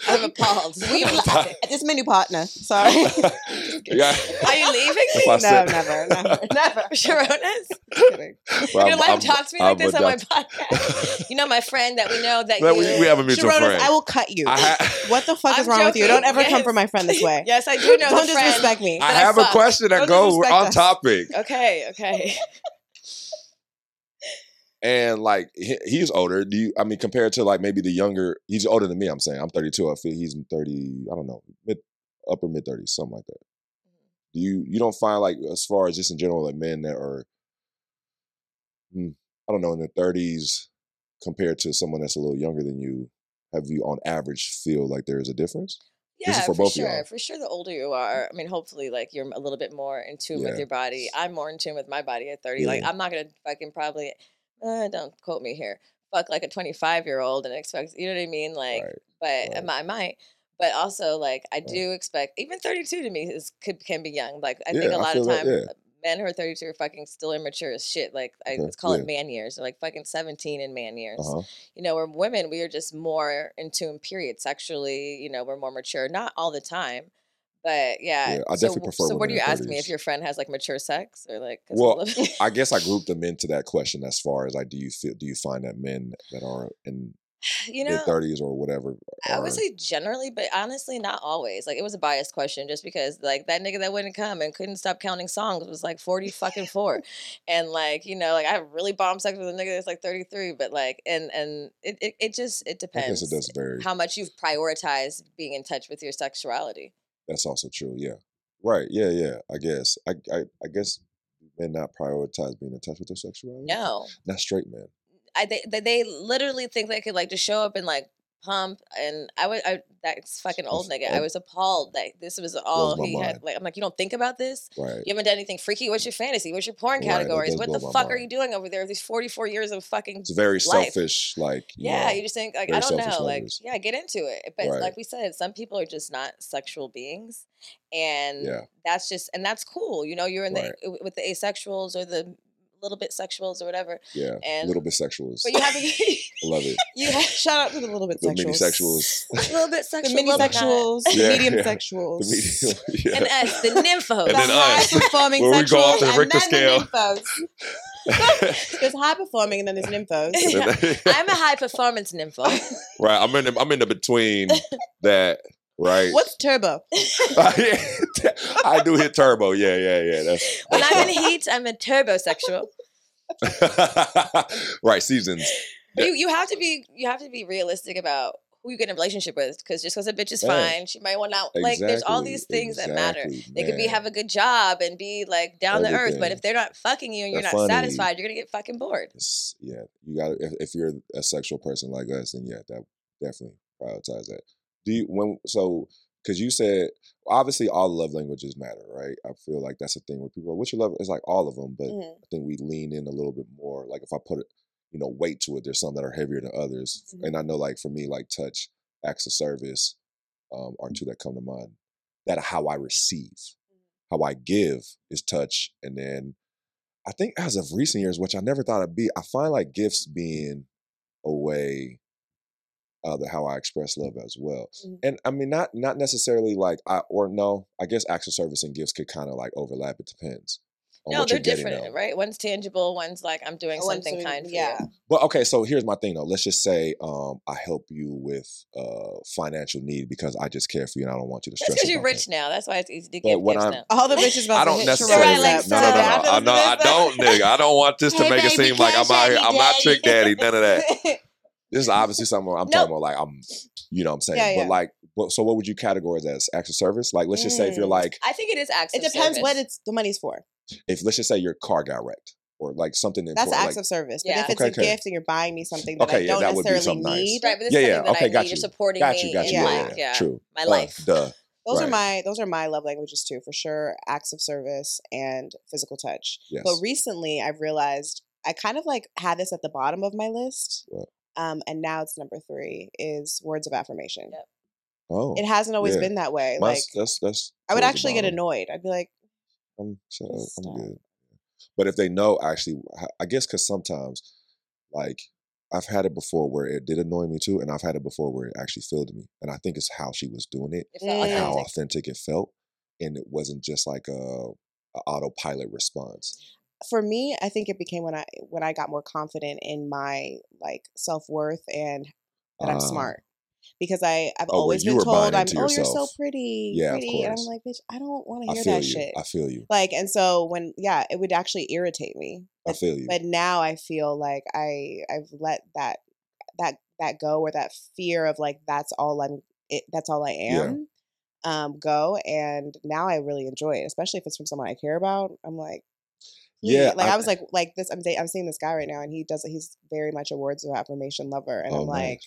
Speaker 4: I'm appalled.
Speaker 2: We've li- this is my new partner. Sorry.
Speaker 3: yeah.
Speaker 4: Are you leaving?
Speaker 3: If I
Speaker 2: no,
Speaker 3: said-
Speaker 2: never, never, never.
Speaker 4: Sharonas?
Speaker 2: Just kidding.
Speaker 3: Well,
Speaker 4: You're
Speaker 3: I'm-
Speaker 4: allowed
Speaker 3: I'm-
Speaker 4: to talk to me like
Speaker 3: I'm
Speaker 4: this on my
Speaker 3: adopted.
Speaker 4: podcast. You know, my friend that we know that
Speaker 3: But
Speaker 4: you.
Speaker 3: we, we have a mutual
Speaker 2: Sharonas,
Speaker 3: friend.
Speaker 2: I will cut you.
Speaker 3: I ha-
Speaker 2: what the fuck is
Speaker 4: I'm
Speaker 2: wrong with you?
Speaker 4: joking.
Speaker 2: Don't ever come
Speaker 4: Yes.
Speaker 2: for my friend this way.
Speaker 4: yes, I do know
Speaker 2: Don't
Speaker 4: the friend.
Speaker 2: disrespect me.
Speaker 3: I
Speaker 4: that I
Speaker 3: have a
Speaker 4: fuck.
Speaker 3: question that
Speaker 2: Don't
Speaker 3: goes we're
Speaker 2: disrespect
Speaker 3: on
Speaker 2: us.
Speaker 3: topic,
Speaker 4: Okay, okay.
Speaker 3: and like he, he's older. Do you? I mean, compared to like maybe the younger, he's older than me. I'm saying I'm 32. I feel he's in 30. I don't know, mid upper mid 30s, something like that.
Speaker 4: Mm-hmm.
Speaker 3: Do you you don't find like as far as just in general like men that are, hmm, I don't know, in their 30s compared to someone that's a little younger than you. Have you on average feel like there is a difference?
Speaker 4: Yeah,
Speaker 3: This is for
Speaker 4: for
Speaker 3: both of
Speaker 4: sure.
Speaker 3: y'all.
Speaker 4: For sure, the older you are, I mean, hopefully, like you're a little bit more in tune
Speaker 3: Yeah.
Speaker 4: with your body. I'm more in tune with my body at 30. Like,
Speaker 3: Yeah.
Speaker 4: I'm not gonna fucking probably, uh, don't quote me here, fuck like a 25 year old and expect, you know what I mean? Like,
Speaker 3: Right.
Speaker 4: but I
Speaker 3: right.
Speaker 4: mi- I might. But also, like, I
Speaker 3: Right.
Speaker 4: do expect even 32 to me is could, can be young. Like, I think
Speaker 3: Yeah, I
Speaker 4: a lot
Speaker 3: feel
Speaker 4: of
Speaker 3: that,
Speaker 4: time uh,
Speaker 3: yeah.
Speaker 4: men who are 32 are fucking still immature as shit. Like, I,
Speaker 3: Okay,
Speaker 4: let's call
Speaker 3: yeah.
Speaker 4: it man years. They're like fucking 17 in man years.
Speaker 3: Uh huh.
Speaker 4: You know, where women, we are just more in tune, period, sexually. You know, we're more mature. Not all the time, but yeah.
Speaker 3: Yeah, I definitely
Speaker 4: so, w-
Speaker 3: prefer
Speaker 4: So, what
Speaker 3: women
Speaker 4: do you
Speaker 3: in
Speaker 4: ask me
Speaker 3: 30s.
Speaker 4: if your friend has like mature sex or like? 'cause
Speaker 3: Well,
Speaker 4: all of-
Speaker 3: I guess I grouped them into that question as far as like, do you feel, do you find that men that are in
Speaker 4: you
Speaker 3: mid
Speaker 4: know,
Speaker 3: thirties or whatever?
Speaker 4: I would
Speaker 3: are-
Speaker 4: say generally, but honestly, not always. Like it was a biased question, just because like that nigga that wouldn't come and couldn't stop counting songs was like forty fucking four, and like you know, like I have really bomb sex with a nigga that's like thirty three, but like and and it, it it just it
Speaker 3: I
Speaker 4: depends
Speaker 3: guess it does vary.
Speaker 4: how much you've prioritized being in touch with your sexuality.
Speaker 3: That's also true. Yeah. Right. Yeah. Yeah. I guess. I. I, I guess men not prioritize being in touch with their sexuality.
Speaker 4: No,
Speaker 3: Not straight men.
Speaker 4: I they they, they literally think they could like just show up and like pump and I was I that's fucking old
Speaker 3: That's
Speaker 4: nigga. I
Speaker 3: all-
Speaker 4: was appalled that this was all
Speaker 3: my
Speaker 4: he had.
Speaker 3: mind.
Speaker 4: Like I'm like you don't think about this.
Speaker 3: Right.
Speaker 4: You haven't done anything freaky. What's your fantasy? What's your porn
Speaker 3: Right, that
Speaker 4: categories?
Speaker 3: does
Speaker 4: What
Speaker 3: blow
Speaker 4: the
Speaker 3: my
Speaker 4: fuck are
Speaker 3: mind.
Speaker 4: you doing over there with these 44 years of fucking.
Speaker 3: It's very
Speaker 4: life.
Speaker 3: selfish. Like. you
Speaker 4: Yeah,
Speaker 3: know,
Speaker 4: you just think, like, I
Speaker 3: very
Speaker 4: don't
Speaker 3: selfish
Speaker 4: know. Like,
Speaker 3: lovers.
Speaker 4: yeah, get into it. But
Speaker 3: Right.
Speaker 4: like we said, some people are just not sexual beings. And
Speaker 3: Yeah.
Speaker 4: that's just, and that's cool. You know, you're in
Speaker 3: Right.
Speaker 4: the, w- with the asexuals or the little bit sexuals or whatever.
Speaker 3: Yeah. A
Speaker 4: And,
Speaker 3: little bit sexuals.
Speaker 4: but you have to,
Speaker 3: I love it.
Speaker 4: you have
Speaker 2: Shout out to the little bit
Speaker 3: The
Speaker 2: sexuals.
Speaker 3: mini sexuals.
Speaker 4: a little bit
Speaker 2: The
Speaker 4: sexual.
Speaker 2: mini
Speaker 4: little bit not.
Speaker 2: sexuals. The
Speaker 3: Yeah,
Speaker 2: medium
Speaker 3: yeah.
Speaker 2: sexuals.
Speaker 3: The medium. Yeah.
Speaker 4: And us, the nymphos.
Speaker 3: And
Speaker 2: the
Speaker 3: then
Speaker 2: high
Speaker 3: us,
Speaker 2: performing
Speaker 3: where we go
Speaker 2: sexuals
Speaker 3: off the
Speaker 2: and
Speaker 3: Richter
Speaker 2: then
Speaker 3: scale.
Speaker 2: the nymphos. There's high performing and then there's nymphos.
Speaker 4: Yeah.
Speaker 3: And then-
Speaker 4: I'm a high performance nympho.
Speaker 3: right. I'm in. The, I'm in the between that. Right.
Speaker 2: What's turbo?
Speaker 3: I do hit turbo. Yeah. Yeah. Yeah. That's.
Speaker 4: When I'm in heat, I'm a turbosexual.
Speaker 3: right. Seasons.
Speaker 4: But you, you have to be you have to be realistic about who you get in a relationship with because just because a bitch is
Speaker 3: Yeah.
Speaker 4: fine, she might want out. Like there's all these
Speaker 3: Exactly,
Speaker 4: things that matter.
Speaker 3: exactly,
Speaker 4: They could be
Speaker 3: man.
Speaker 4: have a good job and be like down to earth,
Speaker 3: Everything.
Speaker 4: but if they're not fucking you and you're
Speaker 3: They're
Speaker 4: not
Speaker 3: funny.
Speaker 4: satisfied, you're gonna get fucking bored.
Speaker 3: It's- yeah, you got to if, if you're a sexual person like us, then yeah, that definitely prioritize that. Do you when so because you said obviously all love languages matter, right? I feel like that's a thing where people are, what's your love? It's like all of them, but
Speaker 4: Mm-hmm.
Speaker 2: Mhm.
Speaker 3: I think we lean in a little bit more. Like if I put it, you know, weight to it, there's some that are heavier than others,
Speaker 4: Mm-hmm.
Speaker 2: Mhm.
Speaker 3: and I know like for me, like touch, acts of service, um, are two that come to mind. That are how I receive, how I give is touch, and then I think as of recent years, which I never thought it'd be, I find like gifts being a way uh, that how I express love as well.
Speaker 4: Mm-hmm.
Speaker 2: Mhm.
Speaker 3: And I mean, not not necessarily like I or no, I guess acts of service and gifts could kind of like overlap. It depends. On
Speaker 4: No,
Speaker 3: what
Speaker 4: they're
Speaker 3: you're getting,
Speaker 4: different,
Speaker 3: though.
Speaker 4: right? One's tangible, one's like I'm doing
Speaker 2: Oh, I'm
Speaker 4: something
Speaker 2: doing-
Speaker 4: kind for
Speaker 2: yeah.
Speaker 4: you.
Speaker 3: But okay, so here's my thing though. Let's just say um, I help you with uh, financial need because I just care for you and I don't want you to
Speaker 4: That's
Speaker 3: stress.
Speaker 4: because you're
Speaker 3: about that.
Speaker 4: rich now. That's why it's easy to
Speaker 3: But
Speaker 4: give
Speaker 3: when
Speaker 4: gifts
Speaker 3: I'm-
Speaker 4: now.
Speaker 2: All the bitches about
Speaker 3: I
Speaker 2: to
Speaker 3: don't
Speaker 2: hit
Speaker 3: necessarily.
Speaker 4: Right, like,
Speaker 3: no, no,
Speaker 4: sorry, I
Speaker 3: no, no,
Speaker 4: thought
Speaker 3: I,
Speaker 4: it was
Speaker 3: no, I
Speaker 4: about-
Speaker 3: don't, nigga. I don't want this to
Speaker 4: Hey,
Speaker 3: make it
Speaker 4: baby,
Speaker 3: seem like I'm
Speaker 4: cash
Speaker 3: out
Speaker 4: at
Speaker 3: here.
Speaker 4: me,
Speaker 3: I'm not trick daddy.
Speaker 4: daddy.
Speaker 3: None of that. This is obviously something I'm talking
Speaker 4: Nope.
Speaker 3: about. Like I'm, you know, what I'm saying.
Speaker 2: Yeah, yeah.
Speaker 3: But like, but, so what would you categorize as acts of service? Like, let's just say if you're
Speaker 2: Mm.
Speaker 3: like,
Speaker 4: I think it is acts.
Speaker 2: it
Speaker 4: of
Speaker 2: depends what
Speaker 4: service.
Speaker 2: it's the money's for.
Speaker 3: if let's just say your car got wrecked or like something
Speaker 2: That's
Speaker 3: important.
Speaker 2: acts
Speaker 3: like,
Speaker 2: of service. But
Speaker 4: Yeah.
Speaker 2: if it's
Speaker 3: Okay,
Speaker 2: a
Speaker 3: okay.
Speaker 2: gift and you're buying me something that
Speaker 3: Okay,
Speaker 2: I
Speaker 3: yeah,
Speaker 2: don't
Speaker 3: that would be
Speaker 2: necessarily
Speaker 3: something nice.
Speaker 2: need,
Speaker 4: Right, but this
Speaker 3: Yeah,
Speaker 4: is
Speaker 3: yeah,
Speaker 4: something that
Speaker 3: okay,
Speaker 4: I
Speaker 3: got
Speaker 4: need.
Speaker 3: you.
Speaker 4: You're supporting
Speaker 3: got
Speaker 4: me.
Speaker 3: you, got
Speaker 4: in
Speaker 3: you. Yeah,
Speaker 4: like,
Speaker 3: yeah,
Speaker 4: yeah.
Speaker 3: true.
Speaker 4: my
Speaker 3: Uh,
Speaker 4: life.
Speaker 3: duh.
Speaker 2: those are
Speaker 3: Right.
Speaker 2: my those are my love languages too, for sure. Acts of service and physical touch.
Speaker 3: Yes.
Speaker 2: But recently, I've realized I kind of like had this at the bottom of my list,
Speaker 3: What?
Speaker 2: um, and now it's number three is words of affirmation.
Speaker 4: Yep.
Speaker 3: oh,
Speaker 2: It hasn't always
Speaker 3: yeah.
Speaker 2: been that way.
Speaker 3: my- uh,
Speaker 2: like
Speaker 3: that's that's.
Speaker 2: I would
Speaker 3: towards the
Speaker 2: actually get
Speaker 3: bottom.
Speaker 2: annoyed. I'd be like,
Speaker 3: I'm shut up.
Speaker 2: Just
Speaker 3: I'm
Speaker 2: stop.
Speaker 3: good. But if they know, actually, I- I guess because sometimes, like, I've had it before where it did annoy me too, and I've had it before where it actually filled me, and I think it's how she was doing it,
Speaker 4: It felt
Speaker 3: like
Speaker 2: Mm.
Speaker 3: how
Speaker 4: authentic.
Speaker 3: authentic it felt, and it wasn't just like a, a autopilot response.
Speaker 2: for me, I think it became when I when I got more confident in my like self worth and that I'm
Speaker 3: Ah,
Speaker 2: smart. Because I I've
Speaker 3: Oh, where
Speaker 2: always
Speaker 3: you
Speaker 2: been
Speaker 3: were buying
Speaker 2: told I'm
Speaker 3: into
Speaker 2: oh you're so
Speaker 3: yourself.
Speaker 2: pretty,
Speaker 3: Yeah, of
Speaker 2: pretty, and I'm
Speaker 3: course.
Speaker 2: like bitch I don't want to
Speaker 3: I
Speaker 2: hear
Speaker 3: feel
Speaker 2: that
Speaker 3: you.
Speaker 2: shit.
Speaker 3: I feel you.
Speaker 2: Like and so when yeah, it would actually irritate me.
Speaker 3: I
Speaker 2: But,
Speaker 3: feel you.
Speaker 2: but now I feel like I I've let that that that go or that fear of like that's all I'm it, that's all I
Speaker 3: Yeah.
Speaker 2: am. Um, go and now I really enjoy it, especially if it's from someone I care about. I'm like,
Speaker 3: Yeah,
Speaker 2: please. like I,
Speaker 3: I-
Speaker 2: was like, like this. I'm da- I'm seeing this guy right now, and he does. He's very much a words of affirmation lover, and
Speaker 3: Oh,
Speaker 2: I'm like,
Speaker 3: nice.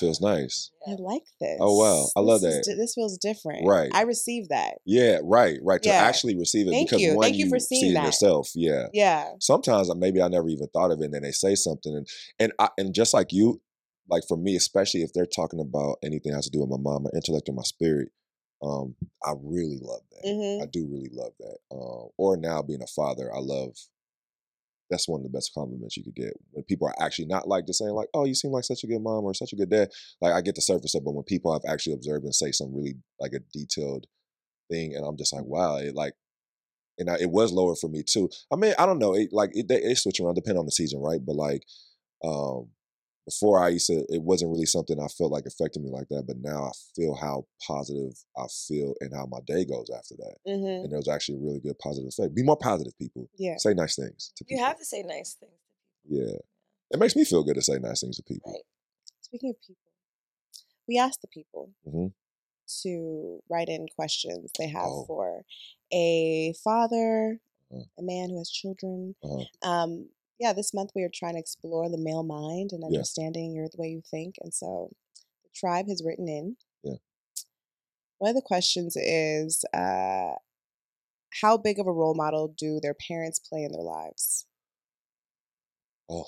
Speaker 3: Feels nice.
Speaker 2: I like this.
Speaker 3: Oh, wow. I love
Speaker 2: This is
Speaker 3: that.
Speaker 2: di- this feels different.
Speaker 3: Right.
Speaker 2: I received that.
Speaker 3: Yeah, right, right. To
Speaker 2: Yeah.
Speaker 3: actually receive it
Speaker 2: Thank
Speaker 3: because
Speaker 2: you.
Speaker 3: one,
Speaker 2: Thank you for
Speaker 3: you
Speaker 2: seeing
Speaker 3: see it
Speaker 2: that.
Speaker 3: yourself. Yeah.
Speaker 2: Yeah.
Speaker 3: sometimes I- maybe I never even thought of it, and then they say something, and and I, and just like you, like for me, especially if they're talking about anything that has to do with my mind, my intellect, or my spirit, um, I really love that. that.
Speaker 2: Mhm.
Speaker 3: I do really love that. Um, or now being a father, I love. That's one of the best compliments you could get when people are actually not like just saying like, "Oh, you seem like such a good mom" or "such a good dad." Like I get the surface up, but when people have actually observed and say some really like a detailed thing, and I'm just like, "Wow!" It like, and I, it was lower for me too. I mean, I don't know. It like it, they- it switch around depending on the season, right? But like, um, before I used to, it wasn't really something I felt like affected me like that. But now I feel how positive I feel and how my day goes after that
Speaker 2: Mm-hmm.
Speaker 3: and it was actually a really good positive effect. Be more positive, people.
Speaker 2: Yeah.
Speaker 3: Say nice things to
Speaker 4: You
Speaker 3: people.
Speaker 4: have to say nice things to people.
Speaker 3: yeah, it makes me feel good to say nice things to people.
Speaker 4: Right.
Speaker 2: Speaking of people, we asked the people
Speaker 3: Mhm.
Speaker 2: to write in questions they have
Speaker 3: Oh.
Speaker 2: for a father,
Speaker 3: Uh-huh.
Speaker 2: a man who has children.
Speaker 3: Uh-huh.
Speaker 2: Um, yeah, this month we are trying to explore the male mind and
Speaker 3: Yeah.
Speaker 2: understanding your the way you think, and so the tribe has written in.
Speaker 3: Yeah.
Speaker 2: One of the questions is, uh, how big of a role model do their parents play in their lives?
Speaker 3: Oh,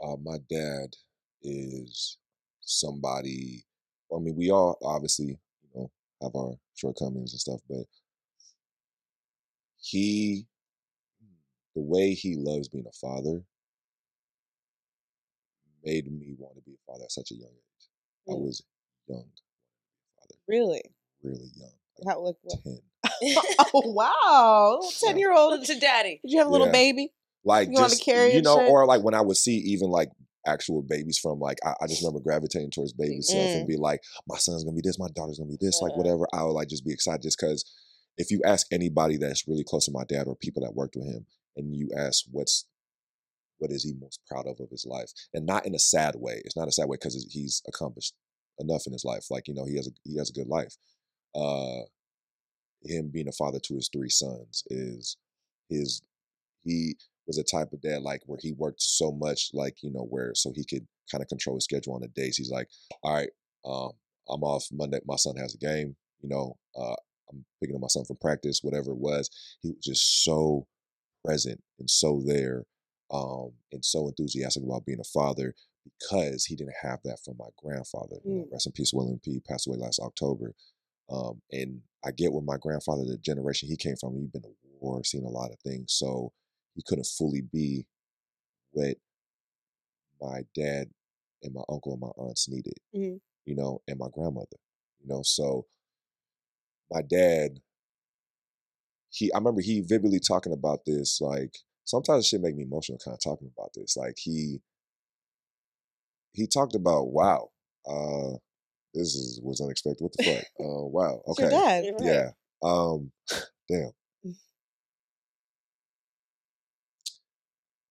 Speaker 3: uh, my dad is somebody. I mean, we all obviously you know have our shortcomings and stuff, but he, the way he loves being a father, made me want to be a father at such a young age. I
Speaker 2: Mm.
Speaker 3: was young, father,
Speaker 2: Really?
Speaker 3: really young, like
Speaker 2: How, like, what?
Speaker 3: ten.
Speaker 2: oh wow,
Speaker 3: Uh, Yeah.
Speaker 2: ten year old.
Speaker 4: Little to daddy.
Speaker 2: Did you have a little
Speaker 3: Yeah.
Speaker 2: baby?
Speaker 3: like
Speaker 2: You wanna
Speaker 3: just
Speaker 2: carry
Speaker 3: you
Speaker 2: and
Speaker 3: know,
Speaker 2: shit?
Speaker 3: or like when I would see even like actual babies from like I, I just remember gravitating towards baby stuff
Speaker 2: Mm.
Speaker 3: and be like, my son's gonna be this, my daughter's gonna be this, like
Speaker 4: Yeah.
Speaker 3: whatever. I would like just be excited just because if you ask anybody that's really close to my dad or people that worked with him, and you ask what's what is he most proud of of his life, and not in a sad way. It's not a sad way because he's accomplished enough in his life. Like you know, he has a he has a good life. Uh, him being a father to his three sons is his he was a type of dad like where he worked so much like you know where so he could kind of control his schedule on the days he's like all right um i'm off monday my son has a game you know uh i'm picking up my son from practice whatever it was he was just so present and so there um and so enthusiastic about being a father because he didn't have that from my grandfather you know,
Speaker 2: Mm.
Speaker 3: rest in peace william p passed away last october um, and I get where my grandfather, the generation he came from, he'd been to war, seen a lot of things, so he couldn't fully be what my dad and my uncle and my aunts needed,
Speaker 2: Mhm.
Speaker 3: you know, and my grandmother, you know. So my dad, he, I remember he vividly talking about this. Like sometimes shit make me emotional, kind of talking about this. Like he, he talked about, wow, uh, this is was unexpected. What the fuck? Uh, wow,
Speaker 2: It's
Speaker 3: okay,
Speaker 2: your dad.
Speaker 4: You're right.
Speaker 3: yeah. Um, damn.
Speaker 2: Mm.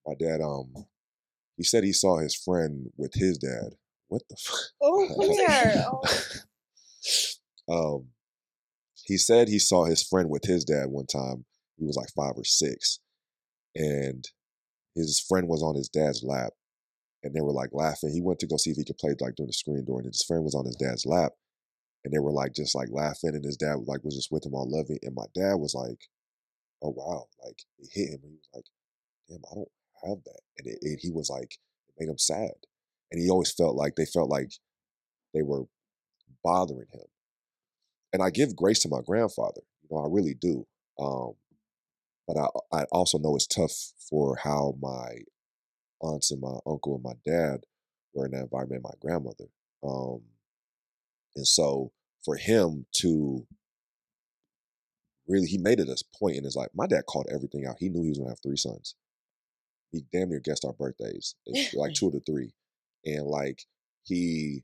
Speaker 3: My dad, um, he said he saw his friend with his dad. What the fuck?
Speaker 2: Oh, weird.
Speaker 3: um, he said he saw his friend with his dad one time. He was like five or six, and his friend was on his dad's lap, and they were like laughing. He went to go see if he could play like during the screen door, and his friend was on his dad's lap, and they were like just like laughing, and his dad like was just with him all loving, and my dad was like, "Oh wow!" Like it hit him. He was like, "Damn, I don't have that," and it, it, he was like, it made him sad, and he always felt like they felt like they were bothering him. And I give grace to my grandfather, you know, I really do. Um, but I, I also know it's tough for how my aunts and my uncle and my dad were in that environment, my grandmother. Um, and so for him to really, he made it a point in his life. My dad called everything out. He knew he was going to have three sons. He damn near guessed our birthdays, It's like two of the three. And like, he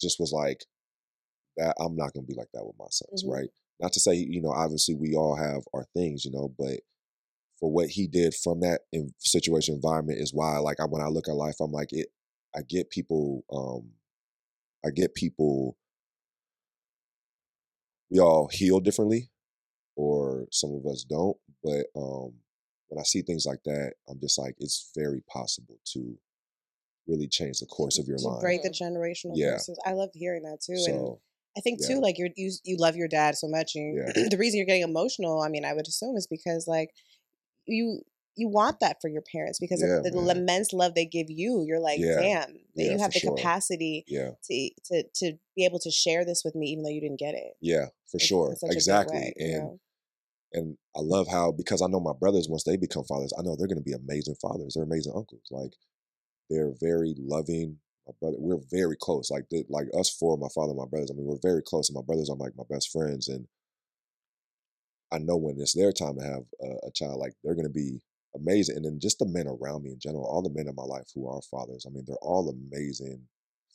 Speaker 3: just was like, that I'm not gonna be like that with my sons,
Speaker 2: Mhm.
Speaker 3: right? Not to say, you know, obviously we all have our things, you know, but for what he did from that in situation environment is why, like, I, when I look at life, I'm like, it. I get people. um I get people. We all heal differently, or some of us don't. But um when I see things like that, I'm just like, it's very possible to really change the course of your
Speaker 2: to
Speaker 3: life.
Speaker 2: break the generational
Speaker 3: Yeah.
Speaker 2: curses. I love hearing that too, and
Speaker 3: So
Speaker 2: I think
Speaker 3: yeah.
Speaker 2: too, like you're, you you love your dad so much, and you- the reason you're getting emotional, I mean, I would assume is because like you you want that for your parents because
Speaker 3: Yeah,
Speaker 2: of the
Speaker 3: man.
Speaker 2: immense love they give you. You're like,
Speaker 3: Yeah.
Speaker 2: damn, that
Speaker 3: Yeah,
Speaker 2: you have
Speaker 3: for
Speaker 2: the
Speaker 3: sure.
Speaker 2: capacity
Speaker 3: Yeah,
Speaker 2: to to to be able to share this with me, even though you didn't get it.
Speaker 3: yeah, for
Speaker 2: in- in
Speaker 3: sure,
Speaker 2: such a big
Speaker 3: exactly.
Speaker 2: way, you
Speaker 3: and
Speaker 2: know?
Speaker 3: and I love how because I know my brothers once they become fathers, I know they're going to be amazing fathers. They're amazing uncles. Like they're very loving. My brother, we're very close. Like the, like us four, my father, and my brothers. I mean, we're very close, and my brothers are like my best friends. And I know when it's their time to have a, a child, like they're going to be amazing. And then just the men around me in general, all the men in my life who are fathers. I mean, they're all amazing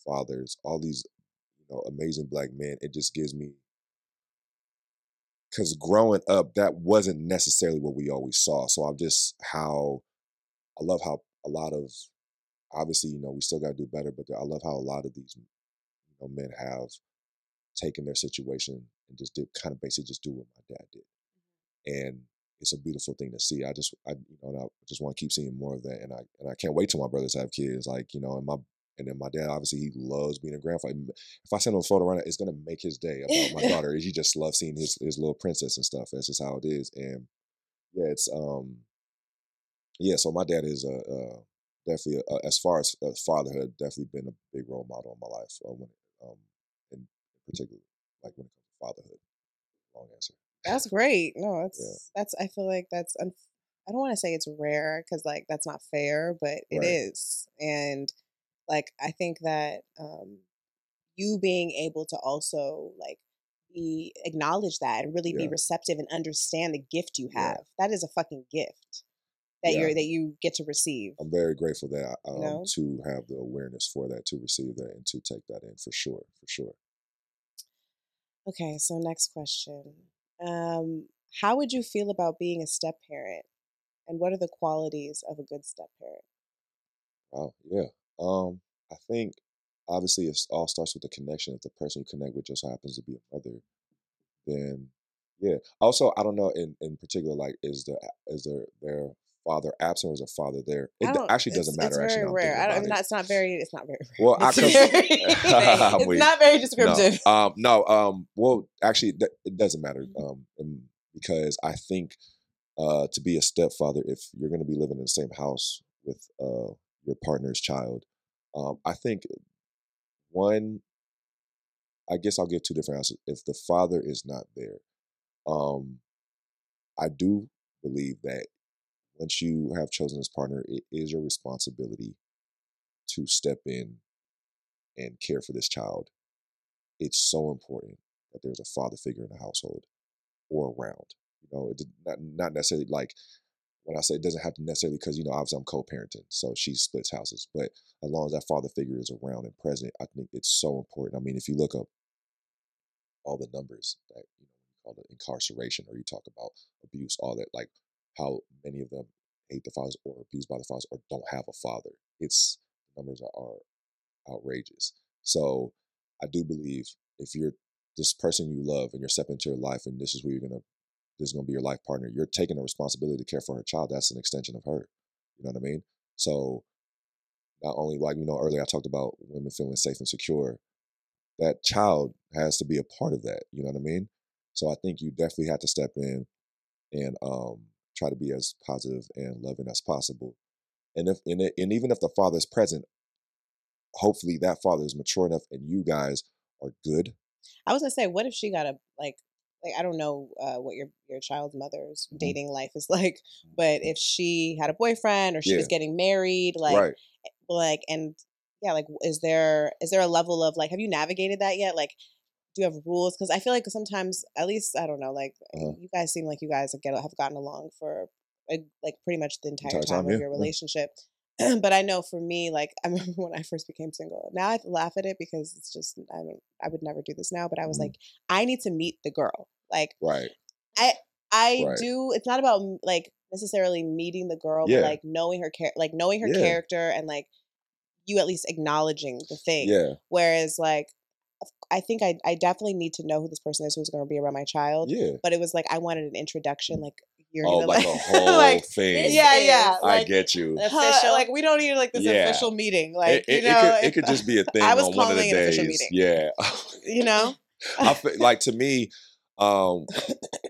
Speaker 3: fathers. All these you know amazing black men. It just gives me because growing up, that wasn't necessarily what we always saw. So I'm just how I love how a lot of obviously, you know, we still got to do better, but I love how a lot of these you know, men have taken their situation and just did kind of basically just do what my dad did, and it's a beautiful thing to see. I just I you know and I just want to keep seeing more of that, and I and I can't wait till my brothers have kids, like you know, and my. And then my dad, obviously, he loves being a grandfather. If I send him a photo right now, it's gonna make his day about my daughter. He just loves seeing his his little princess and stuff. That's just how it is. And yeah, it's um, yeah. So my dad is a, uh definitely uh as far as uh, fatherhood, definitely been a big role model in my life. Uh, when um, in particular, like when it comes to fatherhood. Long answer.
Speaker 2: That's great. No, that's that's. I feel like that's. Un- I don't want to say it's rare because like that's not fair, but it is.
Speaker 3: Right.
Speaker 2: And like I think that um, you being able to also like be acknowledge that and really
Speaker 3: Yeah.
Speaker 2: be receptive and understand the gift you
Speaker 3: Yeah.
Speaker 2: have. That is a fucking gift that
Speaker 3: Yeah.
Speaker 2: you're that you get to receive.
Speaker 3: I'm very grateful that I- um,
Speaker 2: know?
Speaker 3: to have the awareness for that, to receive that, and to take that in for sure, for sure.
Speaker 2: Okay, so next question. Um, how would you feel about being a step parent? And what are the qualities of a good step parent?
Speaker 3: Wow. Yeah. Um, I think obviously it all starts with the connection. If the person you connect with just happens to be a mother, then yeah. Also, I don't know in, in particular, like is the is there their father absent or is a father there?
Speaker 2: I
Speaker 3: It d-
Speaker 2: don't-
Speaker 3: actually doesn't
Speaker 2: it's-
Speaker 3: matter.
Speaker 2: It's very
Speaker 3: actually, now I'm
Speaker 2: rare.
Speaker 3: thinking
Speaker 2: I don't,
Speaker 3: about
Speaker 2: I'm
Speaker 3: it.
Speaker 2: not, it's not very. It's not very rare.
Speaker 3: Well, I
Speaker 2: it's,
Speaker 3: come-
Speaker 2: very vague.
Speaker 3: Wait.
Speaker 2: it's not very
Speaker 3: No,
Speaker 2: descriptive.
Speaker 3: Um, no, um, well, actually, that, it doesn't matter um, um, because I think uh, to be a stepfather, if you're going to be living in the same house with uh, your partner's child, um, I think one, I guess I'll give two different answers. If the father is not there, um, I do believe that once you have chosen this partner, it is your responsibility to step in and care for this child. It's so important that there's a father figure in the household or around. You know, it did not not necessarily like when I say it doesn't have to necessarily because you know obviously I'm co-parenting, so she splits houses. But as long as that father figure is around and present, I think it's so important. I mean, if you look up all the numbers that you know, call it incarceration or you talk about abuse, all that, like how many of them hate the fathers or abused by the fathers or don't have a father. It's numbers are, are outrageous. So I do believe if you're this person you love and you're stepping into your life and this is where you're gonna this is gonna be your life partner, you're taking a responsibility to care for her child. That's an extension of her. You know what I mean? So not only like you know earlier I talked about women feeling safe and secure, that child has to be a part of that. You know what I mean? So I think you definitely have to step in and um, try to be as positive and loving as possible. And if and, it, and even if the father is present, hopefully that father is mature enough and you guys are good.
Speaker 2: I was gonna say, what if she got a like, like I don't know uh, what your your child's mother's
Speaker 3: Mhm.
Speaker 2: dating life is like, but if she had a boyfriend or she was
Speaker 3: Yeah.
Speaker 2: getting married, like,
Speaker 3: right.
Speaker 2: like, and yeah, like, is there is there a level of like, have you navigated that yet? Like, do you have rules? Because I feel like sometimes, at least I don't know, like,
Speaker 3: Uh-huh.
Speaker 2: you guys seem like you guys have, get, have gotten along for like, like pretty much the entire,
Speaker 3: Entire
Speaker 2: time,
Speaker 3: time,
Speaker 2: of
Speaker 3: yeah,
Speaker 2: your
Speaker 3: yeah.
Speaker 2: relationship. but I know for me, like I remember when I first became single. Now I laugh at it because it's just I don't I would never do this now. But I was
Speaker 3: Mhm.
Speaker 2: like, I need to meet the girl. Like
Speaker 3: Right.
Speaker 2: I
Speaker 3: Right.
Speaker 2: do. It's not about m- like necessarily meeting the girl,
Speaker 3: Yeah.
Speaker 2: but like knowing her char- like knowing her
Speaker 3: Yeah.
Speaker 2: character and like you at least acknowledging the thing.
Speaker 3: Yeah.
Speaker 2: Whereas like of- I think I I definitely need to know who this person is who's going to be around my child.
Speaker 3: Yeah.
Speaker 2: But it was like I wanted an introduction. Like you're
Speaker 3: Oh,
Speaker 2: gonna
Speaker 3: like a whole
Speaker 2: like,
Speaker 3: thing.
Speaker 2: yeah, yeah.
Speaker 3: I
Speaker 2: like,
Speaker 3: get you.
Speaker 2: huh,
Speaker 1: Official.
Speaker 2: like we don't need like this
Speaker 3: Yeah.
Speaker 2: official meeting.
Speaker 3: It-
Speaker 2: Like
Speaker 3: it,
Speaker 2: you
Speaker 3: it
Speaker 2: know,
Speaker 3: could, it
Speaker 2: if-
Speaker 3: could just be a thing
Speaker 2: I was
Speaker 3: on one of the
Speaker 2: calling it an
Speaker 3: days.
Speaker 2: official meeting.
Speaker 3: Yeah.
Speaker 2: you know.
Speaker 3: I feel, like to me, Um,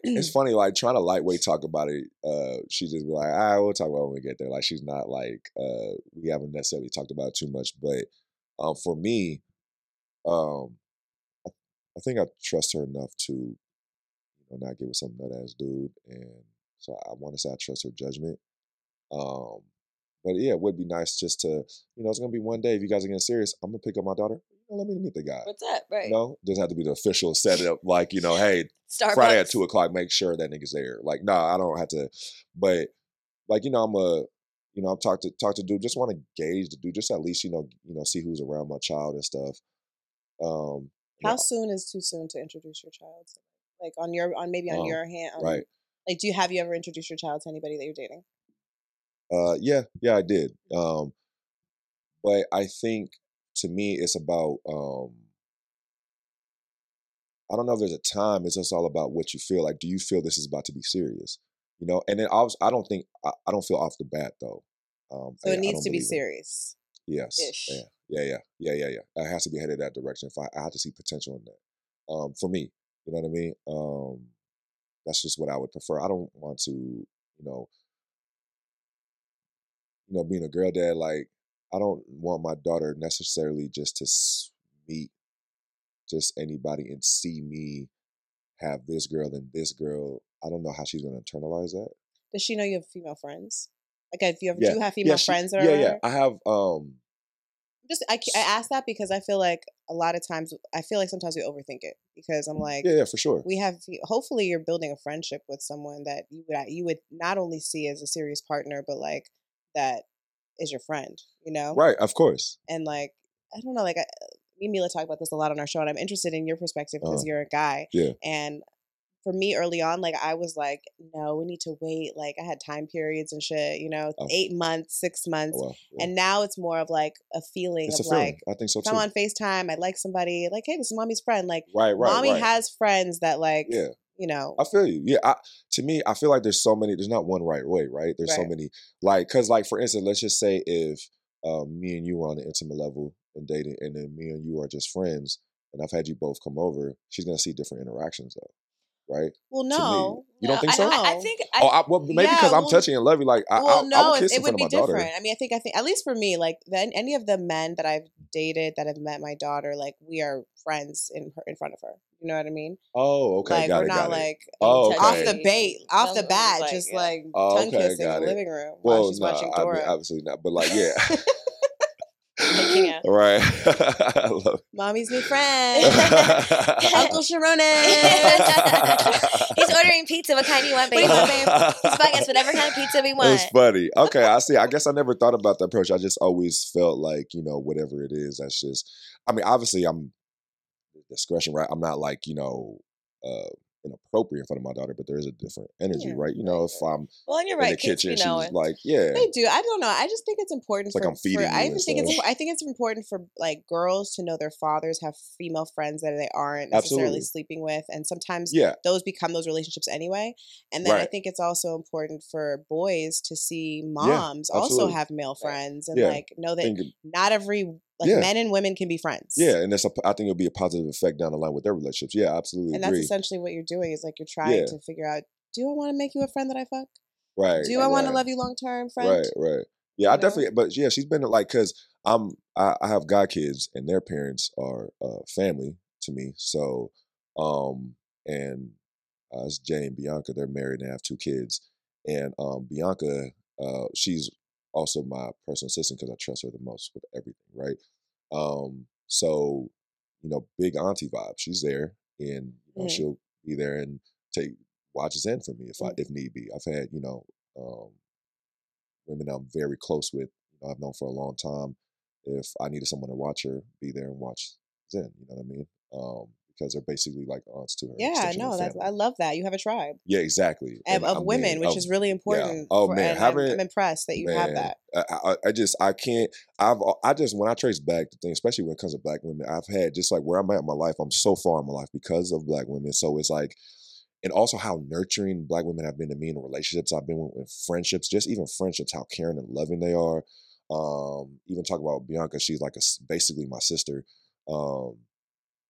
Speaker 3: it's funny, like trying to lightweight talk about it. Uh, she just be like, "I will talk about it when we get there." Like she's not like uh, we haven't necessarily talked about it too much, but um, for me, um, I, I think I trust her enough to, you know, not get with some nut ass dude, and so I want to say I trust her judgment. Um, but yeah, it would be nice just to, you know, it's gonna be one day if you guys are getting serious. I'm gonna pick up my daughter. Let me meet the guy.
Speaker 4: What's up? Right.
Speaker 3: You know, doesn't have to be the official setup. Like you know, hey,
Speaker 4: Starbucks.
Speaker 3: Friday at two o'clock, make sure that nigga's there. Like, no, nah, I don't have to. But like, you know, I'm a, you know, I'm talk to talk to dude. Just want to gauge the dude. Just at least you know, you know, see who's around my child and stuff. Um,
Speaker 2: How soon is too soon to introduce your child? to- Like on your on maybe on
Speaker 3: Um,
Speaker 2: your hand. On,
Speaker 3: right.
Speaker 2: Like, do you have you ever introduced your child to anybody that you're dating?
Speaker 3: Uh, yeah, yeah, I did. Um, but I think to me, it's about. Um, I don't know if there's a time. It's just all about what you feel. Like, do you feel this is about to be serious? You know, and then I, was, I don't think I, I don't feel off the bat though. Um,
Speaker 2: So
Speaker 3: yeah,
Speaker 2: it
Speaker 3: I
Speaker 2: needs
Speaker 3: don't
Speaker 2: to be
Speaker 3: believe in-
Speaker 2: serious.
Speaker 3: Yes.
Speaker 4: ish.
Speaker 3: Yeah. Yeah. Yeah. Yeah. Yeah. Yeah. It has to be headed that direction. If I, I have to see potential in that, um, for me, you know what I mean. Um, that's just what I would prefer. I don't want to, you know, you know, being a girl dad. Like, I don't want my daughter necessarily just to s- meet just anybody and see me have this girl and this girl. I don't know how she's gonna internalize that.
Speaker 2: Does she know you have female friends? Like, if you ever
Speaker 3: Yeah,
Speaker 2: do have
Speaker 3: yeah,
Speaker 2: female
Speaker 3: she-
Speaker 2: friends that are
Speaker 3: yeah,
Speaker 2: around
Speaker 3: yeah.
Speaker 2: her?
Speaker 3: I have um,
Speaker 2: Just I, ca- I ask that because I feel like a lot of times I feel like sometimes we overthink it because I'm like
Speaker 3: yeah, yeah, for sure.
Speaker 2: we have hopefully you're building a friendship with someone that you would you would not only see as a serious partner but like that is your friend you know
Speaker 3: Right, of course. Oh,
Speaker 2: and like I don't know, like I, me and Mila talk about this a lot on our show, and I'm interested in your perspective because
Speaker 3: Uh-huh.
Speaker 2: you're a guy.
Speaker 3: Yeah.
Speaker 2: And for me, early on, like I was like, no, we need to wait. Like I had time periods and shit, you know,
Speaker 3: Oh.
Speaker 2: eight months, six months,
Speaker 3: Oh, wow. yeah.
Speaker 2: and now it's more of like a feeling
Speaker 3: it's a
Speaker 2: of
Speaker 3: feeling.
Speaker 2: like
Speaker 3: I think so
Speaker 2: if
Speaker 3: too.
Speaker 2: I'm on Facetime, I like somebody, like hey, this is mommy's friend. Like
Speaker 3: right, right,
Speaker 2: mommy
Speaker 3: right.
Speaker 2: has friends that like
Speaker 3: yeah.
Speaker 2: you know.
Speaker 3: I feel you. Yeah, I, to me, I feel like there's so many. There's not one right way, right? There's so
Speaker 2: Right.
Speaker 3: many. Like, cause like for instance, let's just say if um, me and you were on an intimate level and dating, and then me and you are just friends, and I've had you both come over, she's gonna see different interactions though, right?
Speaker 2: well,
Speaker 3: to me.
Speaker 2: no.
Speaker 3: You don't think
Speaker 4: I-
Speaker 3: so?
Speaker 4: I, I
Speaker 2: No.
Speaker 4: think I,
Speaker 3: oh, I, well, maybe because
Speaker 2: yeah,
Speaker 3: I'm
Speaker 2: well-
Speaker 3: touchy and lovey. Like, I, I-
Speaker 2: well,
Speaker 3: I,
Speaker 2: no,
Speaker 3: would
Speaker 2: it,
Speaker 3: kiss
Speaker 2: it
Speaker 3: in front
Speaker 2: would
Speaker 3: of
Speaker 2: be
Speaker 3: my
Speaker 2: different.
Speaker 3: daughter.
Speaker 2: I mean, I think I think at least for me, like then any of the men that I've dated that have met my daughter, like we are friends in her in front of her. You know what I mean?
Speaker 3: Oh, okay,
Speaker 2: like
Speaker 3: got
Speaker 2: we're
Speaker 3: it,
Speaker 2: not
Speaker 3: got it.
Speaker 2: like
Speaker 3: Oh,
Speaker 2: off
Speaker 3: okay.
Speaker 2: the bait, off the
Speaker 4: Tongue-
Speaker 2: bat,
Speaker 4: like,
Speaker 2: just
Speaker 4: yeah.
Speaker 2: like
Speaker 3: Oh,
Speaker 2: tongue
Speaker 3: okay,
Speaker 2: kissing in
Speaker 3: got
Speaker 2: the
Speaker 3: it.
Speaker 2: living room while
Speaker 3: Well,
Speaker 2: she's
Speaker 3: no,
Speaker 2: watching
Speaker 3: I mean,
Speaker 2: Dora.
Speaker 3: absolutely not. But like, yeah,
Speaker 4: Making out.
Speaker 3: right. I love
Speaker 2: Mommy's new friend,
Speaker 3: it.
Speaker 2: Uncle Sharonan.
Speaker 3: He's
Speaker 1: He's ordering pizza. What kind do you want, babe?
Speaker 4: do you want, babe?
Speaker 1: He's buying us whatever kind of pizza we want.
Speaker 3: It's funny. Okay, I see. I guess I never thought about the approach. I just always felt like you know whatever it is. That's just. I mean, obviously, I'm discretion, right? I'm not like you know uh inappropriate in front of my daughter, but there is a different energy,
Speaker 2: Yeah,
Speaker 3: right? You know, if I'm
Speaker 4: Well, and you're
Speaker 3: in the
Speaker 4: right. Kids
Speaker 3: kitchen,
Speaker 4: be
Speaker 3: she's
Speaker 4: knowing.
Speaker 3: like, yeah,
Speaker 2: They do. I don't know. I just think it's important
Speaker 3: It's like
Speaker 2: for,
Speaker 3: I'm feeding
Speaker 2: for I
Speaker 3: you
Speaker 2: even
Speaker 3: and
Speaker 2: think it's
Speaker 3: stuff.
Speaker 2: impor- I think it's important for like girls to know their fathers have female friends that they aren't necessarily
Speaker 3: Absolutely.
Speaker 2: sleeping with and sometimes
Speaker 3: yeah,
Speaker 2: those become those relationships anyway. And then I
Speaker 3: Right.
Speaker 2: think it's also important for boys to see moms also
Speaker 3: absolutely.
Speaker 2: have male
Speaker 4: Right.
Speaker 2: friends and
Speaker 3: Yeah.
Speaker 2: like know that
Speaker 3: think,
Speaker 2: not every like
Speaker 3: Yeah.
Speaker 2: men and women can be friends.
Speaker 3: yeah, and that's a, I think it'll be a positive effect down the line with their relationships. Yeah, I absolutely
Speaker 2: And that's
Speaker 3: agree.
Speaker 2: essentially what you're doing is like you're trying
Speaker 3: Yeah.
Speaker 2: to figure out do I want to make you a friend that I fuck?
Speaker 3: Right?
Speaker 2: Do I want to
Speaker 3: right.
Speaker 2: love you long term, friend?
Speaker 3: Right, right.
Speaker 2: You
Speaker 3: Yeah, I
Speaker 2: know?
Speaker 3: definitely, but yeah, she's been like, cause I'm, I, I have god kids, and their parents are uh, family to me. So, um, and uh, it's Jay and Bianca. They're married and have two kids. And um, Bianca, uh, she's also my personal assistant because I trust her the most with everything, right? Um, so, you know, big auntie vibe. She's there, and you know,
Speaker 2: Mhm.
Speaker 3: she'll be there and take watches in for me if I
Speaker 2: Mhm.
Speaker 3: if need be. I've had you know um, women I'm very close with, you know, I've known for a long time. If I needed someone to watch her, be there and watch Zen. You know what I mean? Um, because they're basically like aunts to her.
Speaker 2: Yeah,
Speaker 3: extension of
Speaker 2: no, that's I
Speaker 3: family.
Speaker 2: love that. You have a tribe.
Speaker 3: Yeah, exactly.
Speaker 2: of,
Speaker 3: And
Speaker 2: of
Speaker 3: I
Speaker 2: women,
Speaker 3: mean,
Speaker 2: which
Speaker 3: of-
Speaker 2: is really important.
Speaker 3: Oh,
Speaker 2: for-
Speaker 3: man,
Speaker 2: and I'm,
Speaker 3: having-
Speaker 2: I'm impressed that you have
Speaker 3: man,
Speaker 2: that.
Speaker 3: I, I, I just I can't. I've al- I just when I trace back the thing, especially when it comes to black women, I've had just like where I'm at in my life. I'm so far in my life because of black women. So it's like, and also how nurturing black women have been to me in relationships. I've been with, with friendships, just even friendships, how caring and loving they are. Um, even talk about Bianca, she's like a s basically my sister. Um,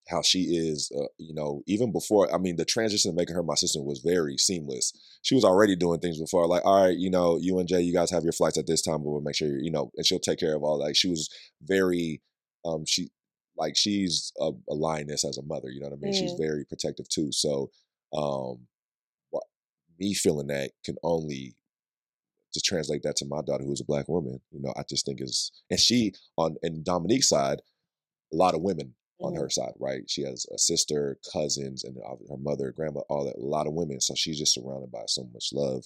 Speaker 3: how she is, uh, you know, even before, I mean, the transition of making her my sister was very seamless. She was already doing things before, like, all right, you know, you and Jay, you guys have your flights at this time, but we'll make sure, you know, and she'll take care of all that. She was very, um, she, like, she's a, a lioness as a mother, you know what I mean? She's
Speaker 2: Mhm.
Speaker 3: very protective too. So, um, wha- me feeling that can only just translate that to my daughter who's a black woman you know i just think is and she on and dominique's side a lot of women on
Speaker 2: Mhm.
Speaker 4: Mm-hmm.
Speaker 3: her side right she has a sister cousins and ob- her mother grandma all that a lot of women so she's just surrounded by so much love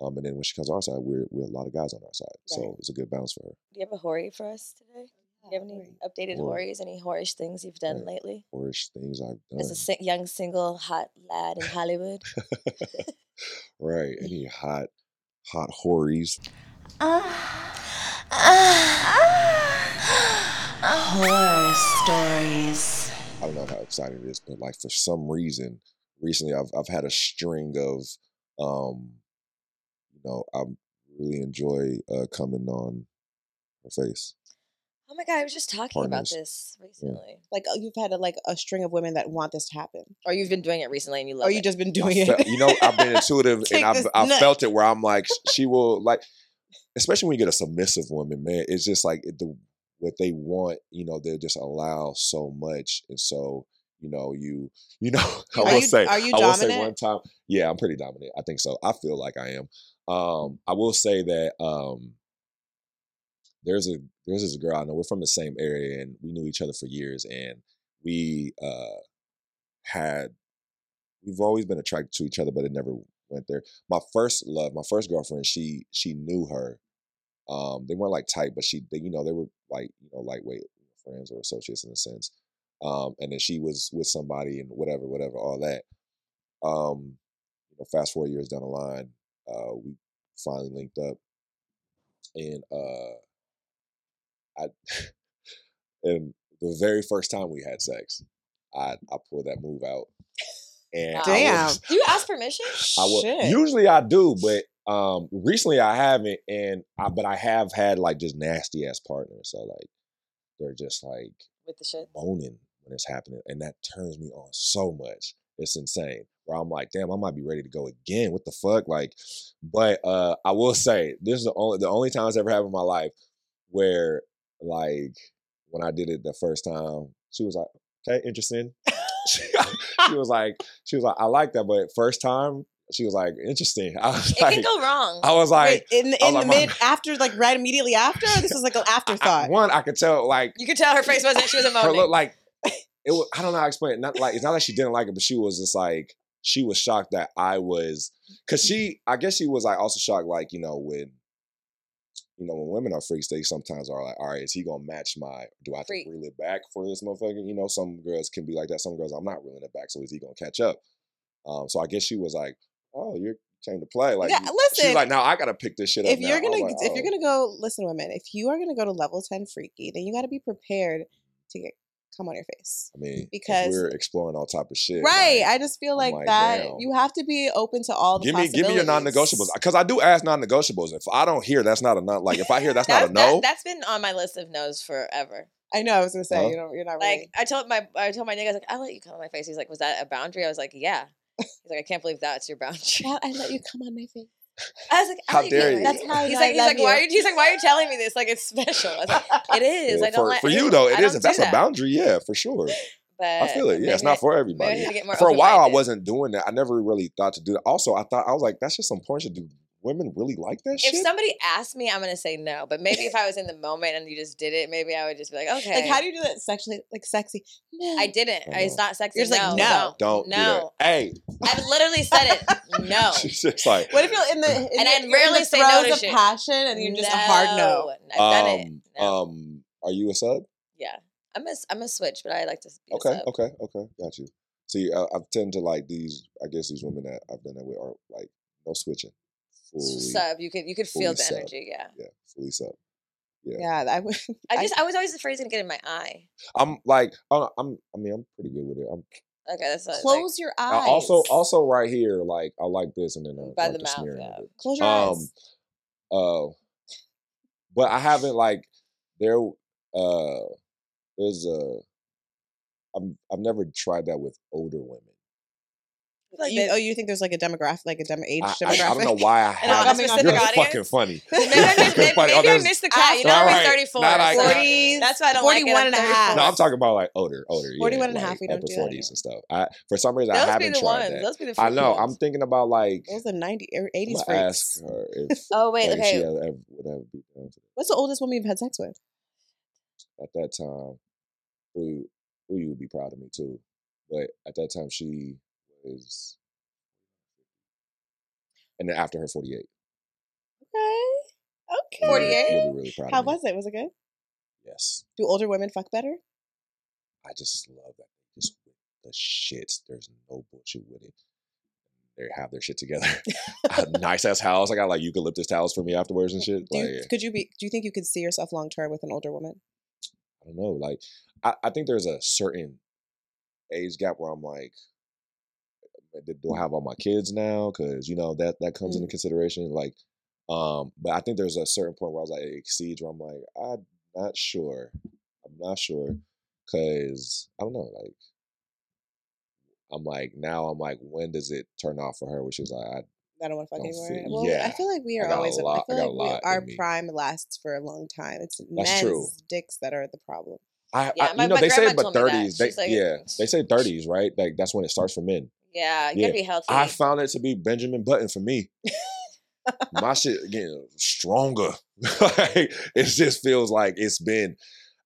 Speaker 3: um, and then when she comes to our side we're, we're a lot of guys on our side
Speaker 2: Right.
Speaker 3: so it's a good balance for her
Speaker 4: Do you have a hori for us today? Do you have any updated
Speaker 3: Hori.
Speaker 4: horis? Any horish things you've done
Speaker 3: Right.
Speaker 4: lately?
Speaker 3: or it's things i've done
Speaker 4: As a si- young single hot lad in Hollywood,
Speaker 3: right any hot hot hories
Speaker 6: Horror stories.
Speaker 3: I don't know how exciting it is, but like for some reason, recently I've I've had a string of, um, you know, I really enjoy uh, coming on her face.
Speaker 4: oh my god, I was just talking about
Speaker 3: Partners.
Speaker 4: this recently,
Speaker 2: Like oh, you've had a, like a string of women that want this to happen,
Speaker 4: or you've been doing it recently and you love
Speaker 2: or
Speaker 4: it.
Speaker 2: you just been
Speaker 3: I
Speaker 2: doing it.
Speaker 3: felt- you know, I've been intuitive
Speaker 2: Take
Speaker 3: and I
Speaker 2: this
Speaker 3: I
Speaker 2: nut.
Speaker 3: felt it where I'm like, sh- she will like, especially when you get a submissive woman, man. It's just like it- the what they want, you know, they just allow so much, and so you know, you you know, I
Speaker 2: Are
Speaker 3: will
Speaker 2: you-
Speaker 3: say,
Speaker 2: are you
Speaker 3: I will say
Speaker 2: dominant?
Speaker 3: one time, yeah, I'm pretty dominant. I think so. I feel like I am. Um, I will say that um, there's a there's this girl I know. We're from the same area, and we knew each other for years, and we uh had we've always been attracted to each other, but it never went there. My first love, my first girlfriend, she she knew her. Um, they weren't like tight, but she they, you know they were like you know lightweight friends or associates in a sense. Um, and then she was with somebody and whatever, whatever, all that. Um, you know, fast forward years down the line, uh, we finally linked up, and uh, I and the very first time we had sex, I I pulled that move out, and I
Speaker 2: Damn.
Speaker 3: was,
Speaker 4: Do you ask permission?
Speaker 3: I will.
Speaker 2: Shit.
Speaker 3: Usually I do, but um, recently I haven't, and I, but I have had like just nasty ass partners. So like they're just like
Speaker 4: With the shit.
Speaker 3: moaning when it's happening, and that turns me on so much. It's insane. Where I'm like, damn, I might be ready to go again. What the fuck? Like, but uh, I will say this is the only the only time it's ever happened in my life where like when I did it the first time, she was like, okay, interesting. she, was like, she was like, I like that, but first time, she was like, interesting. I was
Speaker 4: It
Speaker 3: like,
Speaker 4: can go wrong.
Speaker 3: I was like,
Speaker 2: Wait, in the,
Speaker 3: I
Speaker 2: in
Speaker 3: was
Speaker 2: the
Speaker 3: like,
Speaker 2: mid after like right immediately after or this was like an
Speaker 3: I-
Speaker 2: afterthought
Speaker 3: one, I could tell like
Speaker 4: you could tell her face wasn't. She wasn't
Speaker 3: her
Speaker 4: moaning.
Speaker 3: look like it was, I don't know how to explain it. Not like it's not like she didn't like it, but she was just like she was shocked that I was cause she I guess she was like also shocked like, you know, when you know, when women are freaks, they sometimes are like, all right, is he gonna match my do I have
Speaker 4: Freak.
Speaker 3: to reel it back for this motherfucker? You know, some girls can be like that. Some girls I'm not reeling it back, so is he gonna catch up? Um, so I guess she was like, Oh, you're came to play. Like
Speaker 2: Yeah,
Speaker 3: you-
Speaker 2: listen,
Speaker 3: she's like, now I gotta pick this shit up.
Speaker 2: if you're
Speaker 3: now." I was
Speaker 2: gonna
Speaker 3: like,
Speaker 2: if you're
Speaker 3: "Oh."
Speaker 2: gonna go listen women if you are gonna go to level 10 freaky then you got to be prepared to get come on your face
Speaker 3: I mean, because
Speaker 2: because-
Speaker 3: we're exploring all type of shit.
Speaker 2: right
Speaker 3: like-
Speaker 2: i just feel
Speaker 3: I'm
Speaker 2: like,
Speaker 3: like,
Speaker 2: that
Speaker 3: damn.
Speaker 2: you have to be open to all the
Speaker 3: give me give me your non-negotiables
Speaker 2: possibilities.
Speaker 3: because I do ask non-negotiables. If I don't hear, that's not a non. Like if I hear, that's not
Speaker 4: That,
Speaker 3: a no.
Speaker 4: has been on my list of no's forever.
Speaker 2: i know i was gonna say
Speaker 3: Huh?
Speaker 2: you know you're not
Speaker 4: Like
Speaker 2: really
Speaker 4: I told my I told my nigga, I was like, I let you come on my face. He's like, was that a boundary? I was like, yeah. He's like, I can't believe that's your boundary.
Speaker 2: "Now I let you come on my face.
Speaker 4: I was like, I
Speaker 3: How
Speaker 4: like
Speaker 3: dare you.
Speaker 4: That's
Speaker 2: That's how I
Speaker 4: he's
Speaker 2: know
Speaker 4: like,
Speaker 2: I
Speaker 4: he's
Speaker 2: love
Speaker 4: like, why are
Speaker 2: you.
Speaker 4: you? He's like, why are you telling me this? Like, it's special. I was like, it is.
Speaker 3: Yeah,
Speaker 4: I don't
Speaker 3: for,
Speaker 4: like
Speaker 3: for
Speaker 4: I
Speaker 3: you
Speaker 4: don't-
Speaker 3: though,
Speaker 4: I
Speaker 3: it is.
Speaker 4: don't
Speaker 3: If that's
Speaker 4: do
Speaker 3: a
Speaker 4: that.
Speaker 3: boundary, yeah, for sure. I
Speaker 4: But
Speaker 3: feel it. Yeah, it's
Speaker 4: maybe I-
Speaker 3: not for
Speaker 4: maybe I
Speaker 3: everybody.
Speaker 4: need to get more
Speaker 3: For a while, I
Speaker 4: open-minded.
Speaker 3: wasn't doing that. I never really thought to do that. Also, I thought I was like, that's just some porn shit. Do women really like that
Speaker 4: If
Speaker 3: shit?
Speaker 4: somebody asked me, I'm gonna say no. But maybe if I was in the moment and you just did it, maybe I would just be like, okay.
Speaker 2: like how do you do that sexually like sexy no
Speaker 4: I didn't.
Speaker 3: Oh,
Speaker 4: It's not sexy.
Speaker 2: You're just like, no.
Speaker 3: don't
Speaker 4: no.
Speaker 3: Do that. Hey,
Speaker 4: I've literally said it. No.
Speaker 3: she's just like
Speaker 2: what if you're in the in
Speaker 4: And
Speaker 2: the-
Speaker 4: I
Speaker 2: you're in
Speaker 4: rarely
Speaker 2: the
Speaker 4: say no to
Speaker 2: throes of
Speaker 4: shit.
Speaker 2: passion and you're just a hard no
Speaker 4: I've done it.
Speaker 3: um
Speaker 4: No.
Speaker 3: um. Are you a sub?
Speaker 4: yeah. I'm a, s- I'm a switch, but I like to be
Speaker 3: Okay,
Speaker 4: a sub.
Speaker 3: okay, okay. Got you. See, I, I tend to like these. I guess these women that I've done that with are like no switching, fully
Speaker 4: Sub. You could you could
Speaker 3: fully
Speaker 4: feel the
Speaker 3: sub.
Speaker 4: energy. Yeah.
Speaker 3: yeah, fully sub.
Speaker 2: yeah i would
Speaker 4: I just I was always afraid it's gonna get in my eye.
Speaker 3: I'm like, I'm, I'm. I mean, I'm pretty good with it. I'm
Speaker 4: Okay, that's what, like,
Speaker 2: close your eyes
Speaker 3: I also, also right here. Like, I like this, and then I
Speaker 4: by
Speaker 3: like
Speaker 4: the mouth.
Speaker 3: smearing
Speaker 4: Yeah.
Speaker 3: of it.
Speaker 2: close your eyes
Speaker 3: Um, uh, but I haven't like there. Uh, there's a. I'm, I've never tried that with older women.
Speaker 4: Like
Speaker 2: you,
Speaker 4: that-
Speaker 2: oh, you think there's like a demographic, like a dem- age
Speaker 3: I, I,
Speaker 2: demographic?
Speaker 3: I don't know why I
Speaker 4: And I'm
Speaker 3: have.
Speaker 4: a
Speaker 3: You're
Speaker 4: specific audience.
Speaker 3: fucking funny.
Speaker 4: Maybe I missed, maybe,
Speaker 3: Fucking funny. Oh,
Speaker 4: maybe I
Speaker 3: there's-
Speaker 4: missed the cut. Ah, You know,
Speaker 3: All
Speaker 4: I'm
Speaker 3: right.
Speaker 4: 34.
Speaker 3: Not I-
Speaker 4: so
Speaker 2: Forties.
Speaker 4: That's why I don't like it.
Speaker 2: 41 and a half.
Speaker 3: No, I'm talking about like older, older.
Speaker 2: 41
Speaker 3: yeah,
Speaker 2: and a
Speaker 3: like
Speaker 2: half, we don't
Speaker 3: upper
Speaker 2: do that
Speaker 3: 40s and stuff. I for some reason I
Speaker 4: Those be
Speaker 3: haven't
Speaker 4: the
Speaker 3: tried
Speaker 4: ones.
Speaker 3: that.
Speaker 4: Those be the
Speaker 3: I know.
Speaker 4: freaky
Speaker 3: I'm
Speaker 4: ones.
Speaker 3: thinking about like
Speaker 2: Those are 90, or 80s
Speaker 3: I'm
Speaker 2: freaks.
Speaker 3: gonna ask her if
Speaker 4: Oh, wait.
Speaker 3: like, she
Speaker 4: Okay.
Speaker 3: had ever, would ever be down to
Speaker 2: What's the oldest woman you've had sex with?
Speaker 3: that. at that time. Who who you would be proud of me too, but at that time she was, and then after her 48,
Speaker 2: Okay. Okay.
Speaker 3: you'll be- You'll be really proud.
Speaker 2: How
Speaker 3: of me.
Speaker 2: was it? Was it good?
Speaker 3: Yes,
Speaker 2: Do older women fuck better?
Speaker 3: I just love that. they Just with the shit. There's no bullshit with it. They have their shit together. I have nice ass house. I got like eucalyptus towels for me afterwards and shit.
Speaker 2: Do
Speaker 3: Like,
Speaker 2: you, could you be? Do you think you could see yourself long term with an older woman?
Speaker 3: I don't know. Like, I, I think there's a certain age gap where I'm like, "Uh, do- do I have all my kids now? Because you know that that comes
Speaker 4: Mm-hmm.
Speaker 3: into consideration. Like, um, but I think there's a certain point where I was like, it exceeds where I'm like, I'm not sure. I'm not sure because I don't know. Like, I'm like now I'm like, when does it turn off for her? Which is like, I,
Speaker 2: I don't want to fuck
Speaker 3: Don't
Speaker 2: anymore.
Speaker 3: see-
Speaker 2: Well, I
Speaker 3: yeah.
Speaker 2: feel like we
Speaker 3: I
Speaker 2: are
Speaker 3: got a
Speaker 2: always.
Speaker 3: lot- I
Speaker 2: I
Speaker 3: got a
Speaker 2: feel
Speaker 3: lot
Speaker 2: like
Speaker 3: in
Speaker 2: we, our
Speaker 3: me.
Speaker 2: prime lasts for a long time. It's
Speaker 3: That's
Speaker 2: men's
Speaker 3: true.
Speaker 2: dicks that are the problem.
Speaker 3: I,
Speaker 4: Yeah,
Speaker 3: I
Speaker 4: my-
Speaker 3: you know
Speaker 4: my
Speaker 3: they say,
Speaker 4: grandma
Speaker 3: but
Speaker 4: told me that.
Speaker 3: thirties, they
Speaker 4: She's like, Mm.
Speaker 3: yeah, they say thirties, right? Like that's when it starts for men.
Speaker 4: Yeah, you
Speaker 3: Yeah.
Speaker 4: gotta be healthy.
Speaker 3: I found it to be Benjamin Button for me. My shit getting stronger. like, it just feels like it's been,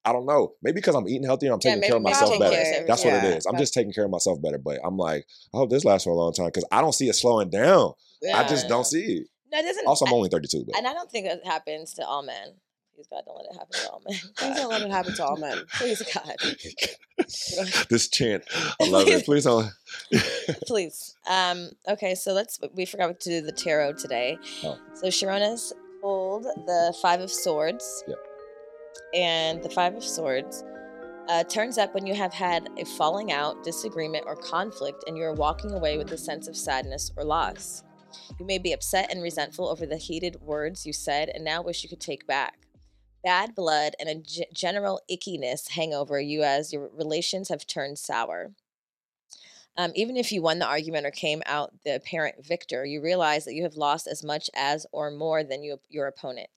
Speaker 3: I don't know, maybe because I'm eating healthier, I'm
Speaker 4: Yeah,
Speaker 3: taking
Speaker 4: maybe
Speaker 3: care of
Speaker 4: we
Speaker 3: myself
Speaker 4: take care of
Speaker 3: better.
Speaker 4: ourselves,
Speaker 3: That's what
Speaker 4: yeah.
Speaker 3: it is. I'm just taking care of myself better. But I'm like, I hope this lasts for a long time because I don't see it slowing down. I just
Speaker 4: Yeah.
Speaker 3: don't see
Speaker 4: No, it doesn't.
Speaker 3: it. Also, I'm
Speaker 4: I-
Speaker 3: only 32, but
Speaker 4: and I don't think it happens to all men. Please God, don't let it happen to all men.
Speaker 2: Please don't let it happen to all men.
Speaker 4: Please God,
Speaker 3: this chant, I love it. Please don't.
Speaker 4: please. Um, okay, so let's. We forgot to do the tarot today.
Speaker 3: Oh.
Speaker 4: So Sharona's pulled the Five of Swords.
Speaker 3: Yeah.
Speaker 4: And the Five of Swords uh, turns up when you have had a falling out, disagreement, or conflict, and you are walking away with a sense of sadness or loss. You may be upset and resentful over the heated words you said and now wish you could take back. Bad blood and a ge- general ickiness hang over you as your relations have turned sour. Um, even if you won the argument or came out the apparent victor, you realize that you have lost as much as or more than you, your opponent.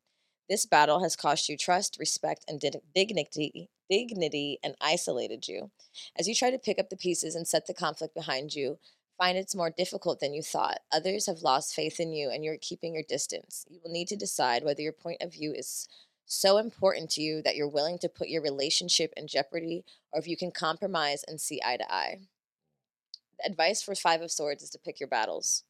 Speaker 4: This battle has cost you trust, respect, and dig- dignity, dignity, and isolated you. As you try to pick up the pieces and set the conflict behind you, find it's more difficult than you thought. Others have lost faith in you, and you're keeping your distance. You will need to decide whether your point of view is so important to you that you're willing to put your relationship in jeopardy, or if you can compromise and see eye to eye advice for Five of Swords is to pick your battles.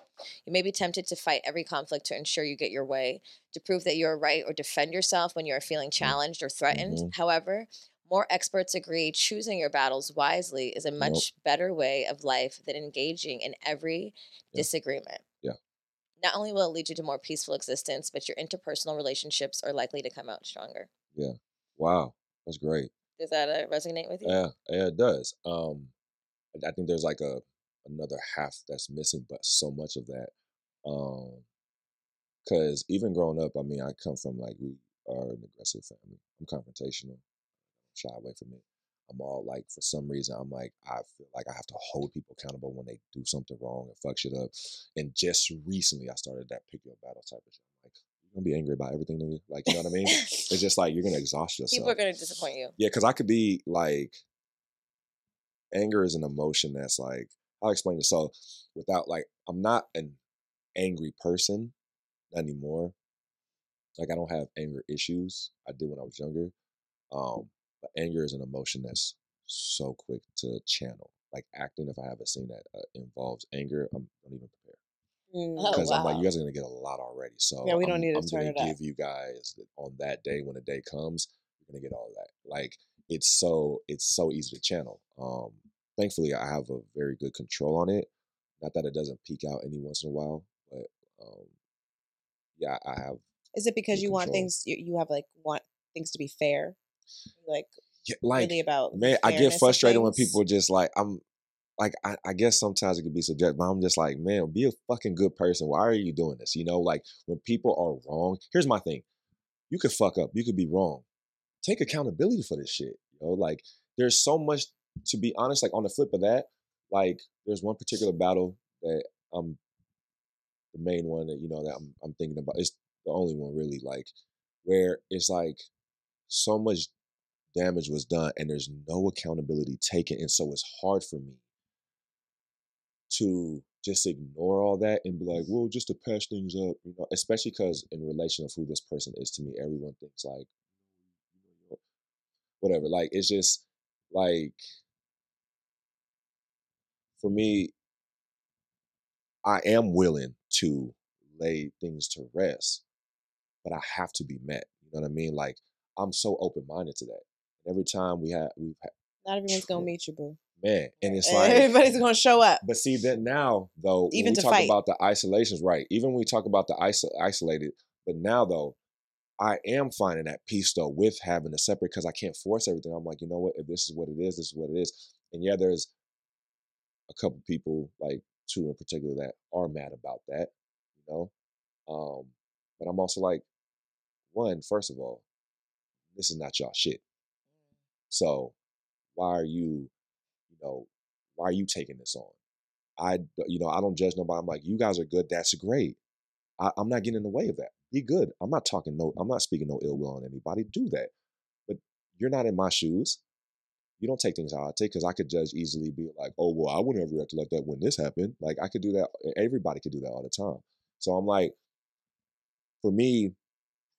Speaker 4: You may be tempted to fight every conflict to ensure you get your way, to prove that you're right, or defend yourself when you are feeling
Speaker 3: Mm-hmm.
Speaker 4: challenged or threatened.
Speaker 3: Mhm.
Speaker 4: However, more experts agree choosing your battles wisely is a much better way of life than engaging in every
Speaker 3: Yeah.
Speaker 4: disagreement.
Speaker 3: Yeah.
Speaker 4: Not only will it lead you to more peaceful existence, but your interpersonal relationships are likely to come out stronger.
Speaker 3: Wow, that's great.
Speaker 4: Does that uh, resonate with you?
Speaker 3: Yeah, yeah, it does. Um, I- I think there's like a another half that's missing, but so much of that. Um, because even growing up, I mean, I come from like we are an aggressive family. I'm confrontational. Shy away from it. I'm all like, for some reason, I'm like, I feel like I have to hold people accountable when they do something wrong and fuck shit up. And just recently, I started that pick your battle type of shit. Like, you're gonna be angry about everything, nigga. Like, you know what I mean? it's just like you're gonna exhaust yourself.
Speaker 4: People are going to disappoint you.
Speaker 3: Yeah, because I could be like, anger is an emotion that's like, I'll explain this. So, without like, I'm not an angry person anymore. Like, I don't have anger issues. I did when I was younger. Um, but anger is an emotion that's so quick to channel. Like, acting, if I have a scene that uh, involves anger, I'm don't even prepare
Speaker 2: Mm.
Speaker 4: Oh,
Speaker 3: because I'm like,
Speaker 4: wow.
Speaker 3: you guys are gonna get a lot already. So
Speaker 2: Yeah, we don't
Speaker 3: I'm,
Speaker 2: need to
Speaker 3: I'm
Speaker 2: turn it
Speaker 3: gonna
Speaker 2: up.
Speaker 3: give you guys th- on that day when the day comes, you're gonna get all that. Like it's so it's so easy to channel. Um, thankfully, I have a very good control on it. Not that it doesn't peak out any once in a while, but um, yeah, I have.
Speaker 2: Is it because
Speaker 3: Good
Speaker 2: you want
Speaker 3: control.
Speaker 2: things? You, you have like want things to be fair. Like,
Speaker 3: Yeah, like
Speaker 2: really about
Speaker 3: man, I
Speaker 2: fairness
Speaker 3: get
Speaker 2: of
Speaker 3: frustrated when
Speaker 2: things?
Speaker 3: people just like I'm. Like I, I guess sometimes it could be subjective, but I'm just like, man, be a fucking good person. Why are you doing this? You know, like when people are wrong. Here's my thing: you could fuck up, you could be wrong. Take accountability for this shit. You know, like there's so much to be honest, like on the flip of that, like there's one particular battle that I'm the main one that you know that I'm I'm thinking about. It's the only one really, like where it's like so much damage was done and there's no accountability taken, and so it's hard for me to just ignore all that and be like, well, just to patch things up, you know, especially because in relation of who this person is to me, everyone thinks like whatever. Like it's just like for me, I am willing to lay things to rest, but I have to be met. You know what I mean? Like I'm so open minded to that. Every time we have we've had
Speaker 2: Not everyone's gonna meet you, boo.
Speaker 3: man, and it's like
Speaker 2: Everybody's gonna show up.
Speaker 3: but see that now though, when
Speaker 2: Even
Speaker 3: we
Speaker 2: to
Speaker 3: talk
Speaker 2: fight.
Speaker 3: about the isolations, right? Even when we talk about the iso- isolated, but now though, I am finding that peace though with having to separate because I can't force everything. I'm like, you know what? If this is what it is, this is what it is. And yeah, there's a couple people, like two in particular, that are mad about that, you know. Um, but I'm also like, one, first of all, this is not y'all shit.
Speaker 2: Mm.
Speaker 3: So why are you, you know, why are you taking this on? I, d- you know, I don't judge nobody. I'm like, you guys are good. That's great. I, I'm not getting in the way of that. Be good. I'm not talking no. I'm not speaking no ill will on anybody. Do that. But you're not in my shoes. You don't take things how I take because I could judge easily. Be like, oh well, I wouldn't ever have to let that when this happened. Like I could do that. e, Everybody could do that all the time. So I'm like, for me,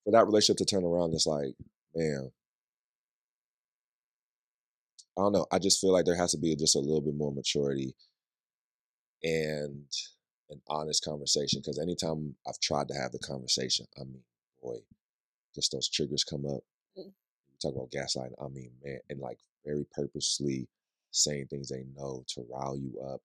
Speaker 3: for that relationship to turn around, it's like, man, I don't know. I just feel like there has to be just a little bit more maturity and an honest conversation. Because anytime I've tried to have the conversation, I mean, boy, just those triggers come up. You
Speaker 2: Mm.
Speaker 3: talk about gaslighting. I mean, man, and like very purposely saying things they know to rile you up,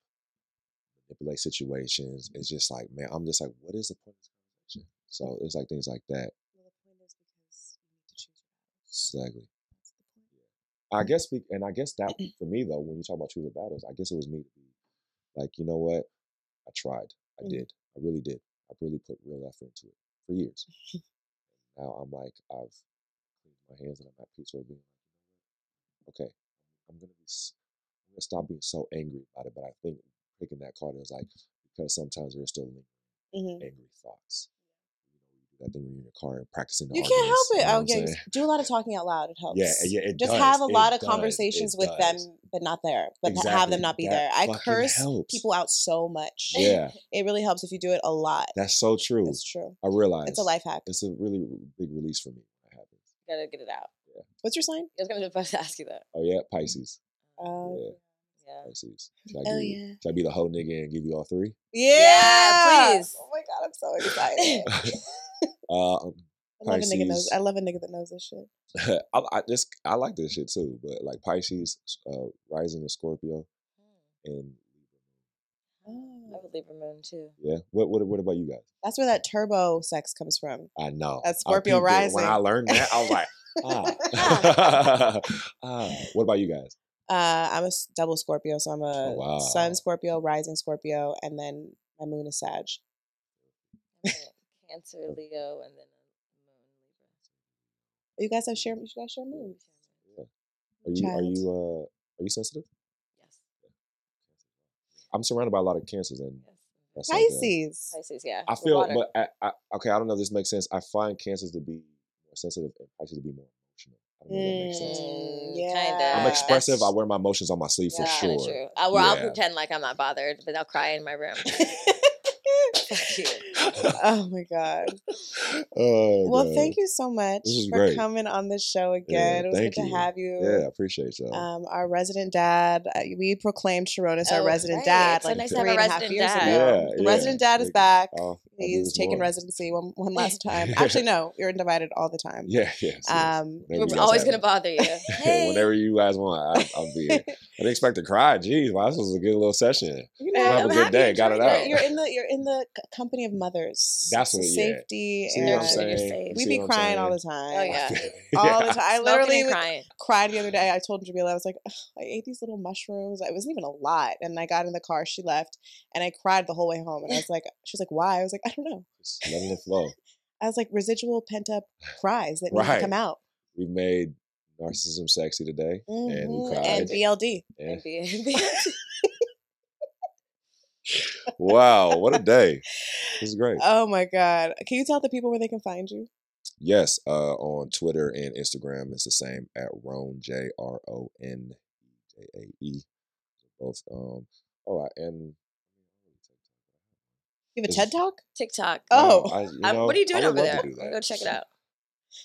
Speaker 3: manipulate situations. It's just like, man, I'm just like, what is the point of this conversation? So it's like things like that.
Speaker 2: Well, the point is because you need to choose your battles.
Speaker 3: Exactly.
Speaker 2: That's the point.
Speaker 3: I guess, be, and I guess that for me though, when you talk about choosing battles, I guess it was me to be like, you know what? I tried. I
Speaker 2: Mhm.
Speaker 3: did. I really did. I really put real effort into it for years. now I'm like, I've cleaned my hands and I'm at peace with being like, okay, I'm gonna be, s- I'm gonna stop being so angry about it. But I think picking that card is like because sometimes there's still lingering
Speaker 2: Mhm.
Speaker 3: angry thoughts. You know, you do that thing when you're in your car and practicing. The
Speaker 2: You can't help it. Oh
Speaker 3: arguments, you know what I'm
Speaker 2: yeah, you
Speaker 3: saying?
Speaker 2: s- do a lot of talking out loud. It helps.
Speaker 3: Yeah, yeah, it
Speaker 2: Just
Speaker 3: does,
Speaker 2: have a
Speaker 3: it
Speaker 2: lot of
Speaker 3: does,
Speaker 2: conversations
Speaker 3: it
Speaker 2: with them,
Speaker 3: does.
Speaker 2: but not there. But th- have
Speaker 3: Exactly,
Speaker 2: them not be
Speaker 3: that
Speaker 2: there. I
Speaker 3: fucking
Speaker 2: curse
Speaker 3: helps.
Speaker 2: people out so much.
Speaker 3: Yeah,
Speaker 2: It really helps if you do it a lot.
Speaker 3: that's so true.
Speaker 2: That's true.
Speaker 3: I realize
Speaker 2: It's a life hack.
Speaker 3: It's a really big release for me. when That happens.
Speaker 4: gotta get it out.
Speaker 2: What's your sign?
Speaker 4: I was gonna about to ask you that.
Speaker 3: Oh
Speaker 2: Mm,
Speaker 3: yeah, Pisces.
Speaker 2: Uh,
Speaker 3: Yeah,
Speaker 4: Yeah.
Speaker 3: Pisces. Should I
Speaker 2: Oh,
Speaker 3: give you-
Speaker 2: yeah.
Speaker 3: Should I be the whole nigga and give you all three?
Speaker 2: yeah.
Speaker 4: please.
Speaker 2: Oh my god, I'm so excited.
Speaker 3: Uh,
Speaker 2: I love a nigga knows.
Speaker 3: Pisces.
Speaker 2: I love a nigga that knows this shit.
Speaker 3: I, I just I like this shit too, but like Pisces, uh, rising in Scorpio, and
Speaker 4: I would leave a moon too.
Speaker 3: yeah. What what what about you guys?
Speaker 2: Ah. That's where that turbo sex comes from.
Speaker 3: I know
Speaker 2: That's
Speaker 3: I
Speaker 2: Scorpio
Speaker 3: peeped it. When
Speaker 2: rising.
Speaker 3: I learned that, I was like, ah. ah. What about you guys?
Speaker 2: Uh, I'm a s- double Scorpio, so I'm a
Speaker 3: Oh, wow.
Speaker 2: Sun Scorpio, Rising Scorpio, and then my Moon is Sag. Oh,
Speaker 4: I'm a Cancer, Leo, and then a
Speaker 2: You guys have share. You guys share
Speaker 4: moon, Libra.
Speaker 2: moons.
Speaker 3: Yeah. Are you are
Speaker 2: Child.
Speaker 3: you uh are you sensitive?
Speaker 4: Yes.
Speaker 3: I'm surrounded by a lot of cancers, and
Speaker 4: Yes.
Speaker 3: that's like, uh,
Speaker 2: Pisces.
Speaker 4: Pisces, yeah.
Speaker 3: I
Speaker 4: the
Speaker 3: feel,
Speaker 4: water.
Speaker 3: but I, I, okay, I don't know if this makes sense. I find cancers to be more sensitive and Pisces to be more emotional. I don't know if that makes sense.
Speaker 2: Mm,
Speaker 4: Mm,
Speaker 2: yeah.
Speaker 4: kinda.
Speaker 3: I'm
Speaker 2: That's-
Speaker 3: expressive. I wear my emotions on my sleeve for
Speaker 4: That's
Speaker 3: sure.
Speaker 4: kinda True. I, Uh, well, I'll
Speaker 3: Yeah.
Speaker 4: pretend like I'm not bothered, but I'll cry in my room. you.
Speaker 2: oh my god.
Speaker 3: Oh,
Speaker 2: Well,
Speaker 3: God.
Speaker 2: thank you so much
Speaker 3: This was
Speaker 2: for
Speaker 3: great.
Speaker 2: coming on this show again. it was
Speaker 3: thank
Speaker 2: good
Speaker 3: you.
Speaker 2: to have you.
Speaker 3: Yeah, I appreciate y'all.
Speaker 2: Um, our resident dad. uh, We proclaimed Sharon as our
Speaker 4: Oh,
Speaker 2: resident
Speaker 4: right.
Speaker 2: dad
Speaker 4: It's so
Speaker 2: like
Speaker 4: nice to have
Speaker 2: three
Speaker 4: a
Speaker 2: and a half
Speaker 4: resident
Speaker 2: years
Speaker 4: dad.
Speaker 2: ago.
Speaker 3: Yeah,
Speaker 2: the
Speaker 3: yeah.
Speaker 2: resident dad is
Speaker 3: Thank you.
Speaker 2: back.
Speaker 3: I'll- I'll do
Speaker 2: He's
Speaker 3: this
Speaker 2: taken
Speaker 3: more.
Speaker 2: residency one, one last time. Actually, no, you're invited all the time.
Speaker 3: Yeah, yes. yes.
Speaker 2: Um,
Speaker 3: Whenever you
Speaker 4: We're
Speaker 3: guys
Speaker 4: always
Speaker 3: have
Speaker 4: gonna
Speaker 3: me.
Speaker 4: bother you. Hey.
Speaker 3: Whenever you guys want, I, I'll be here. I didn't expect to cry. Jeez, wow, this was a good little session.
Speaker 2: you
Speaker 4: Uh,
Speaker 2: know,
Speaker 3: Have a
Speaker 4: I'm
Speaker 3: good
Speaker 4: happy
Speaker 3: day.
Speaker 4: you
Speaker 3: Got it
Speaker 4: enjoyed
Speaker 3: out.
Speaker 2: you're in the you're in the c- company of mothers.
Speaker 3: That's
Speaker 2: So
Speaker 3: what- yeah.
Speaker 2: safety
Speaker 3: See
Speaker 2: and
Speaker 3: what I'm
Speaker 4: Yeah, you're
Speaker 3: saying?
Speaker 4: safe.
Speaker 3: You
Speaker 2: we
Speaker 3: see
Speaker 2: be
Speaker 3: what I'm
Speaker 2: crying all
Speaker 3: saying?
Speaker 2: the time.
Speaker 4: Oh, yeah.
Speaker 2: all the time. I
Speaker 4: Smoking
Speaker 2: literally
Speaker 4: and
Speaker 2: was-
Speaker 4: crying.
Speaker 2: cried the other day. I told Jamila, I was like, "Ugh, I ate these little mushrooms. It wasn't even a lot. And I got in the car, she left, and I cried the whole way home. And I was like, she was like, why? I was like, I don't know.
Speaker 3: Just letting it flow.
Speaker 2: I was like, residual pent up cries that need to
Speaker 3: Right.
Speaker 2: come out.
Speaker 3: We've made Narcissism Sexy today. And
Speaker 2: Mhm,
Speaker 3: Ukai.
Speaker 2: and BLD.
Speaker 3: Yeah.
Speaker 4: NBA.
Speaker 3: Wow, what a day. This is great.
Speaker 4: Uh,
Speaker 2: Oh my God. Can you tell the people where they can find you?
Speaker 3: Yes, uh, on Twitter and Instagram, it's the same at Roan J R O N J A E. Both. Um. Oh, I, and
Speaker 2: You have a
Speaker 3: Is-
Speaker 2: TED Talk?
Speaker 4: TikTok.
Speaker 2: Oh.
Speaker 3: wow, I- you
Speaker 4: Um,
Speaker 3: know,
Speaker 4: what are you
Speaker 3: I
Speaker 4: doing
Speaker 3: would
Speaker 4: over
Speaker 3: love
Speaker 4: there?
Speaker 3: to do that.
Speaker 4: Go check it out.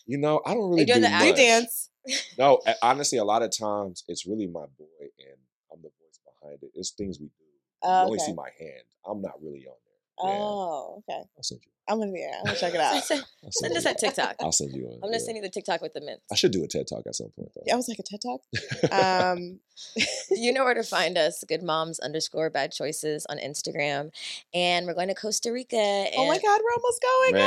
Speaker 3: You know, I don't really
Speaker 4: doing
Speaker 3: do
Speaker 4: the
Speaker 2: Do
Speaker 4: act-
Speaker 3: much.
Speaker 2: dance.
Speaker 3: No, a- honestly, a lot of times it's really my boy, and I'm the voice behind it. It's things we do.
Speaker 2: Oh,
Speaker 3: you only
Speaker 2: okay.
Speaker 3: see my hand. I'm not really on there. Yeah,
Speaker 2: Oh, okay.
Speaker 3: I'll send you.
Speaker 2: I'm gonna be there. I'm gonna check it out.
Speaker 4: Send
Speaker 3: I'll send,
Speaker 4: send us
Speaker 3: you.
Speaker 4: that TikTok.
Speaker 3: I'll send you one.
Speaker 4: I'm gonna send you the TikTok with the mints.
Speaker 3: I should do a TED talk at some point though.
Speaker 2: I was like a TED Talk. Um,
Speaker 4: you know where to find us good moms underscore bad choices on instagram and we're going to costa rica and
Speaker 2: oh my God, we're almost going,
Speaker 3: Man,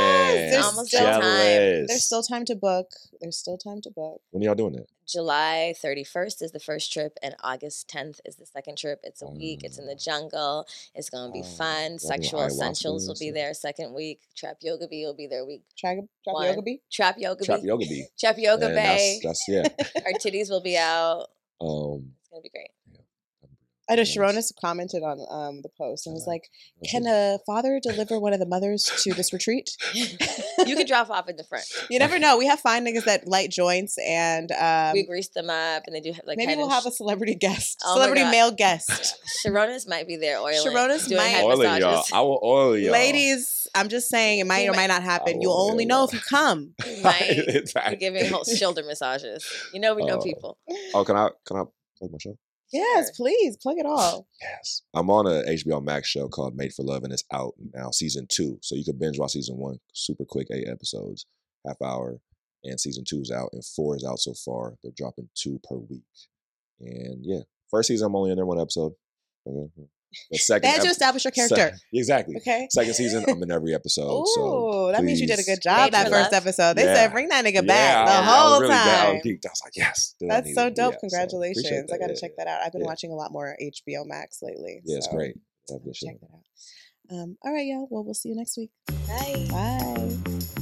Speaker 2: guys. There's
Speaker 4: Almost
Speaker 2: still time.
Speaker 4: done.
Speaker 3: jealous.
Speaker 2: There's still time to book. There's still time to book.
Speaker 3: When y'all doing that?
Speaker 4: july 31st is the first trip and august 10th is the second trip it's a week it's in the
Speaker 2: Mm.
Speaker 3: Oh.
Speaker 4: jungle it's going to be
Speaker 3: Oh, y'all
Speaker 4: fun
Speaker 3: doing
Speaker 4: sexual
Speaker 3: ayahuasca
Speaker 4: essentials
Speaker 3: and
Speaker 4: will be
Speaker 3: stuff?
Speaker 4: there second week trap yoga bee will be there week
Speaker 2: Try, drop
Speaker 4: One.
Speaker 2: yoga bee.
Speaker 4: trap yoga
Speaker 3: Trap
Speaker 4: bee
Speaker 3: Yoga Bee.
Speaker 4: trap yoga
Speaker 3: And
Speaker 4: bay
Speaker 3: That's, that's yeah.
Speaker 4: our titties will be out
Speaker 3: Um,
Speaker 4: it's going to be great
Speaker 2: I know
Speaker 3: Yes.
Speaker 2: Sharonis commented on um, the post and was
Speaker 3: Hello.
Speaker 2: like, "Can a father deliver one of the mothers to this retreat?"
Speaker 4: you can drop off in the front
Speaker 2: You never know. We have fine niggas that light joints, and um,
Speaker 4: we grease them up and they do like
Speaker 2: maybe
Speaker 4: head
Speaker 2: we'll
Speaker 4: and
Speaker 2: have
Speaker 4: sh-
Speaker 2: a celebrity guest,
Speaker 4: Oh my
Speaker 2: celebrity
Speaker 4: God.
Speaker 2: male guest.
Speaker 4: Sharonas might be there oiling.
Speaker 2: Sharonas
Speaker 4: doing
Speaker 2: might-
Speaker 4: head
Speaker 3: oil it, y'all.
Speaker 4: massages.
Speaker 3: I will oil y'all.
Speaker 2: Ladies, I'm just saying, it might
Speaker 4: We
Speaker 2: or
Speaker 4: might-
Speaker 2: might not happen. You'll
Speaker 3: will,
Speaker 2: only
Speaker 3: yeah.
Speaker 2: know if you come.
Speaker 4: might
Speaker 3: It's
Speaker 4: be
Speaker 3: like-
Speaker 4: giving whole shoulder massages. You know, we know
Speaker 3: Oh.
Speaker 4: people.
Speaker 3: Oh, can I can I plug my show?
Speaker 2: Yes,
Speaker 4: Sure.
Speaker 2: please plug it all.
Speaker 3: Yes. I'm on a HBO Max show called Made for Love, and it's out now, season two. So you can binge watch season one, super quick, eight episodes, half hour, and season two is out, and four is out so far. They're dropping two per week, and yeah, first season I'm only in there one episode. Okay. The second
Speaker 2: They had to
Speaker 3: ep-
Speaker 2: establish your
Speaker 3: se-
Speaker 2: character.
Speaker 3: exactly.
Speaker 2: Okay.
Speaker 3: Second season I'm in every episode. so
Speaker 2: Ooh, that means you did a
Speaker 3: please-
Speaker 2: good
Speaker 4: Made
Speaker 2: job that
Speaker 4: for
Speaker 2: first
Speaker 4: love.
Speaker 2: episode. They
Speaker 3: Yeah.
Speaker 2: said bring that nigga
Speaker 3: Yeah,
Speaker 2: back the
Speaker 3: I was- I
Speaker 2: whole
Speaker 3: was really down. I
Speaker 2: time.
Speaker 3: was geeked. I was like, yes, dude, I
Speaker 2: That's so
Speaker 3: needed-
Speaker 2: dope.
Speaker 3: yeah, so appreciate
Speaker 2: Congratulations.
Speaker 3: that.
Speaker 2: I got to
Speaker 3: Yeah,
Speaker 2: check
Speaker 3: yeah,
Speaker 2: that out. I've been
Speaker 3: yeah.
Speaker 2: watching a lot more HBO Max lately.
Speaker 3: Yeah, it's
Speaker 2: so
Speaker 3: great. Have
Speaker 2: I'll
Speaker 3: good shit.
Speaker 2: Check that out. Um, all right, y'all. Well, we'll see you next week.
Speaker 4: Bye.
Speaker 2: Bye.